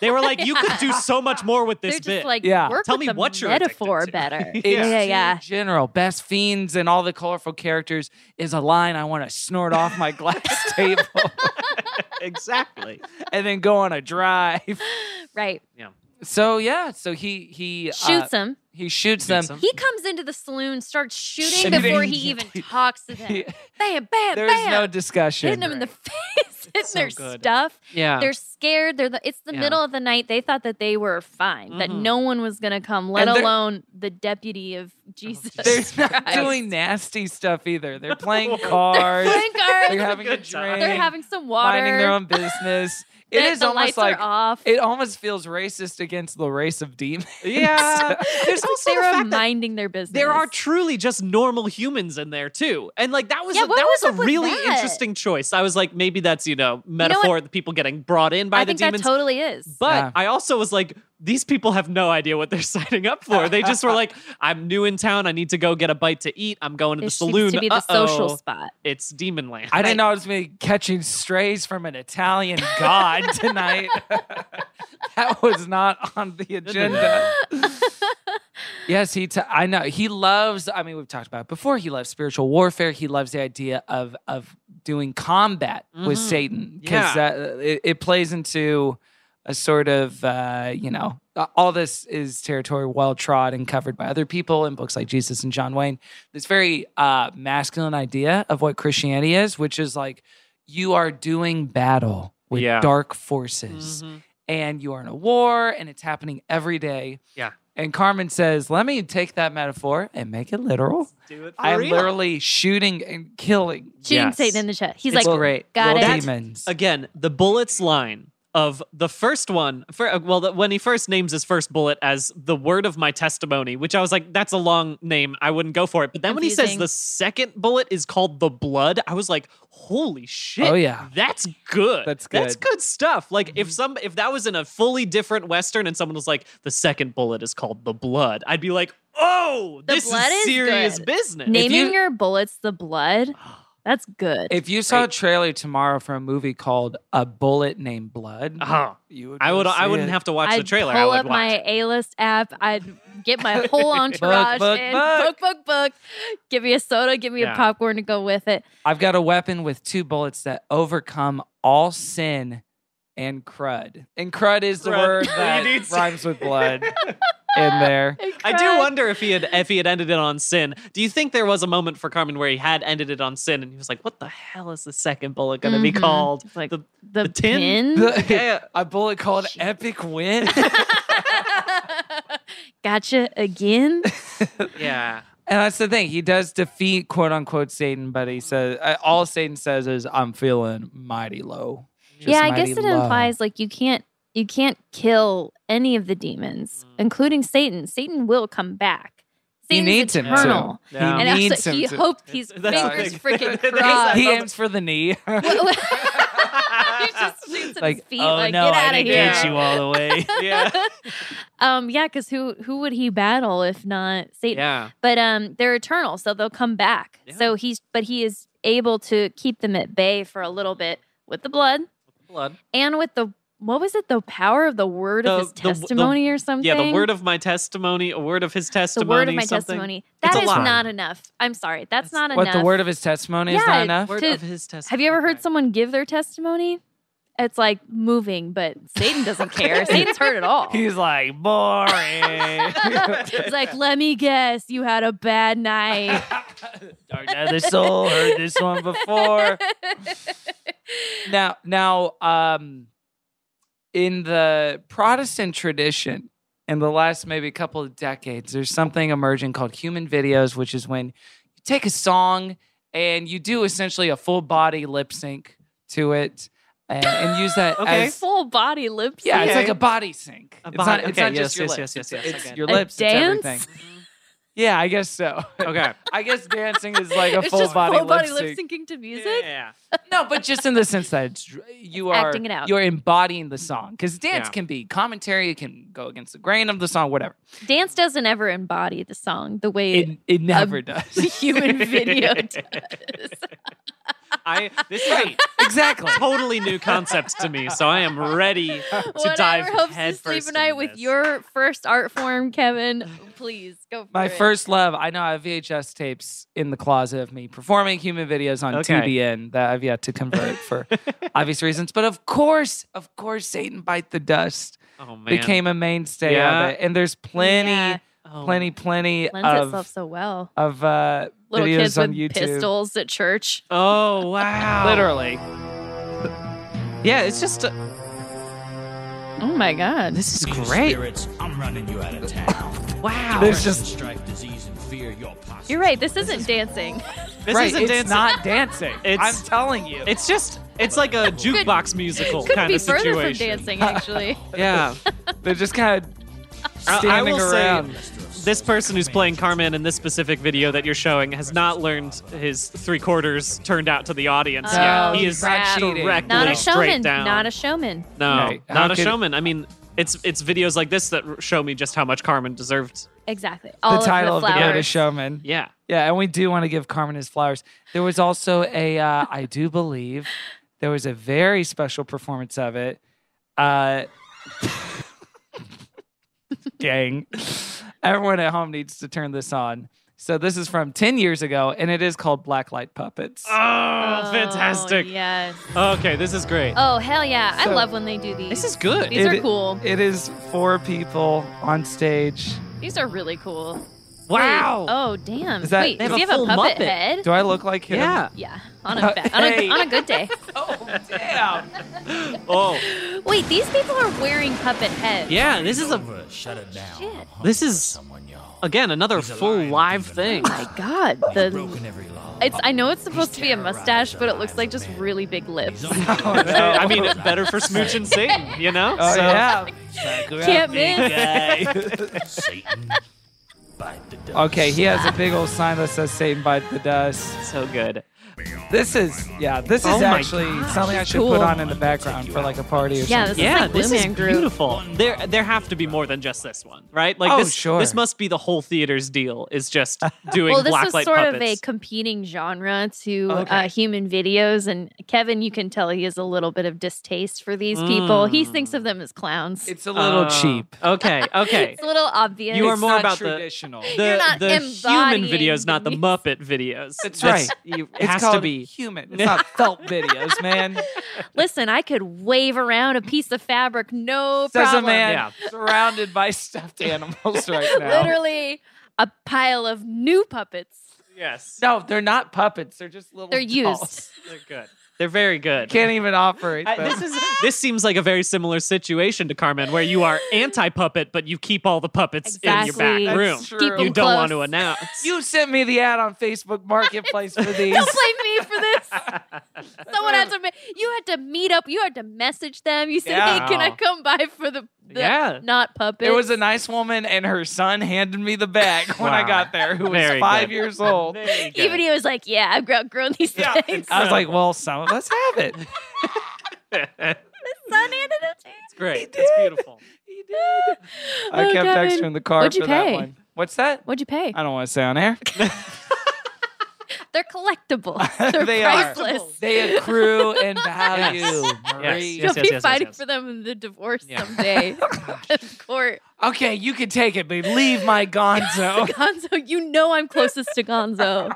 [SPEAKER 7] They were like, "You could do so much more with
[SPEAKER 5] They're
[SPEAKER 7] this
[SPEAKER 5] just
[SPEAKER 7] bit."
[SPEAKER 5] like,
[SPEAKER 6] Yeah.
[SPEAKER 5] work
[SPEAKER 7] Tell
[SPEAKER 5] with
[SPEAKER 7] me
[SPEAKER 5] the
[SPEAKER 7] what you're addicted
[SPEAKER 5] metaphor
[SPEAKER 7] to.
[SPEAKER 5] better.
[SPEAKER 7] (laughs) Yeah.
[SPEAKER 5] yeah,
[SPEAKER 6] It's
[SPEAKER 5] yeah.
[SPEAKER 6] in general, Best Fiends and all the colorful characters is a line I want to snort off
[SPEAKER 5] (laughs)
[SPEAKER 6] my glass table
[SPEAKER 7] (laughs) exactly.
[SPEAKER 6] and then go on a drive.
[SPEAKER 5] Right.
[SPEAKER 6] So yeah, so he he uh,
[SPEAKER 5] Shoots him.
[SPEAKER 6] He shoots them.
[SPEAKER 7] Shoots him.
[SPEAKER 5] He comes into the saloon, starts shooting
[SPEAKER 6] Shooting.
[SPEAKER 5] before he even talks to them.
[SPEAKER 6] He- (laughs)
[SPEAKER 5] Bam, bam,
[SPEAKER 6] There's
[SPEAKER 5] bam.
[SPEAKER 6] no discussion.
[SPEAKER 5] hitting them in the (laughs) face, hitting
[SPEAKER 7] So
[SPEAKER 5] their
[SPEAKER 7] good.
[SPEAKER 5] stuff.
[SPEAKER 7] Yeah.
[SPEAKER 5] They're scared. They're the, it's the
[SPEAKER 7] Yeah.
[SPEAKER 5] middle of the night. They thought that they were fine, that
[SPEAKER 7] Mhm.
[SPEAKER 5] no one was going to come, let
[SPEAKER 6] And they're-
[SPEAKER 5] alone the deputy of Jesus.
[SPEAKER 6] (laughs) They're
[SPEAKER 5] (laughs)
[SPEAKER 6] not
[SPEAKER 5] Christ.
[SPEAKER 6] doing nasty stuff either. They're playing cards.
[SPEAKER 5] Playing cards.
[SPEAKER 6] They're having a
[SPEAKER 7] Good time.
[SPEAKER 6] drink.
[SPEAKER 5] They're having some water.
[SPEAKER 6] minding their own
[SPEAKER 5] (laughs)
[SPEAKER 6] business. it
[SPEAKER 5] The-
[SPEAKER 6] is
[SPEAKER 5] the
[SPEAKER 6] almost
[SPEAKER 5] lights are
[SPEAKER 6] like
[SPEAKER 5] off.
[SPEAKER 6] it almost feels racist against the race of demons. (laughs)
[SPEAKER 7] Yeah. (laughs) There's
[SPEAKER 5] It's
[SPEAKER 7] also
[SPEAKER 5] like
[SPEAKER 7] the
[SPEAKER 5] they're
[SPEAKER 7] fact that
[SPEAKER 5] minding their business.
[SPEAKER 7] there are truly just normal humans in there too, and like that was
[SPEAKER 5] Yeah,
[SPEAKER 7] a,
[SPEAKER 5] what
[SPEAKER 7] that
[SPEAKER 5] was
[SPEAKER 7] was a
[SPEAKER 5] up with
[SPEAKER 7] really
[SPEAKER 5] that?
[SPEAKER 7] interesting choice. I was like, maybe that's you know
[SPEAKER 5] know
[SPEAKER 7] metaphor the people getting brought in by
[SPEAKER 5] I
[SPEAKER 7] the
[SPEAKER 5] think
[SPEAKER 7] demons.
[SPEAKER 5] that totally is.
[SPEAKER 7] But
[SPEAKER 6] Yeah.
[SPEAKER 7] I also was like, these people have no idea what they're (laughs) signing up for. They just were like, I'm new in town. I need to go get a bite to eat. I'm going to
[SPEAKER 5] it
[SPEAKER 7] the
[SPEAKER 5] seems
[SPEAKER 7] saloon.
[SPEAKER 5] to be the
[SPEAKER 7] Uh-oh,
[SPEAKER 5] social spot.
[SPEAKER 7] It's Demon Land.
[SPEAKER 6] I didn't know I was gonna be catching strays from an Italian god tonight. (laughs) that was not on the agenda. yes, he. T- I know he loves. I mean, we've talked about it before. He loves spiritual warfare. He loves the idea of of doing combat with
[SPEAKER 7] Mhm.
[SPEAKER 6] Satan
[SPEAKER 7] Yeah.
[SPEAKER 6] because it, it plays into a sort of uh, you know a- all this is territory well trod and covered by other people in books like Jesus and John Wayne. This very uh, masculine idea of what Christianity is, which is like you are doing battle with
[SPEAKER 7] Yeah.
[SPEAKER 6] dark forces,
[SPEAKER 7] Mhm.
[SPEAKER 6] and you are in a war, and it's happening every day.
[SPEAKER 7] Yeah.
[SPEAKER 6] And Carmen says, "Let me take that metaphor and make it literal.
[SPEAKER 7] Do it for
[SPEAKER 6] I am
[SPEAKER 7] real.
[SPEAKER 6] literally shooting and killing."
[SPEAKER 5] Shooting
[SPEAKER 7] Yes.
[SPEAKER 5] Satan in the chest. He's
[SPEAKER 6] It's
[SPEAKER 5] like,
[SPEAKER 6] great.
[SPEAKER 5] got
[SPEAKER 6] Little
[SPEAKER 5] it.
[SPEAKER 6] Demons.
[SPEAKER 7] Again, the bullets line of the first one. For, well, the, when he first names his first bullet as the word of my testimony, which I was like, that's a long name. I wouldn't go for it. But then when he says
[SPEAKER 5] Confusing.
[SPEAKER 7] the second bullet is called the blood, I was like, holy shit.
[SPEAKER 6] Oh, yeah.
[SPEAKER 7] That's good.
[SPEAKER 6] That's
[SPEAKER 7] That's
[SPEAKER 6] good.
[SPEAKER 7] good stuff. Like if
[SPEAKER 5] Mm-hmm.
[SPEAKER 7] some if that was in a fully different western and someone was like, the second bullet is called the blood, I'd be like, oh,
[SPEAKER 5] The
[SPEAKER 7] this
[SPEAKER 5] blood
[SPEAKER 7] is
[SPEAKER 5] is
[SPEAKER 7] serious
[SPEAKER 5] good.
[SPEAKER 7] business.
[SPEAKER 5] Naming
[SPEAKER 6] you-
[SPEAKER 5] your bullets the blood, that's good.
[SPEAKER 6] If you saw a trailer tomorrow for a movie called A Bullet Named Blood,
[SPEAKER 7] Uh-huh.
[SPEAKER 6] you would
[SPEAKER 7] I
[SPEAKER 6] go
[SPEAKER 7] would I
[SPEAKER 6] see
[SPEAKER 7] wouldn't
[SPEAKER 6] it.
[SPEAKER 7] have to watch
[SPEAKER 5] I'd
[SPEAKER 7] the trailer. I
[SPEAKER 5] pull
[SPEAKER 7] would
[SPEAKER 5] up
[SPEAKER 7] watch
[SPEAKER 5] my
[SPEAKER 7] it.
[SPEAKER 5] A list app. I'd get my whole entourage
[SPEAKER 6] book,
[SPEAKER 5] in. Book,
[SPEAKER 6] book.
[SPEAKER 5] book, book. Give me a soda. Give me
[SPEAKER 7] Yeah.
[SPEAKER 5] a popcorn to go with it.
[SPEAKER 6] I've got a weapon with two bullets that overcome all sin and crud. And crud is the
[SPEAKER 7] Crud.
[SPEAKER 6] word
[SPEAKER 7] (laughs) You
[SPEAKER 6] that
[SPEAKER 7] need to-
[SPEAKER 6] rhymes
[SPEAKER 7] (laughs)
[SPEAKER 6] with blood
[SPEAKER 5] (laughs)
[SPEAKER 6] in there.
[SPEAKER 7] I
[SPEAKER 5] Uh,
[SPEAKER 7] do wonder if he had if he had ended it on sin. Do you think there was a moment for Carmen where he had ended it on sin and he was like, "What the hell is the second bullet going to be
[SPEAKER 5] Mhm.
[SPEAKER 7] called?"
[SPEAKER 5] It's like
[SPEAKER 7] the
[SPEAKER 5] the,
[SPEAKER 7] the tin?
[SPEAKER 5] pin.
[SPEAKER 6] The- (laughs) a bullet called Epic
[SPEAKER 7] (laughs)
[SPEAKER 6] Win.
[SPEAKER 5] (laughs) gotcha again.
[SPEAKER 7] yeah,
[SPEAKER 6] and that's the thing. He does defeat quote unquote Satan, but he says, uh, all Satan says is, I'm feeling mighty low. Just
[SPEAKER 5] yeah, I
[SPEAKER 6] mighty
[SPEAKER 5] guess it
[SPEAKER 6] low.
[SPEAKER 5] implies like you can't you can't kill any of the demons, including Satan. Satan will come back.
[SPEAKER 6] Mm. He
[SPEAKER 5] Satan's
[SPEAKER 6] needs him
[SPEAKER 5] eternal.
[SPEAKER 6] to.
[SPEAKER 7] Yeah.
[SPEAKER 6] He
[SPEAKER 5] And
[SPEAKER 6] needs
[SPEAKER 5] also,
[SPEAKER 6] him
[SPEAKER 5] he
[SPEAKER 6] to.
[SPEAKER 5] hoped his
[SPEAKER 7] That's the
[SPEAKER 5] fingers
[SPEAKER 7] thing.
[SPEAKER 5] freaking
[SPEAKER 7] They- they-
[SPEAKER 5] crossed.
[SPEAKER 6] (laughs) he aims for the knee.
[SPEAKER 5] (laughs) (laughs)
[SPEAKER 6] (laughs)
[SPEAKER 5] he just shoots at
[SPEAKER 6] like,
[SPEAKER 5] his feet
[SPEAKER 7] (laughs)
[SPEAKER 6] oh
[SPEAKER 5] like
[SPEAKER 6] no,
[SPEAKER 5] get
[SPEAKER 6] I
[SPEAKER 5] out of
[SPEAKER 6] didn't
[SPEAKER 5] here. (laughs)
[SPEAKER 6] get you all the way.
[SPEAKER 7] yeah.
[SPEAKER 5] Um, yeah, because who who would he battle if not Satan?
[SPEAKER 7] Yeah.
[SPEAKER 5] But um, they're eternal, so they'll come back. So he's but he is able to keep them at bay for a little bit with the blood
[SPEAKER 7] Blood.
[SPEAKER 5] and with the what was it? The power of the word of his
[SPEAKER 7] The- the- the-
[SPEAKER 5] testimony or something.
[SPEAKER 7] Yeah, the word of my testimony, a word of his
[SPEAKER 5] the
[SPEAKER 7] testimony.
[SPEAKER 5] word of my
[SPEAKER 7] something.
[SPEAKER 5] testimony. That
[SPEAKER 7] It's a
[SPEAKER 5] is
[SPEAKER 7] lie.
[SPEAKER 5] not enough. I'm sorry, that's, not
[SPEAKER 6] What
[SPEAKER 5] enough.
[SPEAKER 6] the word of his testimony is
[SPEAKER 5] (laughs)
[SPEAKER 6] not enough.
[SPEAKER 5] to- Have you ever heard someone give their testimony? It's like moving, but Satan doesn't
[SPEAKER 7] (laughs)
[SPEAKER 5] care. Satan's heard it all.
[SPEAKER 6] He's like boring.
[SPEAKER 5] (laughs) it's like, let me guess, you had a bad
[SPEAKER 6] (laughs)
[SPEAKER 7] (laughs)
[SPEAKER 5] night. (laughs)
[SPEAKER 6] Another soul heard this one before. now, now, um, in the Protestant tradition, in the last maybe couple of decades, there's something emerging called human videos, which is when you take a song and you do essentially a full body lip sync to it, and, and use that as
[SPEAKER 5] Full body lip sync.
[SPEAKER 6] yeah, it's like a body sync.
[SPEAKER 7] A
[SPEAKER 6] it's
[SPEAKER 7] body-
[SPEAKER 6] not, it's
[SPEAKER 7] okay,
[SPEAKER 6] not just
[SPEAKER 7] yes,
[SPEAKER 6] your lips.
[SPEAKER 7] yes, yes, yes,
[SPEAKER 6] it's,
[SPEAKER 7] yes, I
[SPEAKER 6] it's
[SPEAKER 7] get
[SPEAKER 6] your
[SPEAKER 7] it. A
[SPEAKER 6] lips.
[SPEAKER 5] dance? Mm-hmm.
[SPEAKER 6] It's everything. Yeah, I guess so. (laughs)
[SPEAKER 7] Okay.
[SPEAKER 6] I guess dancing is like a
[SPEAKER 5] It's
[SPEAKER 6] full
[SPEAKER 5] just
[SPEAKER 6] body
[SPEAKER 5] full body
[SPEAKER 6] lip
[SPEAKER 5] lip
[SPEAKER 6] sync.
[SPEAKER 5] syncing to (laughs) music.
[SPEAKER 7] Yeah.
[SPEAKER 6] No, but just in the sense that it's, you are
[SPEAKER 5] Acting it out.
[SPEAKER 6] you're embodying the song because dance
[SPEAKER 7] Yeah.
[SPEAKER 6] can be commentary, it can go against the grain of the song, whatever.
[SPEAKER 5] Dance doesn't ever embody the song the way
[SPEAKER 6] It it never does.
[SPEAKER 5] (laughs) the (laughs)
[SPEAKER 6] (laughs)
[SPEAKER 5] human
[SPEAKER 7] (laughs)
[SPEAKER 5] video does.
[SPEAKER 7] I this is a
[SPEAKER 6] Right, exactly.
[SPEAKER 5] (laughs)
[SPEAKER 7] totally new concept to me, so I am ready to dive
[SPEAKER 5] Whatever helps you
[SPEAKER 7] head
[SPEAKER 5] sleep
[SPEAKER 7] first
[SPEAKER 5] at night
[SPEAKER 7] into
[SPEAKER 5] with
[SPEAKER 7] this.
[SPEAKER 5] your first art form, Kevin. Please go for
[SPEAKER 6] My
[SPEAKER 5] it.
[SPEAKER 6] first love. I know I have VHS tapes in the closet of me performing human videos on
[SPEAKER 7] Okay.
[SPEAKER 6] 2DN that I've yet to convert for (laughs) obvious reasons. But of course, of course, Satan bite the dust
[SPEAKER 7] oh, man.
[SPEAKER 6] became a mainstay
[SPEAKER 7] Yeah.
[SPEAKER 6] of it, and there's plenty,
[SPEAKER 5] Yeah.
[SPEAKER 7] Oh,
[SPEAKER 6] plenty, plenty
[SPEAKER 5] lends
[SPEAKER 6] of
[SPEAKER 5] itself so well.
[SPEAKER 6] of uh,
[SPEAKER 5] Little
[SPEAKER 6] videos
[SPEAKER 5] kids with
[SPEAKER 6] on YouTube.
[SPEAKER 5] pistols at church.
[SPEAKER 7] Oh wow!
[SPEAKER 6] Literally,
[SPEAKER 7] Yeah, it's just. uh,
[SPEAKER 5] Oh my god.
[SPEAKER 7] this is
[SPEAKER 10] Evil
[SPEAKER 7] great.
[SPEAKER 10] Spirits, I'm running you out of town.
[SPEAKER 7] Wow.
[SPEAKER 6] There's just-
[SPEAKER 10] strife, disease, and fear. Your posse.
[SPEAKER 5] You're right. This isn't dancing.
[SPEAKER 7] this
[SPEAKER 6] right?
[SPEAKER 7] isn't
[SPEAKER 6] it's
[SPEAKER 7] dancing.
[SPEAKER 6] not dancing.
[SPEAKER 7] (laughs) It's-
[SPEAKER 6] I'm telling you.
[SPEAKER 7] It's just. It's like a jukebox
[SPEAKER 5] (laughs)
[SPEAKER 7] musical
[SPEAKER 5] Couldn't
[SPEAKER 7] kind
[SPEAKER 5] be
[SPEAKER 7] of
[SPEAKER 5] further
[SPEAKER 7] situation.
[SPEAKER 5] from
[SPEAKER 7] (laughs)
[SPEAKER 5] dancing, actually.
[SPEAKER 7] Yeah.
[SPEAKER 6] They're just kind of
[SPEAKER 7] I- I
[SPEAKER 6] standing
[SPEAKER 7] will say-
[SPEAKER 6] around.
[SPEAKER 7] This person who's playing Carmen in this specific video that you're showing has not learned his three quarters turned out to the audience
[SPEAKER 5] Oh,
[SPEAKER 7] yet. He is
[SPEAKER 5] crap.
[SPEAKER 7] directly
[SPEAKER 5] Not a
[SPEAKER 7] straight
[SPEAKER 5] showman.
[SPEAKER 7] down.
[SPEAKER 5] Not a showman.
[SPEAKER 7] no,
[SPEAKER 6] Right. How
[SPEAKER 7] not a
[SPEAKER 6] could-
[SPEAKER 7] showman. I mean, it's it's videos like this that r- show me just how much Carmen deserved.
[SPEAKER 5] Exactly. All
[SPEAKER 6] the title
[SPEAKER 5] of
[SPEAKER 6] of
[SPEAKER 5] the
[SPEAKER 6] the
[SPEAKER 5] flowers.
[SPEAKER 6] Greatest Showman.
[SPEAKER 7] Yeah.
[SPEAKER 6] Yeah, and we do want to give Carmen his flowers. There was also
[SPEAKER 5] (laughs)
[SPEAKER 6] a, uh, I do believe, there was a very special performance of it. Uh, (laughs) dang. Everyone at home needs to turn this on. So this is from 10 years ago, and it is called Blacklight Puppets.
[SPEAKER 7] Oh, fantastic.
[SPEAKER 5] Oh, Yes.
[SPEAKER 7] Okay, this is great.
[SPEAKER 5] Oh hell yeah! I
[SPEAKER 6] So-
[SPEAKER 5] love when they do these.
[SPEAKER 7] This is good.
[SPEAKER 5] These
[SPEAKER 6] It-
[SPEAKER 5] are cool.
[SPEAKER 6] It is four people on stage.
[SPEAKER 5] These are really cool.
[SPEAKER 7] wow.
[SPEAKER 5] Wait, oh damn.
[SPEAKER 6] Is that-
[SPEAKER 5] Wait,
[SPEAKER 6] They
[SPEAKER 5] does
[SPEAKER 6] have
[SPEAKER 5] he
[SPEAKER 7] a
[SPEAKER 5] have a
[SPEAKER 7] full
[SPEAKER 5] puppet
[SPEAKER 7] Muppet. Uh,
[SPEAKER 5] head?
[SPEAKER 6] Do I look like him?
[SPEAKER 7] yeah.
[SPEAKER 5] yeah. On a, ba- on,
[SPEAKER 6] Hey.
[SPEAKER 5] a on a good day.
[SPEAKER 6] Oh, damn.
[SPEAKER 7] Oh,
[SPEAKER 5] Wait, these people are wearing puppet heads.
[SPEAKER 7] yeah. This is a
[SPEAKER 10] Over, shut it down.
[SPEAKER 5] Shit.
[SPEAKER 10] I'm hunting
[SPEAKER 7] This
[SPEAKER 10] for
[SPEAKER 7] is-
[SPEAKER 10] someone, y'all.
[SPEAKER 7] again another
[SPEAKER 10] a
[SPEAKER 7] full
[SPEAKER 10] lion,
[SPEAKER 7] live
[SPEAKER 10] even
[SPEAKER 6] (laughs)
[SPEAKER 7] thing.
[SPEAKER 5] Oh my god.
[SPEAKER 10] He's
[SPEAKER 5] The
[SPEAKER 10] broken every
[SPEAKER 7] (laughs)
[SPEAKER 10] law.
[SPEAKER 5] it's I know it's supposed to be a mustache, but it looks like just really big lips.
[SPEAKER 10] He's only doing
[SPEAKER 6] Oh, no.
[SPEAKER 7] I mean, better for Smooch and Satan, you know?
[SPEAKER 6] Oh,
[SPEAKER 7] So-
[SPEAKER 6] yeah.
[SPEAKER 5] Can't miss.
[SPEAKER 10] Satan. Bite the dust.
[SPEAKER 6] Okay, he has a big old sign that says Satan bite the dust.
[SPEAKER 7] So good.
[SPEAKER 6] This is yeah. This is
[SPEAKER 7] Oh my
[SPEAKER 6] actually something I should
[SPEAKER 5] Cool.
[SPEAKER 6] put on in the background for like a party or
[SPEAKER 5] Yeah,
[SPEAKER 6] something.
[SPEAKER 5] this
[SPEAKER 7] yeah,
[SPEAKER 5] is like
[SPEAKER 7] this
[SPEAKER 5] Blue
[SPEAKER 7] is
[SPEAKER 5] Man Group.
[SPEAKER 7] beautiful. There, there have to be more than just this one, right? Like
[SPEAKER 6] Oh,
[SPEAKER 7] this,
[SPEAKER 6] sure.
[SPEAKER 7] this must be the whole theater's deal is just
[SPEAKER 5] (laughs)
[SPEAKER 7] doing
[SPEAKER 5] Well, this
[SPEAKER 7] blacklight
[SPEAKER 5] was sort
[SPEAKER 7] puppets.
[SPEAKER 5] of
[SPEAKER 7] Oh,
[SPEAKER 5] a competing genre to
[SPEAKER 7] Okay.
[SPEAKER 5] uh, human videos, and Kevin, you can tell he has a little bit of distaste for these people. He
[SPEAKER 7] Mm.
[SPEAKER 5] thinks of them as clowns.
[SPEAKER 6] It's a little
[SPEAKER 7] Oh,
[SPEAKER 6] cheap.
[SPEAKER 7] (laughs) Okay, okay.
[SPEAKER 5] It's a little obvious.
[SPEAKER 7] You are
[SPEAKER 6] It's
[SPEAKER 7] more
[SPEAKER 6] not
[SPEAKER 7] about the-
[SPEAKER 6] traditional.
[SPEAKER 7] the
[SPEAKER 5] You're not
[SPEAKER 7] the human
[SPEAKER 5] embodying
[SPEAKER 7] videos, not the
[SPEAKER 5] these.
[SPEAKER 7] Muppet videos.
[SPEAKER 6] That's right.
[SPEAKER 7] You, it
[SPEAKER 6] it's
[SPEAKER 7] has
[SPEAKER 6] called
[SPEAKER 7] to be.
[SPEAKER 6] human. It's
[SPEAKER 7] (laughs)
[SPEAKER 6] not felt videos, man.
[SPEAKER 5] Listen, I could wave around a piece of fabric, no
[SPEAKER 6] Says a
[SPEAKER 5] problem.
[SPEAKER 6] man
[SPEAKER 7] Yeah.
[SPEAKER 6] surrounded by stuffed animals right now.
[SPEAKER 5] Literally a pile of new puppets.
[SPEAKER 7] (laughs) Yes,
[SPEAKER 6] No, they're not puppets. They're just little.
[SPEAKER 5] They're used.
[SPEAKER 6] dolls.
[SPEAKER 7] they're good. They're very good.
[SPEAKER 6] Can't even operate.
[SPEAKER 7] I-
[SPEAKER 6] them.
[SPEAKER 7] this is this seems like a very similar situation to Carmen, where you
[SPEAKER 5] (laughs)
[SPEAKER 7] are anti puppet, but you keep all the puppets in
[SPEAKER 5] Exactly.
[SPEAKER 7] your back
[SPEAKER 5] That's
[SPEAKER 7] room.
[SPEAKER 6] true.
[SPEAKER 5] Keep
[SPEAKER 7] You
[SPEAKER 5] 'em
[SPEAKER 7] don't want to
[SPEAKER 5] close.
[SPEAKER 7] announce.
[SPEAKER 6] you sent me the ad on Facebook
[SPEAKER 5] (laughs)
[SPEAKER 6] Marketplace for these.
[SPEAKER 5] Don't blame me for
[SPEAKER 7] (laughs)
[SPEAKER 5] this. Someone had to. ma- You had to meet up. You had to message them. You said,
[SPEAKER 6] Yeah.
[SPEAKER 5] "Hey, can I come by for the, the
[SPEAKER 7] (laughs) Yeah.
[SPEAKER 5] (laughs) not puppets?"
[SPEAKER 6] There was a nice woman and her son handed me the bag when I
[SPEAKER 7] Wow.
[SPEAKER 6] got there, who was
[SPEAKER 7] Very
[SPEAKER 6] five
[SPEAKER 7] good.
[SPEAKER 6] years old.
[SPEAKER 7] Very good.
[SPEAKER 5] E-, Even he was like, "Yeah, I've outgrown these (laughs)
[SPEAKER 6] Yeah,
[SPEAKER 5] things."
[SPEAKER 6] I was like, well, some of us
[SPEAKER 5] (laughs)
[SPEAKER 6] have it.
[SPEAKER 7] it's
[SPEAKER 5] Son handed it to me.
[SPEAKER 7] great. It's beautiful.
[SPEAKER 6] He did.
[SPEAKER 5] Hey,
[SPEAKER 6] kept
[SPEAKER 5] Kevin,
[SPEAKER 6] extra in the car
[SPEAKER 5] what'd you
[SPEAKER 6] for
[SPEAKER 5] pay?
[SPEAKER 6] that one. What's that?
[SPEAKER 5] What'd you pay?
[SPEAKER 6] I don't want to say
[SPEAKER 5] (laughs)
[SPEAKER 6] on air.
[SPEAKER 5] They're collectible. They're
[SPEAKER 6] They are.
[SPEAKER 5] priceless.
[SPEAKER 6] They accrue in value.
[SPEAKER 5] Yes.
[SPEAKER 6] Marie.
[SPEAKER 5] You'll be fighting for them in the divorce
[SPEAKER 6] Yeah.
[SPEAKER 5] someday. (laughs) in court.
[SPEAKER 6] Okay, you can take it, but leave my gonzo.
[SPEAKER 5] (laughs) Gonzo, you know I'm closest to Gonzo.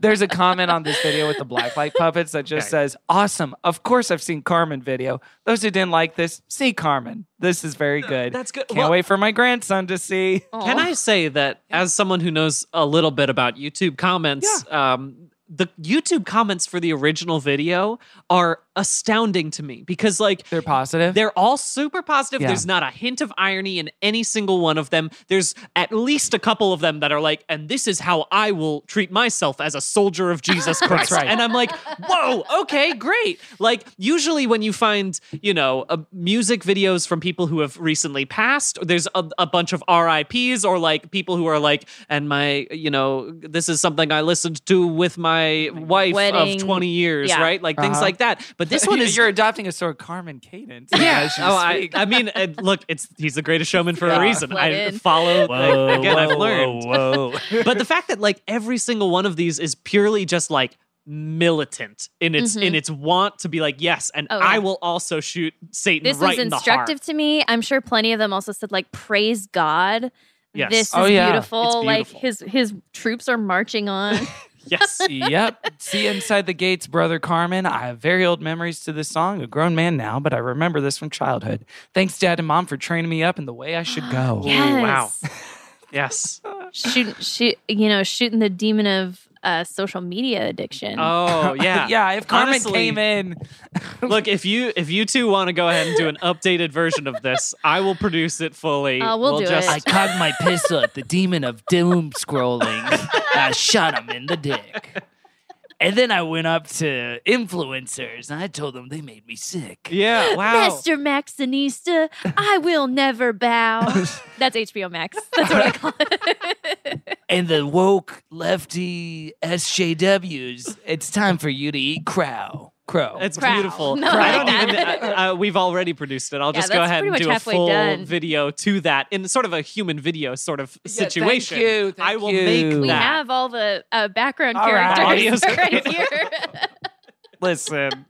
[SPEAKER 6] There's a comment on this video with the black light puppets that just says, "Awesome! Of course, I've seen Carmen video. Those who didn't like this, see Carmen. This is very good.
[SPEAKER 7] That's good.
[SPEAKER 6] Can't
[SPEAKER 7] Well-
[SPEAKER 6] wait for my grandson to see."
[SPEAKER 7] Can I say that as someone who knows a little bit about YouTube comments, um, the YouTube comments for the original video are astounding to me because, like,
[SPEAKER 6] they're positive.
[SPEAKER 7] They're all super positive.
[SPEAKER 6] Yeah.
[SPEAKER 7] There's not a hint of irony in any single one of them. There's at least a couple of them that are like, "And this is how I will treat myself as a soldier
[SPEAKER 6] (laughs)
[SPEAKER 7] of Jesus
[SPEAKER 6] That's
[SPEAKER 7] Christ."
[SPEAKER 6] right.
[SPEAKER 7] And I'm like, "Whoa, okay, great." Like, usually when you find, you know, uh, music videos from people who have recently passed, there's a, a bunch of RIPS or like people who are like, "And my, you know, this is something I listened to with my wife
[SPEAKER 6] Wedding.
[SPEAKER 7] of 20 years,"
[SPEAKER 6] Yeah.
[SPEAKER 7] right? Like things
[SPEAKER 6] Uh-huh.
[SPEAKER 7] like that.
[SPEAKER 6] (laughs)
[SPEAKER 7] But this one is
[SPEAKER 6] you're adopting a sort of Carmen cadence.
[SPEAKER 7] yeah.
[SPEAKER 6] as you
[SPEAKER 7] Oh, I,
[SPEAKER 6] speak.
[SPEAKER 7] I mean, uh, look, it's he's the greatest showman for
[SPEAKER 6] Yeah.
[SPEAKER 7] a reason.
[SPEAKER 6] Let
[SPEAKER 7] I
[SPEAKER 6] in.
[SPEAKER 7] follow.
[SPEAKER 6] Whoa,
[SPEAKER 7] again,
[SPEAKER 6] whoa,
[SPEAKER 7] I've learned.
[SPEAKER 6] whoa, whoa.
[SPEAKER 7] but the fact that like every single one of these is purely just like militant in its
[SPEAKER 5] Mhm.
[SPEAKER 7] in its want to be like yes, and
[SPEAKER 5] Oh, yeah.
[SPEAKER 7] I will also shoot Satan
[SPEAKER 5] This
[SPEAKER 7] right
[SPEAKER 5] was
[SPEAKER 7] in the heart.
[SPEAKER 5] instructive to me. I'm sure plenty of them also said like, "Praise God."
[SPEAKER 7] Yes.
[SPEAKER 5] This
[SPEAKER 7] Oh,
[SPEAKER 5] is
[SPEAKER 7] yeah.
[SPEAKER 5] beautiful.
[SPEAKER 7] It's
[SPEAKER 5] Like
[SPEAKER 7] beautiful.
[SPEAKER 5] his his troops are marching on. (laughs)
[SPEAKER 7] yes.
[SPEAKER 6] yep. See you inside the gates, brother Carmen. I have very old memories to this song. A grown man now, but I remember this from childhood. Thanks, Dad and Mom, for training me up in the way I should go.
[SPEAKER 5] Yes. Wow.
[SPEAKER 7] yes.
[SPEAKER 5] shoot, shoot, you know, shooting the demon of uh, social media addiction.
[SPEAKER 6] (laughs)
[SPEAKER 7] Oh yeah,
[SPEAKER 6] Yeah, if Carmen came in,
[SPEAKER 7] look if you if you two want to go ahead and do an updated version of this, I will produce it fully.
[SPEAKER 5] Uh, we'll do it.
[SPEAKER 7] just
[SPEAKER 5] I
[SPEAKER 11] cocked my pistol at the demon of doom scrolling. I shot him in the dick. And then I went up to influencers and I told them they made me sick.
[SPEAKER 7] Yeah,
[SPEAKER 5] Master Maxinista, I will never bow.
[SPEAKER 6] (laughs)
[SPEAKER 5] That's HBO Max. That's what I call
[SPEAKER 11] and the woke lefty SJWs, it's time for you to eat crow. Crow.
[SPEAKER 7] It's
[SPEAKER 11] Crow.
[SPEAKER 7] beautiful.
[SPEAKER 11] No,
[SPEAKER 7] I
[SPEAKER 11] like
[SPEAKER 7] don't
[SPEAKER 11] that.
[SPEAKER 7] even. Uh, uh, we've already produced it. I'll
[SPEAKER 11] Yeah,
[SPEAKER 7] just
[SPEAKER 11] that's
[SPEAKER 7] go ahead
[SPEAKER 11] pretty
[SPEAKER 7] and
[SPEAKER 11] much
[SPEAKER 7] do a
[SPEAKER 11] halfway
[SPEAKER 7] full
[SPEAKER 11] done.
[SPEAKER 7] video to that in sort of a human video sort of
[SPEAKER 6] thank
[SPEAKER 7] situation.
[SPEAKER 6] you,
[SPEAKER 7] I will
[SPEAKER 6] you.
[SPEAKER 7] make
[SPEAKER 6] We
[SPEAKER 5] We
[SPEAKER 7] that.
[SPEAKER 5] have all the uh, background
[SPEAKER 6] All right.
[SPEAKER 5] characters
[SPEAKER 6] Audio's-
[SPEAKER 5] (laughs) right here.
[SPEAKER 6] listen.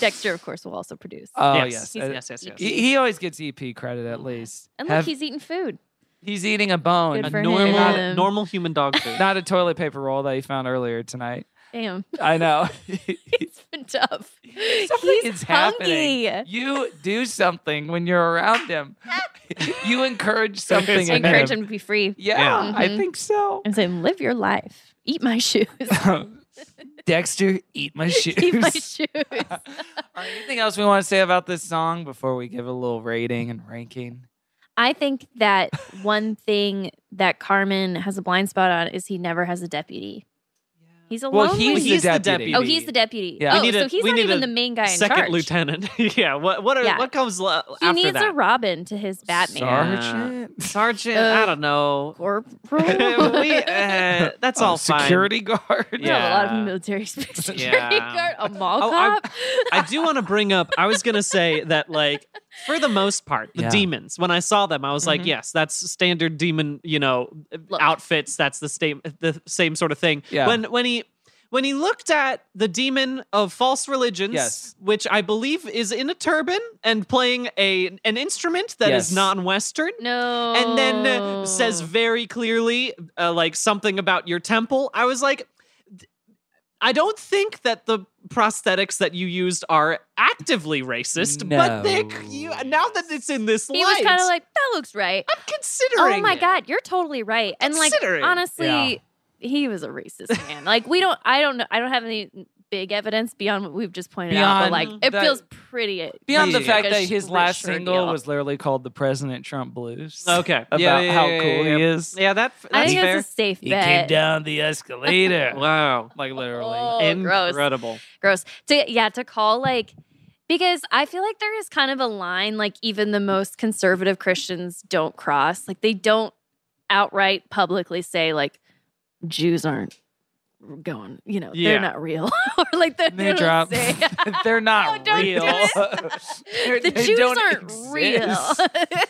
[SPEAKER 5] Dexter, of course, will also produce.
[SPEAKER 6] Oh yes,
[SPEAKER 5] He's-
[SPEAKER 6] Uh, He, he always gets
[SPEAKER 11] E
[SPEAKER 6] EP credit at least.
[SPEAKER 5] And look,
[SPEAKER 6] Have-
[SPEAKER 5] he's eating food.
[SPEAKER 6] he's eating a bone,
[SPEAKER 5] Good A for normal- him.
[SPEAKER 7] normal human dog food,
[SPEAKER 6] not a toilet paper roll that he found earlier tonight.
[SPEAKER 5] Damn, (laughs)
[SPEAKER 6] I know.
[SPEAKER 5] it's been tough.
[SPEAKER 6] (laughs) Something
[SPEAKER 5] he's
[SPEAKER 6] is
[SPEAKER 5] hungry.
[SPEAKER 6] happening. You do something when you're
[SPEAKER 5] (laughs)
[SPEAKER 6] around him. you encourage something. in
[SPEAKER 5] encourage
[SPEAKER 6] him.
[SPEAKER 5] him Mm-hmm. to be free.
[SPEAKER 6] Yeah, I think so.
[SPEAKER 5] (laughs) And say, live your life. Eat my
[SPEAKER 6] (laughs)
[SPEAKER 5] shoes. (laughs)
[SPEAKER 6] Dexter, eat my shoes.
[SPEAKER 5] Eat my
[SPEAKER 6] (laughs)
[SPEAKER 5] shoes.
[SPEAKER 6] Anything else we want to say about this song before we give a little rating and ranking?
[SPEAKER 5] I think that one thing that Carmen has a blind spot on is he never has a deputy. He's a
[SPEAKER 7] (laughs) Well,
[SPEAKER 5] lonely-
[SPEAKER 7] he's the He's the deputy. deputy.
[SPEAKER 5] Oh, he's the deputy.
[SPEAKER 7] Yeah. We
[SPEAKER 5] Oh,
[SPEAKER 7] need
[SPEAKER 5] so
[SPEAKER 7] a-
[SPEAKER 5] he's
[SPEAKER 7] we
[SPEAKER 5] not
[SPEAKER 7] need
[SPEAKER 5] even
[SPEAKER 7] a
[SPEAKER 5] the main guy in
[SPEAKER 7] Second
[SPEAKER 5] charge.
[SPEAKER 7] lieutenant. (laughs) yeah. What what are,
[SPEAKER 5] Yeah.
[SPEAKER 7] what comes lo-
[SPEAKER 5] He
[SPEAKER 7] after
[SPEAKER 5] needs
[SPEAKER 7] that?
[SPEAKER 5] a Robin to his Batman. (laughs)
[SPEAKER 7] Sergeant. Sergeant.
[SPEAKER 5] Uh,
[SPEAKER 7] I
[SPEAKER 5] (laughs)
[SPEAKER 7] don't know. (laughs)
[SPEAKER 5] Corporal.
[SPEAKER 7] We, uh, that's all fine.
[SPEAKER 6] Security guard.
[SPEAKER 5] We have a lot of military (laughs) security
[SPEAKER 7] Yeah.
[SPEAKER 5] guard, a mall
[SPEAKER 7] Oh, I- (laughs)
[SPEAKER 5] cop.
[SPEAKER 7] I do want to bring up, I was going to say that, like, for the most part, the
[SPEAKER 6] Yeah.
[SPEAKER 7] demons, when I saw them, I was like,
[SPEAKER 6] Mhm.
[SPEAKER 7] yes, that's standard demon, you know, outfits. That's the same, the same sort of thing.
[SPEAKER 6] Yeah.
[SPEAKER 7] When, when he, when he looked at the demon of false religions,
[SPEAKER 6] Yes.
[SPEAKER 7] which I believe is in a turban and playing a an instrument that
[SPEAKER 6] Yes.
[SPEAKER 7] is non-Western,
[SPEAKER 5] no.
[SPEAKER 7] and then uh, says
[SPEAKER 6] Oh.
[SPEAKER 7] very clearly uh, like something about your temple i was like th- i don't think that the prosthetics that you used are actively racist but they,
[SPEAKER 6] No.
[SPEAKER 7] you, now that it's in this
[SPEAKER 5] He was
[SPEAKER 7] light
[SPEAKER 5] kind of like, that looks right.
[SPEAKER 7] I'm
[SPEAKER 5] Oh
[SPEAKER 7] considering
[SPEAKER 5] my
[SPEAKER 7] it.
[SPEAKER 5] God, you're totally right. And like,
[SPEAKER 7] Considering.
[SPEAKER 5] honestly, he was a racist man. like, we don't, I don't know, I don't have any big evidence beyond what we've just pointed out, but like,
[SPEAKER 6] Beyond
[SPEAKER 5] it
[SPEAKER 6] that-
[SPEAKER 5] feels pretty.
[SPEAKER 6] (laughs) Beyond the
[SPEAKER 5] pretty
[SPEAKER 6] fact
[SPEAKER 5] like a
[SPEAKER 6] that his
[SPEAKER 5] sh-
[SPEAKER 6] last
[SPEAKER 5] reassured
[SPEAKER 6] single
[SPEAKER 5] deal.
[SPEAKER 6] was literally called "The President Trump Blues."
[SPEAKER 7] okay
[SPEAKER 6] about
[SPEAKER 7] Yeah, yeah,
[SPEAKER 6] how
[SPEAKER 7] yeah,
[SPEAKER 6] cool
[SPEAKER 7] yeah,
[SPEAKER 6] he
[SPEAKER 7] yeah.
[SPEAKER 6] is.
[SPEAKER 7] yeah that that's
[SPEAKER 5] I think
[SPEAKER 7] fair
[SPEAKER 5] it's a safe
[SPEAKER 11] He
[SPEAKER 5] bet.
[SPEAKER 11] came down the escalator.
[SPEAKER 7] (laughs) wow
[SPEAKER 6] like literally
[SPEAKER 5] Oh, gross.
[SPEAKER 7] incredible
[SPEAKER 5] gross to yeah to call like because i feel like there is kind of a line like even the most conservative christians don't cross like they don't outright publicly say like jews aren't going, you know,
[SPEAKER 6] Yeah.
[SPEAKER 5] they're not real. (laughs) or like they're,
[SPEAKER 6] Name
[SPEAKER 5] they're
[SPEAKER 6] drop.
[SPEAKER 5] say-
[SPEAKER 6] (laughs) They're not
[SPEAKER 5] don't do
[SPEAKER 6] real. (laughs)
[SPEAKER 5] (laughs)
[SPEAKER 6] They're-
[SPEAKER 5] the
[SPEAKER 6] they
[SPEAKER 5] Jews
[SPEAKER 6] don't
[SPEAKER 5] aren't (laughs)
[SPEAKER 6] exist.
[SPEAKER 5] real.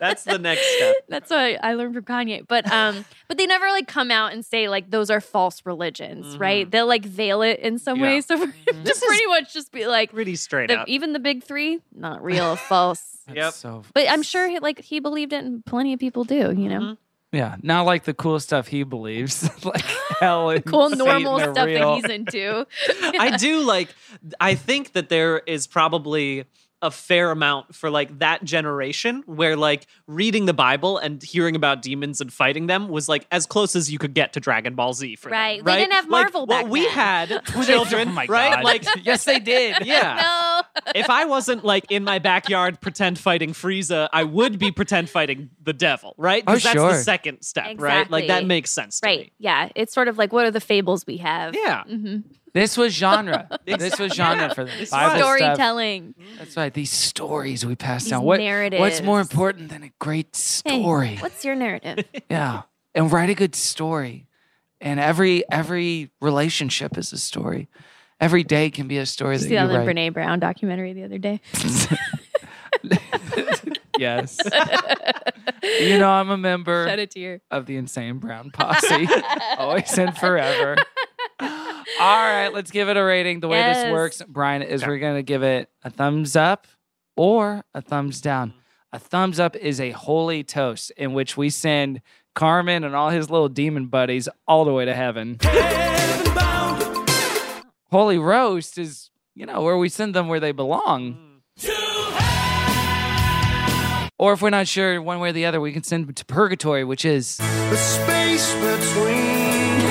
[SPEAKER 7] That's the next
[SPEAKER 5] (laughs)
[SPEAKER 7] step.
[SPEAKER 5] That's what I, I learned from Kanye. But um, (laughs) but they never like come out and say like those are false religions, right? They'll like veil it in some way. So just pretty much just be like
[SPEAKER 7] pretty straight
[SPEAKER 5] the,
[SPEAKER 7] up.
[SPEAKER 5] even the big three, not real, false.
[SPEAKER 7] Yep.
[SPEAKER 5] But I'm sure he, like he believed it, and plenty of people do. You know,
[SPEAKER 6] Mm-hmm. Yeah, not like the cool stuff he believes,
[SPEAKER 5] (laughs)
[SPEAKER 6] (laughs) like hell and
[SPEAKER 5] cool
[SPEAKER 6] Satan
[SPEAKER 5] normal
[SPEAKER 6] are
[SPEAKER 5] stuff that
[SPEAKER 6] real.
[SPEAKER 5] he's
[SPEAKER 6] (laughs)
[SPEAKER 5] into. (laughs)
[SPEAKER 7] I do like I think that there is probably a fair amount for like that generation where like reading the Bible and hearing about demons and fighting them was like as close as you could get to Dragon Ball Z for them,
[SPEAKER 5] Right. We
[SPEAKER 7] right.
[SPEAKER 5] didn't have
[SPEAKER 7] Like,
[SPEAKER 5] Marvel
[SPEAKER 7] what
[SPEAKER 5] back
[SPEAKER 7] we
[SPEAKER 5] then. (laughs)
[SPEAKER 7] had
[SPEAKER 6] Oh
[SPEAKER 7] children,
[SPEAKER 6] my
[SPEAKER 7] right?
[SPEAKER 6] God.
[SPEAKER 7] Like
[SPEAKER 6] yes, they did.
[SPEAKER 7] yeah.
[SPEAKER 5] no.
[SPEAKER 7] If I wasn't like in my backyard pretend fighting Frieza, I would be pretend fighting the devil, right?
[SPEAKER 6] Oh,
[SPEAKER 7] that's
[SPEAKER 6] sure.
[SPEAKER 7] the second step, right? Like that
[SPEAKER 5] Exactly.
[SPEAKER 7] makes sense to
[SPEAKER 5] Right.
[SPEAKER 7] me.
[SPEAKER 5] Yeah. It's sort of like what are the fables we have?
[SPEAKER 7] Yeah.
[SPEAKER 5] hmm
[SPEAKER 6] This
[SPEAKER 5] (laughs)
[SPEAKER 6] was genre. this was genre for them.
[SPEAKER 7] This
[SPEAKER 6] Bible stuff.
[SPEAKER 5] Storytelling.
[SPEAKER 6] That's right. These stories we pass
[SPEAKER 5] These
[SPEAKER 6] down. What
[SPEAKER 5] narratives.
[SPEAKER 6] What's more important than a great
[SPEAKER 5] Hey,
[SPEAKER 6] story?
[SPEAKER 5] what's your narrative?
[SPEAKER 6] (laughs) yeah, and write a good story. And every every relationship is a story. Every day can be a story
[SPEAKER 5] Did you
[SPEAKER 6] that
[SPEAKER 5] see
[SPEAKER 6] you
[SPEAKER 5] that
[SPEAKER 6] write.
[SPEAKER 5] Brene Brown documentary the other day?
[SPEAKER 6] Yes. (laughs)
[SPEAKER 5] (laughs)
[SPEAKER 6] you know I'm a member
[SPEAKER 5] Shed a tear.
[SPEAKER 6] of the Insane Brown Posse, always and forever. All right, let's give it a rating. The way
[SPEAKER 5] Yes.
[SPEAKER 6] this works, Brian, is we're going to give it a thumbs up or a thumbs down. A thumbs up is a holy toast in which we send Carmen and all his little demon buddies all the way to heaven. Holy roast is, you know, where we send them where they belong. Or if we're not sure one way or the other, we can send them to purgatory, which is.
[SPEAKER 2] The space between.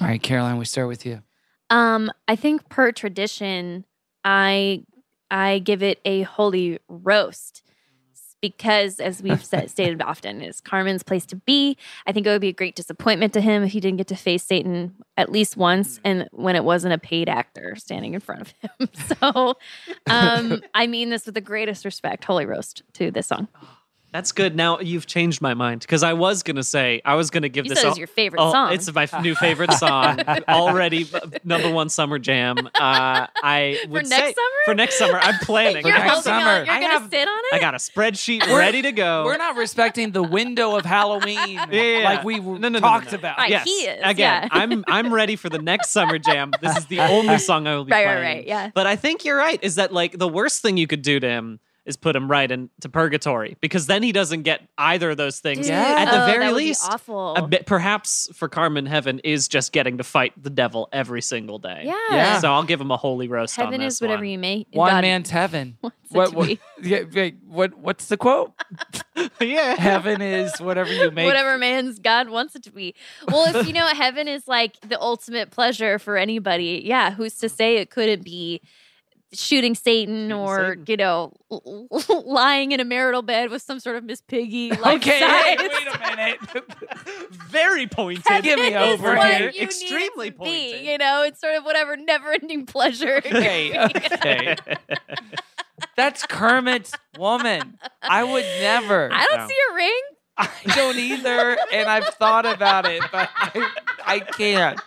[SPEAKER 6] All right, Caroline, we start with you.
[SPEAKER 5] Um, I think per tradition, I I give it a holy roast Mm-hmm. because, as we've (laughs) said, stated often, it's Carmen's place to be. I think it would be a great disappointment to him if he didn't get to face Satan at least once, and when it wasn't a paid actor standing in front of him. (laughs) So, um, I mean this with the greatest respect. Holy roast to this song.
[SPEAKER 7] That's good. Now you've changed my mind because I was gonna say I was gonna give
[SPEAKER 5] You
[SPEAKER 7] this.
[SPEAKER 5] said it
[SPEAKER 7] a-
[SPEAKER 5] was your favorite
[SPEAKER 7] oh,
[SPEAKER 5] song.
[SPEAKER 7] It's my f- new favorite
[SPEAKER 6] (laughs)
[SPEAKER 7] song already. b- Number one summer jam. Uh,
[SPEAKER 5] (laughs)
[SPEAKER 7] I would
[SPEAKER 5] next
[SPEAKER 7] say
[SPEAKER 5] summer?
[SPEAKER 7] for next summer
[SPEAKER 5] (laughs)
[SPEAKER 7] I'm planning.
[SPEAKER 5] You're
[SPEAKER 7] I have
[SPEAKER 5] holding
[SPEAKER 7] some-
[SPEAKER 5] on. You're
[SPEAKER 7] I
[SPEAKER 5] gonna
[SPEAKER 7] have-
[SPEAKER 5] sit on it.
[SPEAKER 7] I got a spreadsheet
[SPEAKER 6] We're-
[SPEAKER 7] ready to go.
[SPEAKER 6] We're not respecting the window of Halloween
[SPEAKER 7] (laughs) yeah.
[SPEAKER 6] like we
[SPEAKER 7] No, no, no,
[SPEAKER 6] talked
[SPEAKER 7] no, no.
[SPEAKER 6] about.
[SPEAKER 5] Right,
[SPEAKER 7] yes.
[SPEAKER 5] he is,
[SPEAKER 7] Again,
[SPEAKER 5] yeah.
[SPEAKER 7] I'm I'm ready for the next summer jam. This is
[SPEAKER 6] (laughs)
[SPEAKER 7] the only song I will be
[SPEAKER 5] Right, right,
[SPEAKER 7] playing.
[SPEAKER 5] right, yeah.
[SPEAKER 7] But I think you're right. Is that like the worst thing you could do to him is put him right into purgatory because then he doesn't get either of those things.
[SPEAKER 5] Dude,
[SPEAKER 7] At the
[SPEAKER 5] oh,
[SPEAKER 7] very
[SPEAKER 5] that would be
[SPEAKER 7] least,
[SPEAKER 5] awful.
[SPEAKER 7] a bit- perhaps for Carmen, heaven is just getting to fight the devil every single day.
[SPEAKER 5] Yeah.
[SPEAKER 6] Yeah.
[SPEAKER 7] So I'll give him a holy roast. on
[SPEAKER 5] Heaven
[SPEAKER 7] this
[SPEAKER 5] is whatever
[SPEAKER 7] (laughs) one.
[SPEAKER 5] you make.
[SPEAKER 6] One
[SPEAKER 5] God-
[SPEAKER 6] man's
[SPEAKER 5] (laughs)
[SPEAKER 6] heaven.
[SPEAKER 5] wants it
[SPEAKER 6] What
[SPEAKER 5] to
[SPEAKER 6] what,
[SPEAKER 5] be.
[SPEAKER 6] (laughs) yeah, wait, what what's the quote?
[SPEAKER 7] (laughs) yeah.
[SPEAKER 6] (laughs) heaven is whatever you make.
[SPEAKER 5] whatever man's God wants it to be. Well, if you
[SPEAKER 6] (laughs)
[SPEAKER 5] know heaven is like the ultimate pleasure for anybody, yeah, who's
[SPEAKER 6] Mm.
[SPEAKER 5] to say it couldn't be shooting Satan or
[SPEAKER 7] Satan.
[SPEAKER 5] you know l- l- (laughs) lying in a marital bed with some sort of Miss Piggy? Like
[SPEAKER 6] Okay, hey,
[SPEAKER 5] size.
[SPEAKER 6] (laughs) wait a minute. (laughs)
[SPEAKER 7] Very pointed. (laughs)
[SPEAKER 5] (laughs)
[SPEAKER 6] Give me
[SPEAKER 5] It's
[SPEAKER 6] over
[SPEAKER 5] what
[SPEAKER 6] here.
[SPEAKER 5] you need
[SPEAKER 7] Extremely
[SPEAKER 5] it to
[SPEAKER 7] pointed.
[SPEAKER 5] Be, you know, it's sort of whatever never-ending pleasure.
[SPEAKER 6] (laughs) Okay, okay. That's Kermit's woman. I would never.
[SPEAKER 5] (laughs) (laughs) I don't
[SPEAKER 7] No.
[SPEAKER 5] see a ring.
[SPEAKER 6] I don't either, and I've thought about it, but I, I can't.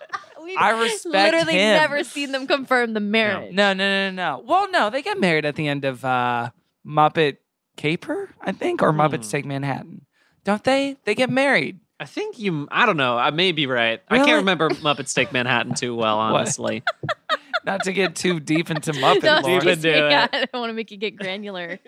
[SPEAKER 5] We've
[SPEAKER 6] I respect
[SPEAKER 5] literally
[SPEAKER 6] him.
[SPEAKER 5] never seen them confirm the marriage.
[SPEAKER 6] No, no, no, no. Well, no, they got married at the end of uh, Muppet Caper, I think, or Muppets Take Manhattan. Don't they? They get married.
[SPEAKER 7] I think you. I don't know. I may be right. I
[SPEAKER 6] Really?
[SPEAKER 7] can't remember Muppets Take Manhattan too
[SPEAKER 6] (laughs)
[SPEAKER 7] well, honestly.
[SPEAKER 6] Not to get too deep into
[SPEAKER 7] (laughs)
[SPEAKER 6] Muppet
[SPEAKER 5] (laughs) Don't
[SPEAKER 6] lore.
[SPEAKER 7] Even
[SPEAKER 5] tease me.
[SPEAKER 7] do it.
[SPEAKER 5] I don't want to make you get granular.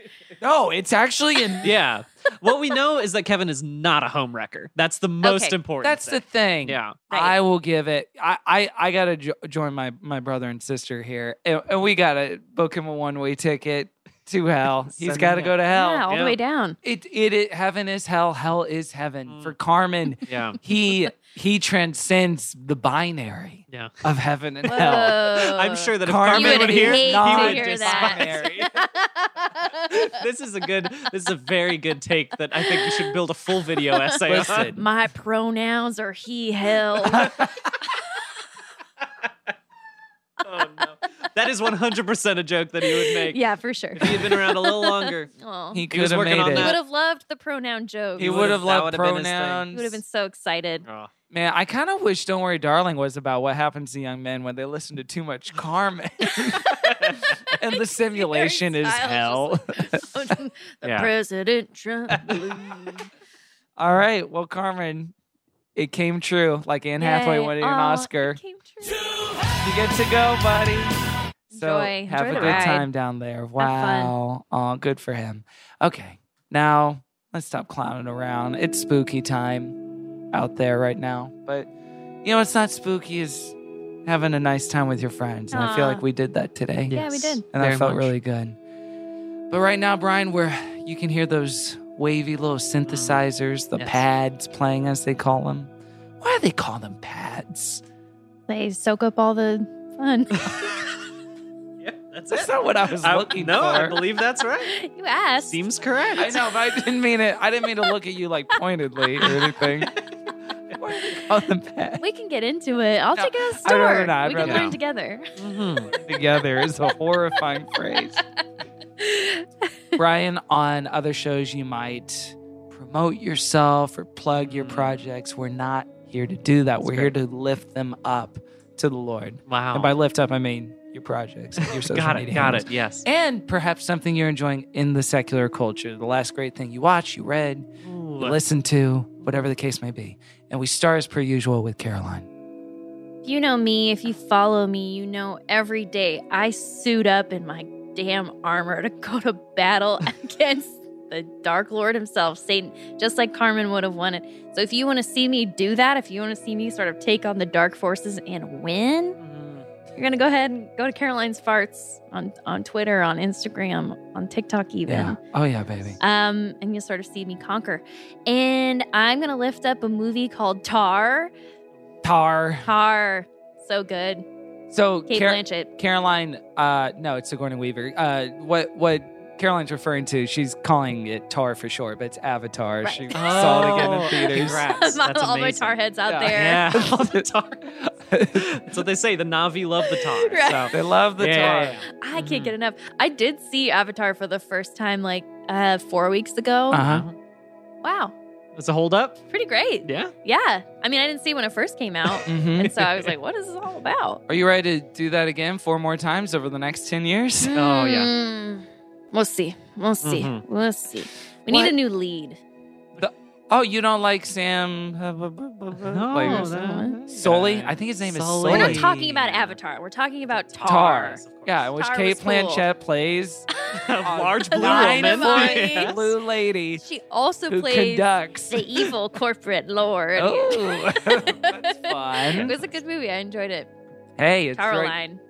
[SPEAKER 6] No, it's actually in.
[SPEAKER 7] yeah. What we know is that Kevin is not a homewrecker. That's the most
[SPEAKER 5] Okay,
[SPEAKER 7] (laughs) important.
[SPEAKER 6] That's the
[SPEAKER 7] thing.
[SPEAKER 6] thing.
[SPEAKER 7] Yeah.
[SPEAKER 5] Right.
[SPEAKER 6] I will give it. I I, I gotta jo- join my my brother and sister here, and, and we gotta book him a one way ticket to hell.
[SPEAKER 7] Send
[SPEAKER 6] He's
[SPEAKER 7] him
[SPEAKER 6] gotta
[SPEAKER 7] out.
[SPEAKER 6] go to hell.
[SPEAKER 5] yeah, all
[SPEAKER 7] yeah.
[SPEAKER 5] the way down.
[SPEAKER 6] It, it it heaven is hell. Hell is heaven
[SPEAKER 7] Hmm.
[SPEAKER 6] for
[SPEAKER 7] (laughs)
[SPEAKER 6] Carmen.
[SPEAKER 7] Yeah.
[SPEAKER 6] He he transcends the binary
[SPEAKER 7] Yeah.
[SPEAKER 6] of heaven and hell.
[SPEAKER 5] Uh,
[SPEAKER 7] I'm sure that if
[SPEAKER 6] Carmen
[SPEAKER 7] Carmen
[SPEAKER 6] would
[SPEAKER 7] would, hear,
[SPEAKER 6] hate
[SPEAKER 7] he
[SPEAKER 6] to
[SPEAKER 7] would
[SPEAKER 6] hear
[SPEAKER 7] despise. (laughs) this is a good. This is a very good take that I think we should build a full video essay on.
[SPEAKER 6] Listen,
[SPEAKER 5] My pronouns are he,
[SPEAKER 6] (laughs)
[SPEAKER 5] hell.
[SPEAKER 7] (laughs) Oh, no. That is 100% a joke that he would
[SPEAKER 5] (laughs)
[SPEAKER 7] make.
[SPEAKER 5] yeah, for sure.
[SPEAKER 7] If he had been around a little longer.
[SPEAKER 5] Aw.
[SPEAKER 6] he
[SPEAKER 5] He,
[SPEAKER 6] could
[SPEAKER 7] was
[SPEAKER 6] have
[SPEAKER 7] working
[SPEAKER 6] made
[SPEAKER 7] on
[SPEAKER 6] it.
[SPEAKER 7] that.
[SPEAKER 5] would have loved the pronoun joke.
[SPEAKER 6] He
[SPEAKER 5] He
[SPEAKER 7] would've-
[SPEAKER 6] would have
[SPEAKER 7] that
[SPEAKER 6] loved
[SPEAKER 7] would've been his thing.
[SPEAKER 6] pronouns.
[SPEAKER 5] would have been so excited.
[SPEAKER 7] Oh,
[SPEAKER 6] Man, I kind of wish Don't Worry Darling was about what happens to young men when they listen to too much Carmen. and the (laughs) simulation is hell. (laughs) Yeah.
[SPEAKER 5] oh, President Trump.
[SPEAKER 6] (laughs) All right. Well, Carmen, it came true. Like Anne Hathaway
[SPEAKER 5] Yay.
[SPEAKER 6] winning an
[SPEAKER 5] Aw, it
[SPEAKER 6] Oscar. You get to go, buddy. So
[SPEAKER 5] Enjoy.
[SPEAKER 6] have
[SPEAKER 5] Enjoy
[SPEAKER 6] a
[SPEAKER 5] the
[SPEAKER 6] good
[SPEAKER 5] ride.
[SPEAKER 6] time down there.
[SPEAKER 5] fun.
[SPEAKER 6] Wow. Oh, good for him. Okay. Now let's stop clowning around. It's spooky time out there right now. But you know, it's not spooky is having a nice time with your friends. And I feel
[SPEAKER 5] Aw.
[SPEAKER 6] like we did that today.
[SPEAKER 5] Yeah, we did.
[SPEAKER 6] And
[SPEAKER 11] Very
[SPEAKER 6] that felt
[SPEAKER 11] much.
[SPEAKER 6] really good. But right now, Brian, where you can hear those wavy little synthesizers, the pads playing as they call them. Why do they call them pads?
[SPEAKER 5] They soak up all the fun. (laughs)
[SPEAKER 7] That's,
[SPEAKER 6] That's
[SPEAKER 7] it.
[SPEAKER 6] not what I was
[SPEAKER 7] I-
[SPEAKER 6] looking
[SPEAKER 7] no,
[SPEAKER 6] for.
[SPEAKER 7] I believe that's right.
[SPEAKER 5] you asked.
[SPEAKER 7] Seems correct.
[SPEAKER 6] I know, but I didn't mean it. I didn't mean to look at you like pointedly or anything. on the pad
[SPEAKER 5] We can get into it. I'll take a
[SPEAKER 6] I'd
[SPEAKER 5] store.
[SPEAKER 6] rather not. I'd
[SPEAKER 5] We can
[SPEAKER 6] rather
[SPEAKER 5] learn
[SPEAKER 6] not.
[SPEAKER 5] together.
[SPEAKER 6] together is a horrifying phrase. Brian, on other shows, you might promote yourself or plug
[SPEAKER 7] Mm-hmm.
[SPEAKER 6] your projects. We're not here to do that. We're here to lift them up to the Lord.
[SPEAKER 7] (laughs) Wow.
[SPEAKER 6] And by lift up, I mean your projects,
[SPEAKER 7] (laughs)
[SPEAKER 6] your social
[SPEAKER 7] got it.
[SPEAKER 6] media
[SPEAKER 7] Got
[SPEAKER 6] handles.
[SPEAKER 7] it. Yes.
[SPEAKER 6] And perhaps something you're enjoying in the secular culture. The last great thing you watch, you read, you listen to, whatever the case may be. And we start as per usual with Caroline.
[SPEAKER 5] If you know me, if you follow me, you know every day I suit up in my damn armor to go to
[SPEAKER 6] (laughs)
[SPEAKER 5] battle against the Dark Lord himself, Satan, just like Carmen would have wanted. So if you want to see me do that, if you want to see me sort of take on the dark forces and win,
[SPEAKER 7] Mm.
[SPEAKER 5] you're gonna go ahead and go to Caroline's Farts on on Twitter, on Instagram, on TikTok, even.
[SPEAKER 6] Yeah. Oh, yeah, baby.
[SPEAKER 5] Um, and you'll sort of see me conquer. And I'm gonna lift up a movie called Tar.
[SPEAKER 6] Tar.
[SPEAKER 5] Tar, so good.
[SPEAKER 6] So
[SPEAKER 5] Kate
[SPEAKER 6] Car-
[SPEAKER 5] Blanchett.
[SPEAKER 6] Caroline, uh, no, it's Sigourney Weaver. Uh, what what Caroline's referring to? She's calling it Tar for short, but it's Avatar.
[SPEAKER 5] (laughs)
[SPEAKER 6] She saw it again in
[SPEAKER 7] Oh,
[SPEAKER 6] theaters.
[SPEAKER 7] congrats.
[SPEAKER 5] Not
[SPEAKER 7] That's
[SPEAKER 5] all my
[SPEAKER 7] amazing.
[SPEAKER 5] tar heads out there.
[SPEAKER 6] (laughs)
[SPEAKER 7] Yeah, all the tar. That's what they say. The Navi love the tar.
[SPEAKER 5] Right.
[SPEAKER 6] They love the
[SPEAKER 7] Yeah.
[SPEAKER 6] Tar.
[SPEAKER 5] I can't get enough. I did see Avatar for the first time like uh, four weeks ago.
[SPEAKER 6] Uh-huh.
[SPEAKER 5] Wow,
[SPEAKER 7] It's a hold up.
[SPEAKER 5] pretty great.
[SPEAKER 7] Yeah.
[SPEAKER 5] Yeah, I mean, I didn't see it when it first came
[SPEAKER 6] (laughs)
[SPEAKER 5] out,
[SPEAKER 6] Mhm.
[SPEAKER 5] and so I was like, "What is this all about?"
[SPEAKER 6] Are you ready to do that again four more times over the next ten
[SPEAKER 5] Mm-hmm.
[SPEAKER 6] years?
[SPEAKER 7] Oh yeah.
[SPEAKER 5] Mm, we'll see. We'll see.
[SPEAKER 7] Mhm.
[SPEAKER 5] We'll see. We
[SPEAKER 6] Mm-hmm. What?
[SPEAKER 5] need a new lead.
[SPEAKER 6] Oh, you don't like Sam? No,
[SPEAKER 7] that-
[SPEAKER 6] Sully. I think his name
[SPEAKER 7] Sully.
[SPEAKER 6] is
[SPEAKER 5] We're
[SPEAKER 6] Sully.
[SPEAKER 5] not talking about Avatar. We're talking about Tar.
[SPEAKER 6] Tar. Yeah, in which
[SPEAKER 5] Tar
[SPEAKER 6] Kate
[SPEAKER 5] was cool. (laughs)
[SPEAKER 6] Blanchett plays
[SPEAKER 7] (laughs) A large blue
[SPEAKER 5] Line
[SPEAKER 6] (laughs)
[SPEAKER 7] woman.
[SPEAKER 5] of eyes.
[SPEAKER 7] Yeah.
[SPEAKER 6] blue lady
[SPEAKER 5] She also
[SPEAKER 6] who
[SPEAKER 5] plays
[SPEAKER 6] conducts.
[SPEAKER 5] the
[SPEAKER 6] (laughs)
[SPEAKER 5] evil corporate lord. (laughs)
[SPEAKER 6] Oh, (laughs) that's
[SPEAKER 5] It
[SPEAKER 6] fun.
[SPEAKER 5] was a good movie. I enjoyed it.
[SPEAKER 6] Hey, it's right-
[SPEAKER 5] Caroline.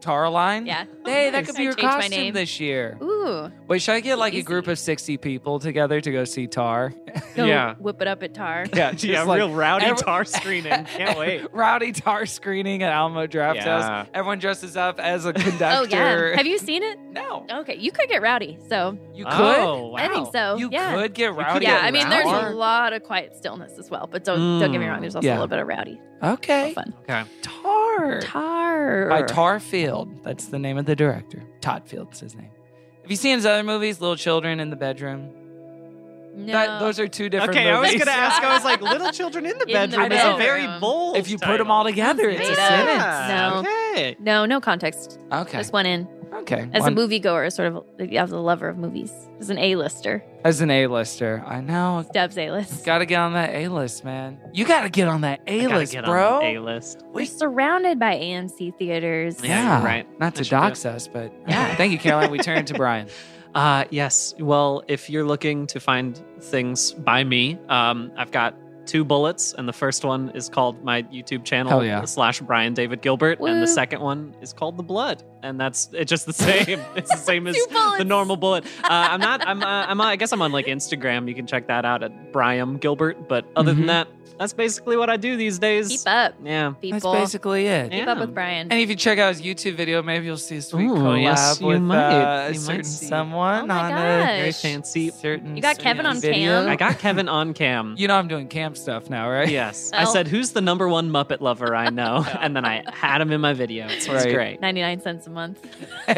[SPEAKER 6] Tarline?
[SPEAKER 5] Yeah. (laughs)
[SPEAKER 6] Hey, that could be
[SPEAKER 5] I
[SPEAKER 6] your
[SPEAKER 5] changed my
[SPEAKER 6] costume
[SPEAKER 5] name.
[SPEAKER 6] this year.
[SPEAKER 5] Ooh.
[SPEAKER 6] Wait, should I get like a group of 60 people together to go see Tar?
[SPEAKER 5] (laughs) Go
[SPEAKER 7] (laughs) Yeah.
[SPEAKER 5] whip it up at Tar.
[SPEAKER 6] Yeah,
[SPEAKER 7] (laughs) Yeah,
[SPEAKER 6] (laughs) just, like,
[SPEAKER 7] real (laughs) rowdy
[SPEAKER 6] every- (laughs)
[SPEAKER 7] tar screening. Can't wait.
[SPEAKER 6] Rowdy Tar screening at Alamo Draft
[SPEAKER 7] Yeah.
[SPEAKER 6] House. Everyone dresses up as a
[SPEAKER 5] (laughs) Oh
[SPEAKER 6] conductor.
[SPEAKER 5] yeah. Have you seen it?
[SPEAKER 6] No.
[SPEAKER 5] Okay, you could get rowdy. So
[SPEAKER 6] You could?
[SPEAKER 7] Oh, wow.
[SPEAKER 5] I think so.
[SPEAKER 6] You
[SPEAKER 5] yeah.
[SPEAKER 6] could get rowdy.
[SPEAKER 5] yeah,
[SPEAKER 6] at
[SPEAKER 5] I mean, there's
[SPEAKER 6] Tar.
[SPEAKER 5] a lot of quiet stillness as well, but don't don't get me wrong. There's also
[SPEAKER 6] Mm, Yeah.
[SPEAKER 5] a little bit of rowdy.
[SPEAKER 6] Okay.
[SPEAKER 5] fun.
[SPEAKER 7] Okay.
[SPEAKER 6] Tar.
[SPEAKER 5] Tar.
[SPEAKER 6] By Tar Field. That's the name of the director. Todd Field's his name. Have you seen his other movies, Little Children in the Bedroom?
[SPEAKER 5] No.
[SPEAKER 6] That, those are two different
[SPEAKER 7] Okay, I was
[SPEAKER 6] movies.
[SPEAKER 7] gonna ask. I was like, little children in the
[SPEAKER 5] In the
[SPEAKER 7] bedroom is a
[SPEAKER 6] bedroom.
[SPEAKER 7] very bold.
[SPEAKER 6] if you put them all
[SPEAKER 7] title.
[SPEAKER 6] together, it's a
[SPEAKER 5] Made up.
[SPEAKER 6] sentence.
[SPEAKER 7] Yeah.
[SPEAKER 5] No.
[SPEAKER 7] Okay.
[SPEAKER 5] no, no context.
[SPEAKER 6] Okay.
[SPEAKER 5] Just one in.
[SPEAKER 6] Okay.
[SPEAKER 5] As
[SPEAKER 6] One-
[SPEAKER 5] a moviegoer, sort of, you have the lover of movies. As an A-lister,
[SPEAKER 6] As an A-lister, I know.
[SPEAKER 5] Deb's A-list.
[SPEAKER 6] Got to get on that A-list, man. You got to get on that A-list, bro.
[SPEAKER 7] A list.
[SPEAKER 5] We're surrounded by AMC theaters.
[SPEAKER 7] Yeah, you're right.
[SPEAKER 6] Not to
[SPEAKER 7] I should do.
[SPEAKER 6] dox us, but yeah. Thank you, Caroline. We turn
[SPEAKER 5] (laughs)
[SPEAKER 6] to Brian.
[SPEAKER 7] Uh, yes. Well, if you're looking to find things by me, um, I've got two bullets, and the first one is called my YouTube channel
[SPEAKER 6] Hell yeah.
[SPEAKER 7] slash Brian David Gilbert, and
[SPEAKER 5] Woo.
[SPEAKER 7] the second one is called The Blood, and that's it's just the (laughs) same. It's the same
[SPEAKER 5] (laughs)
[SPEAKER 7] as
[SPEAKER 5] Two bullets.
[SPEAKER 7] the normal bullet. Uh, I'm not. I'm. Uh, I'm. Uh, I guess I'm on like Instagram. You can check that out at Brian Gilbert. But other
[SPEAKER 6] Mhm.
[SPEAKER 7] than that, that's basically what I do these days.
[SPEAKER 5] Keep up,
[SPEAKER 7] Yeah.
[SPEAKER 5] people.
[SPEAKER 6] That's basically it.
[SPEAKER 5] Keep
[SPEAKER 7] Yeah.
[SPEAKER 5] up with Brian.
[SPEAKER 6] And if you check out his YouTube video, maybe you'll see a sweet
[SPEAKER 7] Ooh,
[SPEAKER 6] collab
[SPEAKER 7] yes, you
[SPEAKER 6] with
[SPEAKER 7] might.
[SPEAKER 6] uh, a
[SPEAKER 7] You might
[SPEAKER 6] certain
[SPEAKER 7] see.
[SPEAKER 6] someone
[SPEAKER 5] Oh my
[SPEAKER 6] on a
[SPEAKER 7] Very
[SPEAKER 5] Gosh.
[SPEAKER 7] fancy.
[SPEAKER 6] certain.
[SPEAKER 5] You got Kevin
[SPEAKER 6] certain
[SPEAKER 5] on
[SPEAKER 6] video.
[SPEAKER 5] cam?
[SPEAKER 7] I got Kevin on cam.
[SPEAKER 6] You know I'm doing cam stuff now, right? (laughs)
[SPEAKER 7] Yes. I
[SPEAKER 5] Well-
[SPEAKER 7] said, who's the number one Muppet lover I know? And then I had him in my video. So it's
[SPEAKER 6] Right.
[SPEAKER 7] great.
[SPEAKER 5] Ninety-nine cents a month.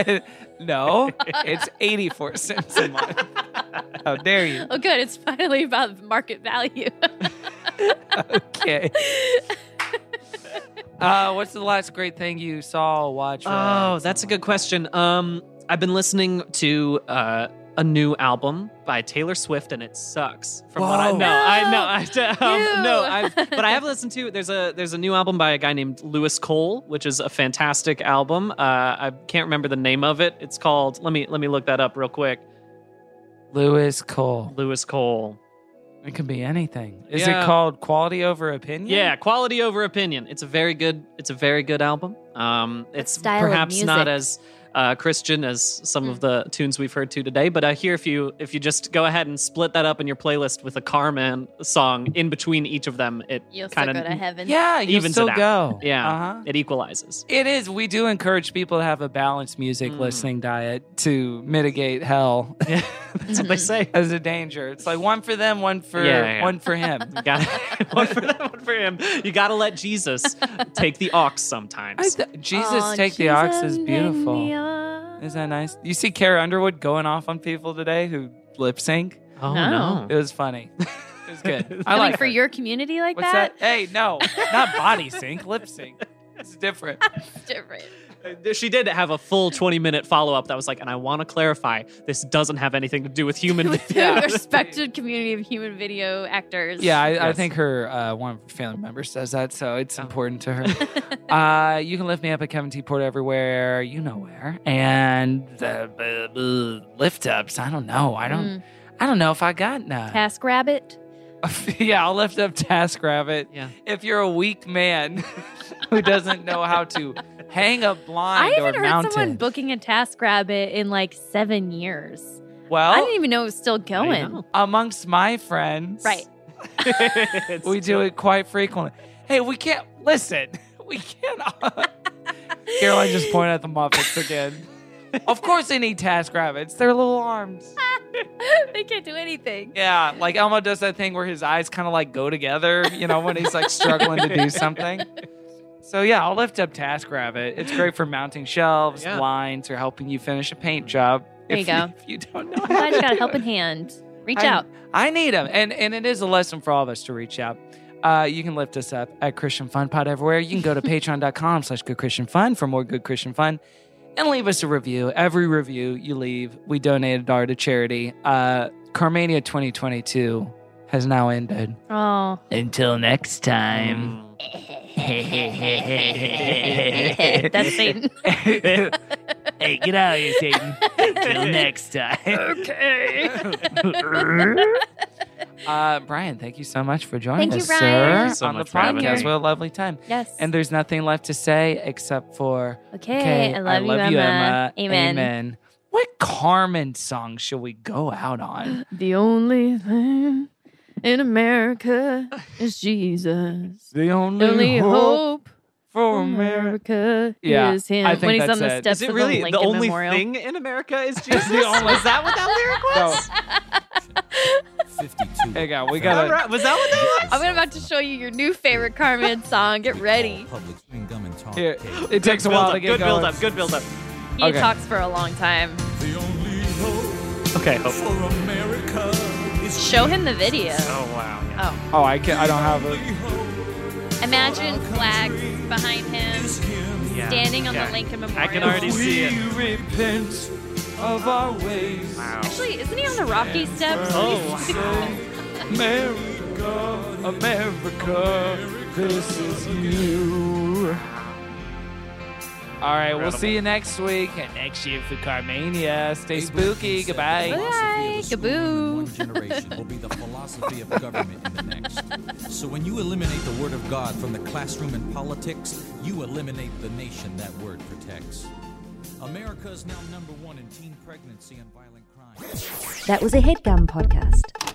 [SPEAKER 6] (laughs) no, it's 84 cents a month. How dare you?
[SPEAKER 5] Oh, good. It's finally about market value. (laughs)
[SPEAKER 6] okay. Uh, what's the last great thing you saw, watch? read?
[SPEAKER 7] Oh, that's a good question. Um, I've been listening to uh, a new album by Taylor Swift, and it sucks. From what I
[SPEAKER 6] Whoa.
[SPEAKER 7] know, I know, (laughs) I
[SPEAKER 5] Ew.
[SPEAKER 7] um, no, I've, but I have listened to. There's a there's a new album by a guy named Lewis Cole, which is a fantastic album. Uh, I can't remember the name of it. It's called. Let me let me look that up real quick.
[SPEAKER 6] Lewis Cole.
[SPEAKER 7] Lewis Cole.
[SPEAKER 6] It can be anything. Is it
[SPEAKER 7] Yeah.
[SPEAKER 6] called Quality Over Opinion?
[SPEAKER 7] Yeah, quality over opinion. It's a very good. It's a very good album. Um, it's
[SPEAKER 5] style of
[SPEAKER 7] perhaps
[SPEAKER 5] music?
[SPEAKER 7] not
[SPEAKER 5] Hmm.
[SPEAKER 7] as uh, Christian as some of the tunes we've heard to today, but I hear if you if you just go ahead and split that up in your playlist with a Carmen song in between each of them, it
[SPEAKER 5] You'll still
[SPEAKER 7] kind
[SPEAKER 5] go to
[SPEAKER 7] of
[SPEAKER 5] heaven.
[SPEAKER 6] Yeah, you
[SPEAKER 7] evens
[SPEAKER 6] still
[SPEAKER 7] it
[SPEAKER 6] go.
[SPEAKER 7] out. Yeah,
[SPEAKER 6] Uh-huh.
[SPEAKER 7] it
[SPEAKER 5] (laughs)
[SPEAKER 7] equalizes.
[SPEAKER 6] It is. We do encourage people to have a balanced music
[SPEAKER 7] Mm.
[SPEAKER 6] listening diet to mitigate hell (laughs)
[SPEAKER 7] That's what they say.
[SPEAKER 6] as a danger. It's like one for them, one for
[SPEAKER 7] Yeah, yeah, yeah.
[SPEAKER 6] one for him.
[SPEAKER 7] (laughs) Got one for that, one for him. You got to let Jesus take the ox sometimes.
[SPEAKER 6] I th- Jesus take the ox is beautiful. Is that nice? You see Kara Underwood going off on people today who lip sync.
[SPEAKER 7] oh
[SPEAKER 5] No.
[SPEAKER 7] no.
[SPEAKER 6] It was
[SPEAKER 5] (laughs)
[SPEAKER 6] funny. It was good. I
[SPEAKER 5] Coming
[SPEAKER 6] like
[SPEAKER 5] for
[SPEAKER 6] her.
[SPEAKER 5] your community like
[SPEAKER 6] What's that?
[SPEAKER 5] that?
[SPEAKER 6] Hey, no,
[SPEAKER 5] (laughs)
[SPEAKER 6] not body sync, lip sync. It's different.
[SPEAKER 5] It's different.
[SPEAKER 6] (laughs)
[SPEAKER 7] Uh, She did have a full 20 minute follow up that was like, and I want to clarify, this doesn't have anything to do with
[SPEAKER 5] (laughs)
[SPEAKER 7] human.
[SPEAKER 5] With
[SPEAKER 7] Yeah.
[SPEAKER 5] the respected community of human video actors.
[SPEAKER 6] Yeah, I, I
[SPEAKER 7] Yes.
[SPEAKER 6] think her uh, one of her family members says that, so
[SPEAKER 5] Oh.
[SPEAKER 6] it's important
[SPEAKER 5] (laughs)
[SPEAKER 6] to her. uh, you can lift me up at Kevin T. Porter everywhere, you know where, and the uh, uh, lift ups. I don't know. I don't.
[SPEAKER 5] Mm.
[SPEAKER 6] I don't know if I got none.
[SPEAKER 5] Task Rabbit.
[SPEAKER 6] (laughs) yeah, I'll lift up Task Rabbit.
[SPEAKER 7] Yeah.
[SPEAKER 6] If you're a weak man (laughs) who doesn't know how to hang a
[SPEAKER 5] I
[SPEAKER 6] blind or
[SPEAKER 5] haven't heard
[SPEAKER 6] mountain,
[SPEAKER 5] someone booking a Task Rabbit in like seven years.
[SPEAKER 6] well,
[SPEAKER 5] I didn't even know it was still going.
[SPEAKER 7] know.
[SPEAKER 6] amongst my friends,
[SPEAKER 5] Right.
[SPEAKER 7] (laughs)
[SPEAKER 5] (laughs)
[SPEAKER 7] It's-
[SPEAKER 6] we do it quite frequently. Hey, we can't listen. (laughs) We
[SPEAKER 5] (laughs)
[SPEAKER 6] can't. Caroline just pointed at the Muppets again.
[SPEAKER 5] (laughs)
[SPEAKER 6] of course, they need task rabbits. Their little arms.
[SPEAKER 5] they can't do anything.
[SPEAKER 6] Yeah, like Elmo does that thing where his eyes kind of like go together. You know, when he's like struggling to do something. So yeah, I'll lift up Task Rabbit. It's great for mounting shelves,
[SPEAKER 7] Yeah.
[SPEAKER 6] blinds, or helping you finish a paint job.
[SPEAKER 5] There
[SPEAKER 6] if
[SPEAKER 5] you go.
[SPEAKER 6] if you don't know
[SPEAKER 5] I'm
[SPEAKER 6] how
[SPEAKER 5] glad you
[SPEAKER 6] to
[SPEAKER 5] got a
[SPEAKER 6] do it. (laughs)
[SPEAKER 5] helping hand. Reach
[SPEAKER 6] I-
[SPEAKER 5] out.
[SPEAKER 6] I need them. And and it is a lesson for all of us to reach out. Uh, you can lift us up at Christian Fun Pod everywhere. You can go to patreon.com slash good Christian Fun for more good Christian fun and leave us a review. Every review you leave, we donate a dollar to charity. Uh, Carmania 2022 has now ended.
[SPEAKER 5] Oh, (laughs)
[SPEAKER 11] Until next time.
[SPEAKER 5] that's
[SPEAKER 6] (laughs)
[SPEAKER 5] Satan.
[SPEAKER 11] (laughs) Hey, get out of here, Satan.
[SPEAKER 6] (laughs)
[SPEAKER 11] Till next time. (laughs) Okay.
[SPEAKER 6] Uh, Brian, thank you so much for joining
[SPEAKER 5] Thank
[SPEAKER 6] us,
[SPEAKER 5] you, Brian.
[SPEAKER 6] sir,
[SPEAKER 5] Thank
[SPEAKER 7] you so
[SPEAKER 6] on the
[SPEAKER 7] much for having
[SPEAKER 6] podcast.
[SPEAKER 7] me.
[SPEAKER 6] What a lovely time.
[SPEAKER 5] yes.
[SPEAKER 6] And there's nothing left to say except for
[SPEAKER 5] okay,
[SPEAKER 6] Okay,
[SPEAKER 5] I love, you, Emma. Amen.
[SPEAKER 6] Amen. What Carmen song should we go out
[SPEAKER 5] (gasps)
[SPEAKER 6] on?
[SPEAKER 5] The only thing in America is Jesus.
[SPEAKER 6] The
[SPEAKER 5] The only hope
[SPEAKER 6] for
[SPEAKER 5] for America
[SPEAKER 6] Yeah,
[SPEAKER 5] is Him.
[SPEAKER 6] I think
[SPEAKER 5] when he's
[SPEAKER 6] that's
[SPEAKER 5] on the
[SPEAKER 6] it.
[SPEAKER 5] steps
[SPEAKER 7] Is it
[SPEAKER 5] of the
[SPEAKER 7] really the,
[SPEAKER 5] Lincoln
[SPEAKER 7] only
[SPEAKER 5] Memorial.
[SPEAKER 7] thing in America
[SPEAKER 5] (laughs)
[SPEAKER 7] is Jesus?
[SPEAKER 6] the only-
[SPEAKER 7] (laughs) was that what that
[SPEAKER 6] (laughs)
[SPEAKER 7] lyric was?
[SPEAKER 6] Hang on, we
[SPEAKER 7] All
[SPEAKER 6] gotta.
[SPEAKER 7] right, Was that what that was?
[SPEAKER 5] I'm about to show you your new favorite Carmen song. Get ready.
[SPEAKER 6] Here, it takes a while to
[SPEAKER 7] Build
[SPEAKER 6] get
[SPEAKER 7] up, good build
[SPEAKER 6] going.
[SPEAKER 7] up, good build up.
[SPEAKER 5] He
[SPEAKER 6] Okay.
[SPEAKER 5] talks for a long time.
[SPEAKER 7] Okay, hope.
[SPEAKER 5] Show him the video.
[SPEAKER 7] Oh wow. yeah.
[SPEAKER 5] Oh,
[SPEAKER 6] Oh, I can't. I don't have it.
[SPEAKER 5] imagine flags behind him, standing on
[SPEAKER 7] yeah.
[SPEAKER 5] the Lincoln Memorial.
[SPEAKER 7] I can already see it.
[SPEAKER 6] repent of our ways.
[SPEAKER 5] Actually, isn't he on the Rocky steps?
[SPEAKER 7] Oh wow.
[SPEAKER 6] America, America, this is you. All right, we'll see you next week and next year for Carmania. Stay spooky. Goodbye.
[SPEAKER 5] Bye. Kaboo.
[SPEAKER 10] generation will be the philosophy of government in the next. So when you eliminate the word of God from the classroom and politics, you eliminate the nation that word protects. America is now number one in teen pregnancy and violent crime.
[SPEAKER 12] That was a headgum podcast.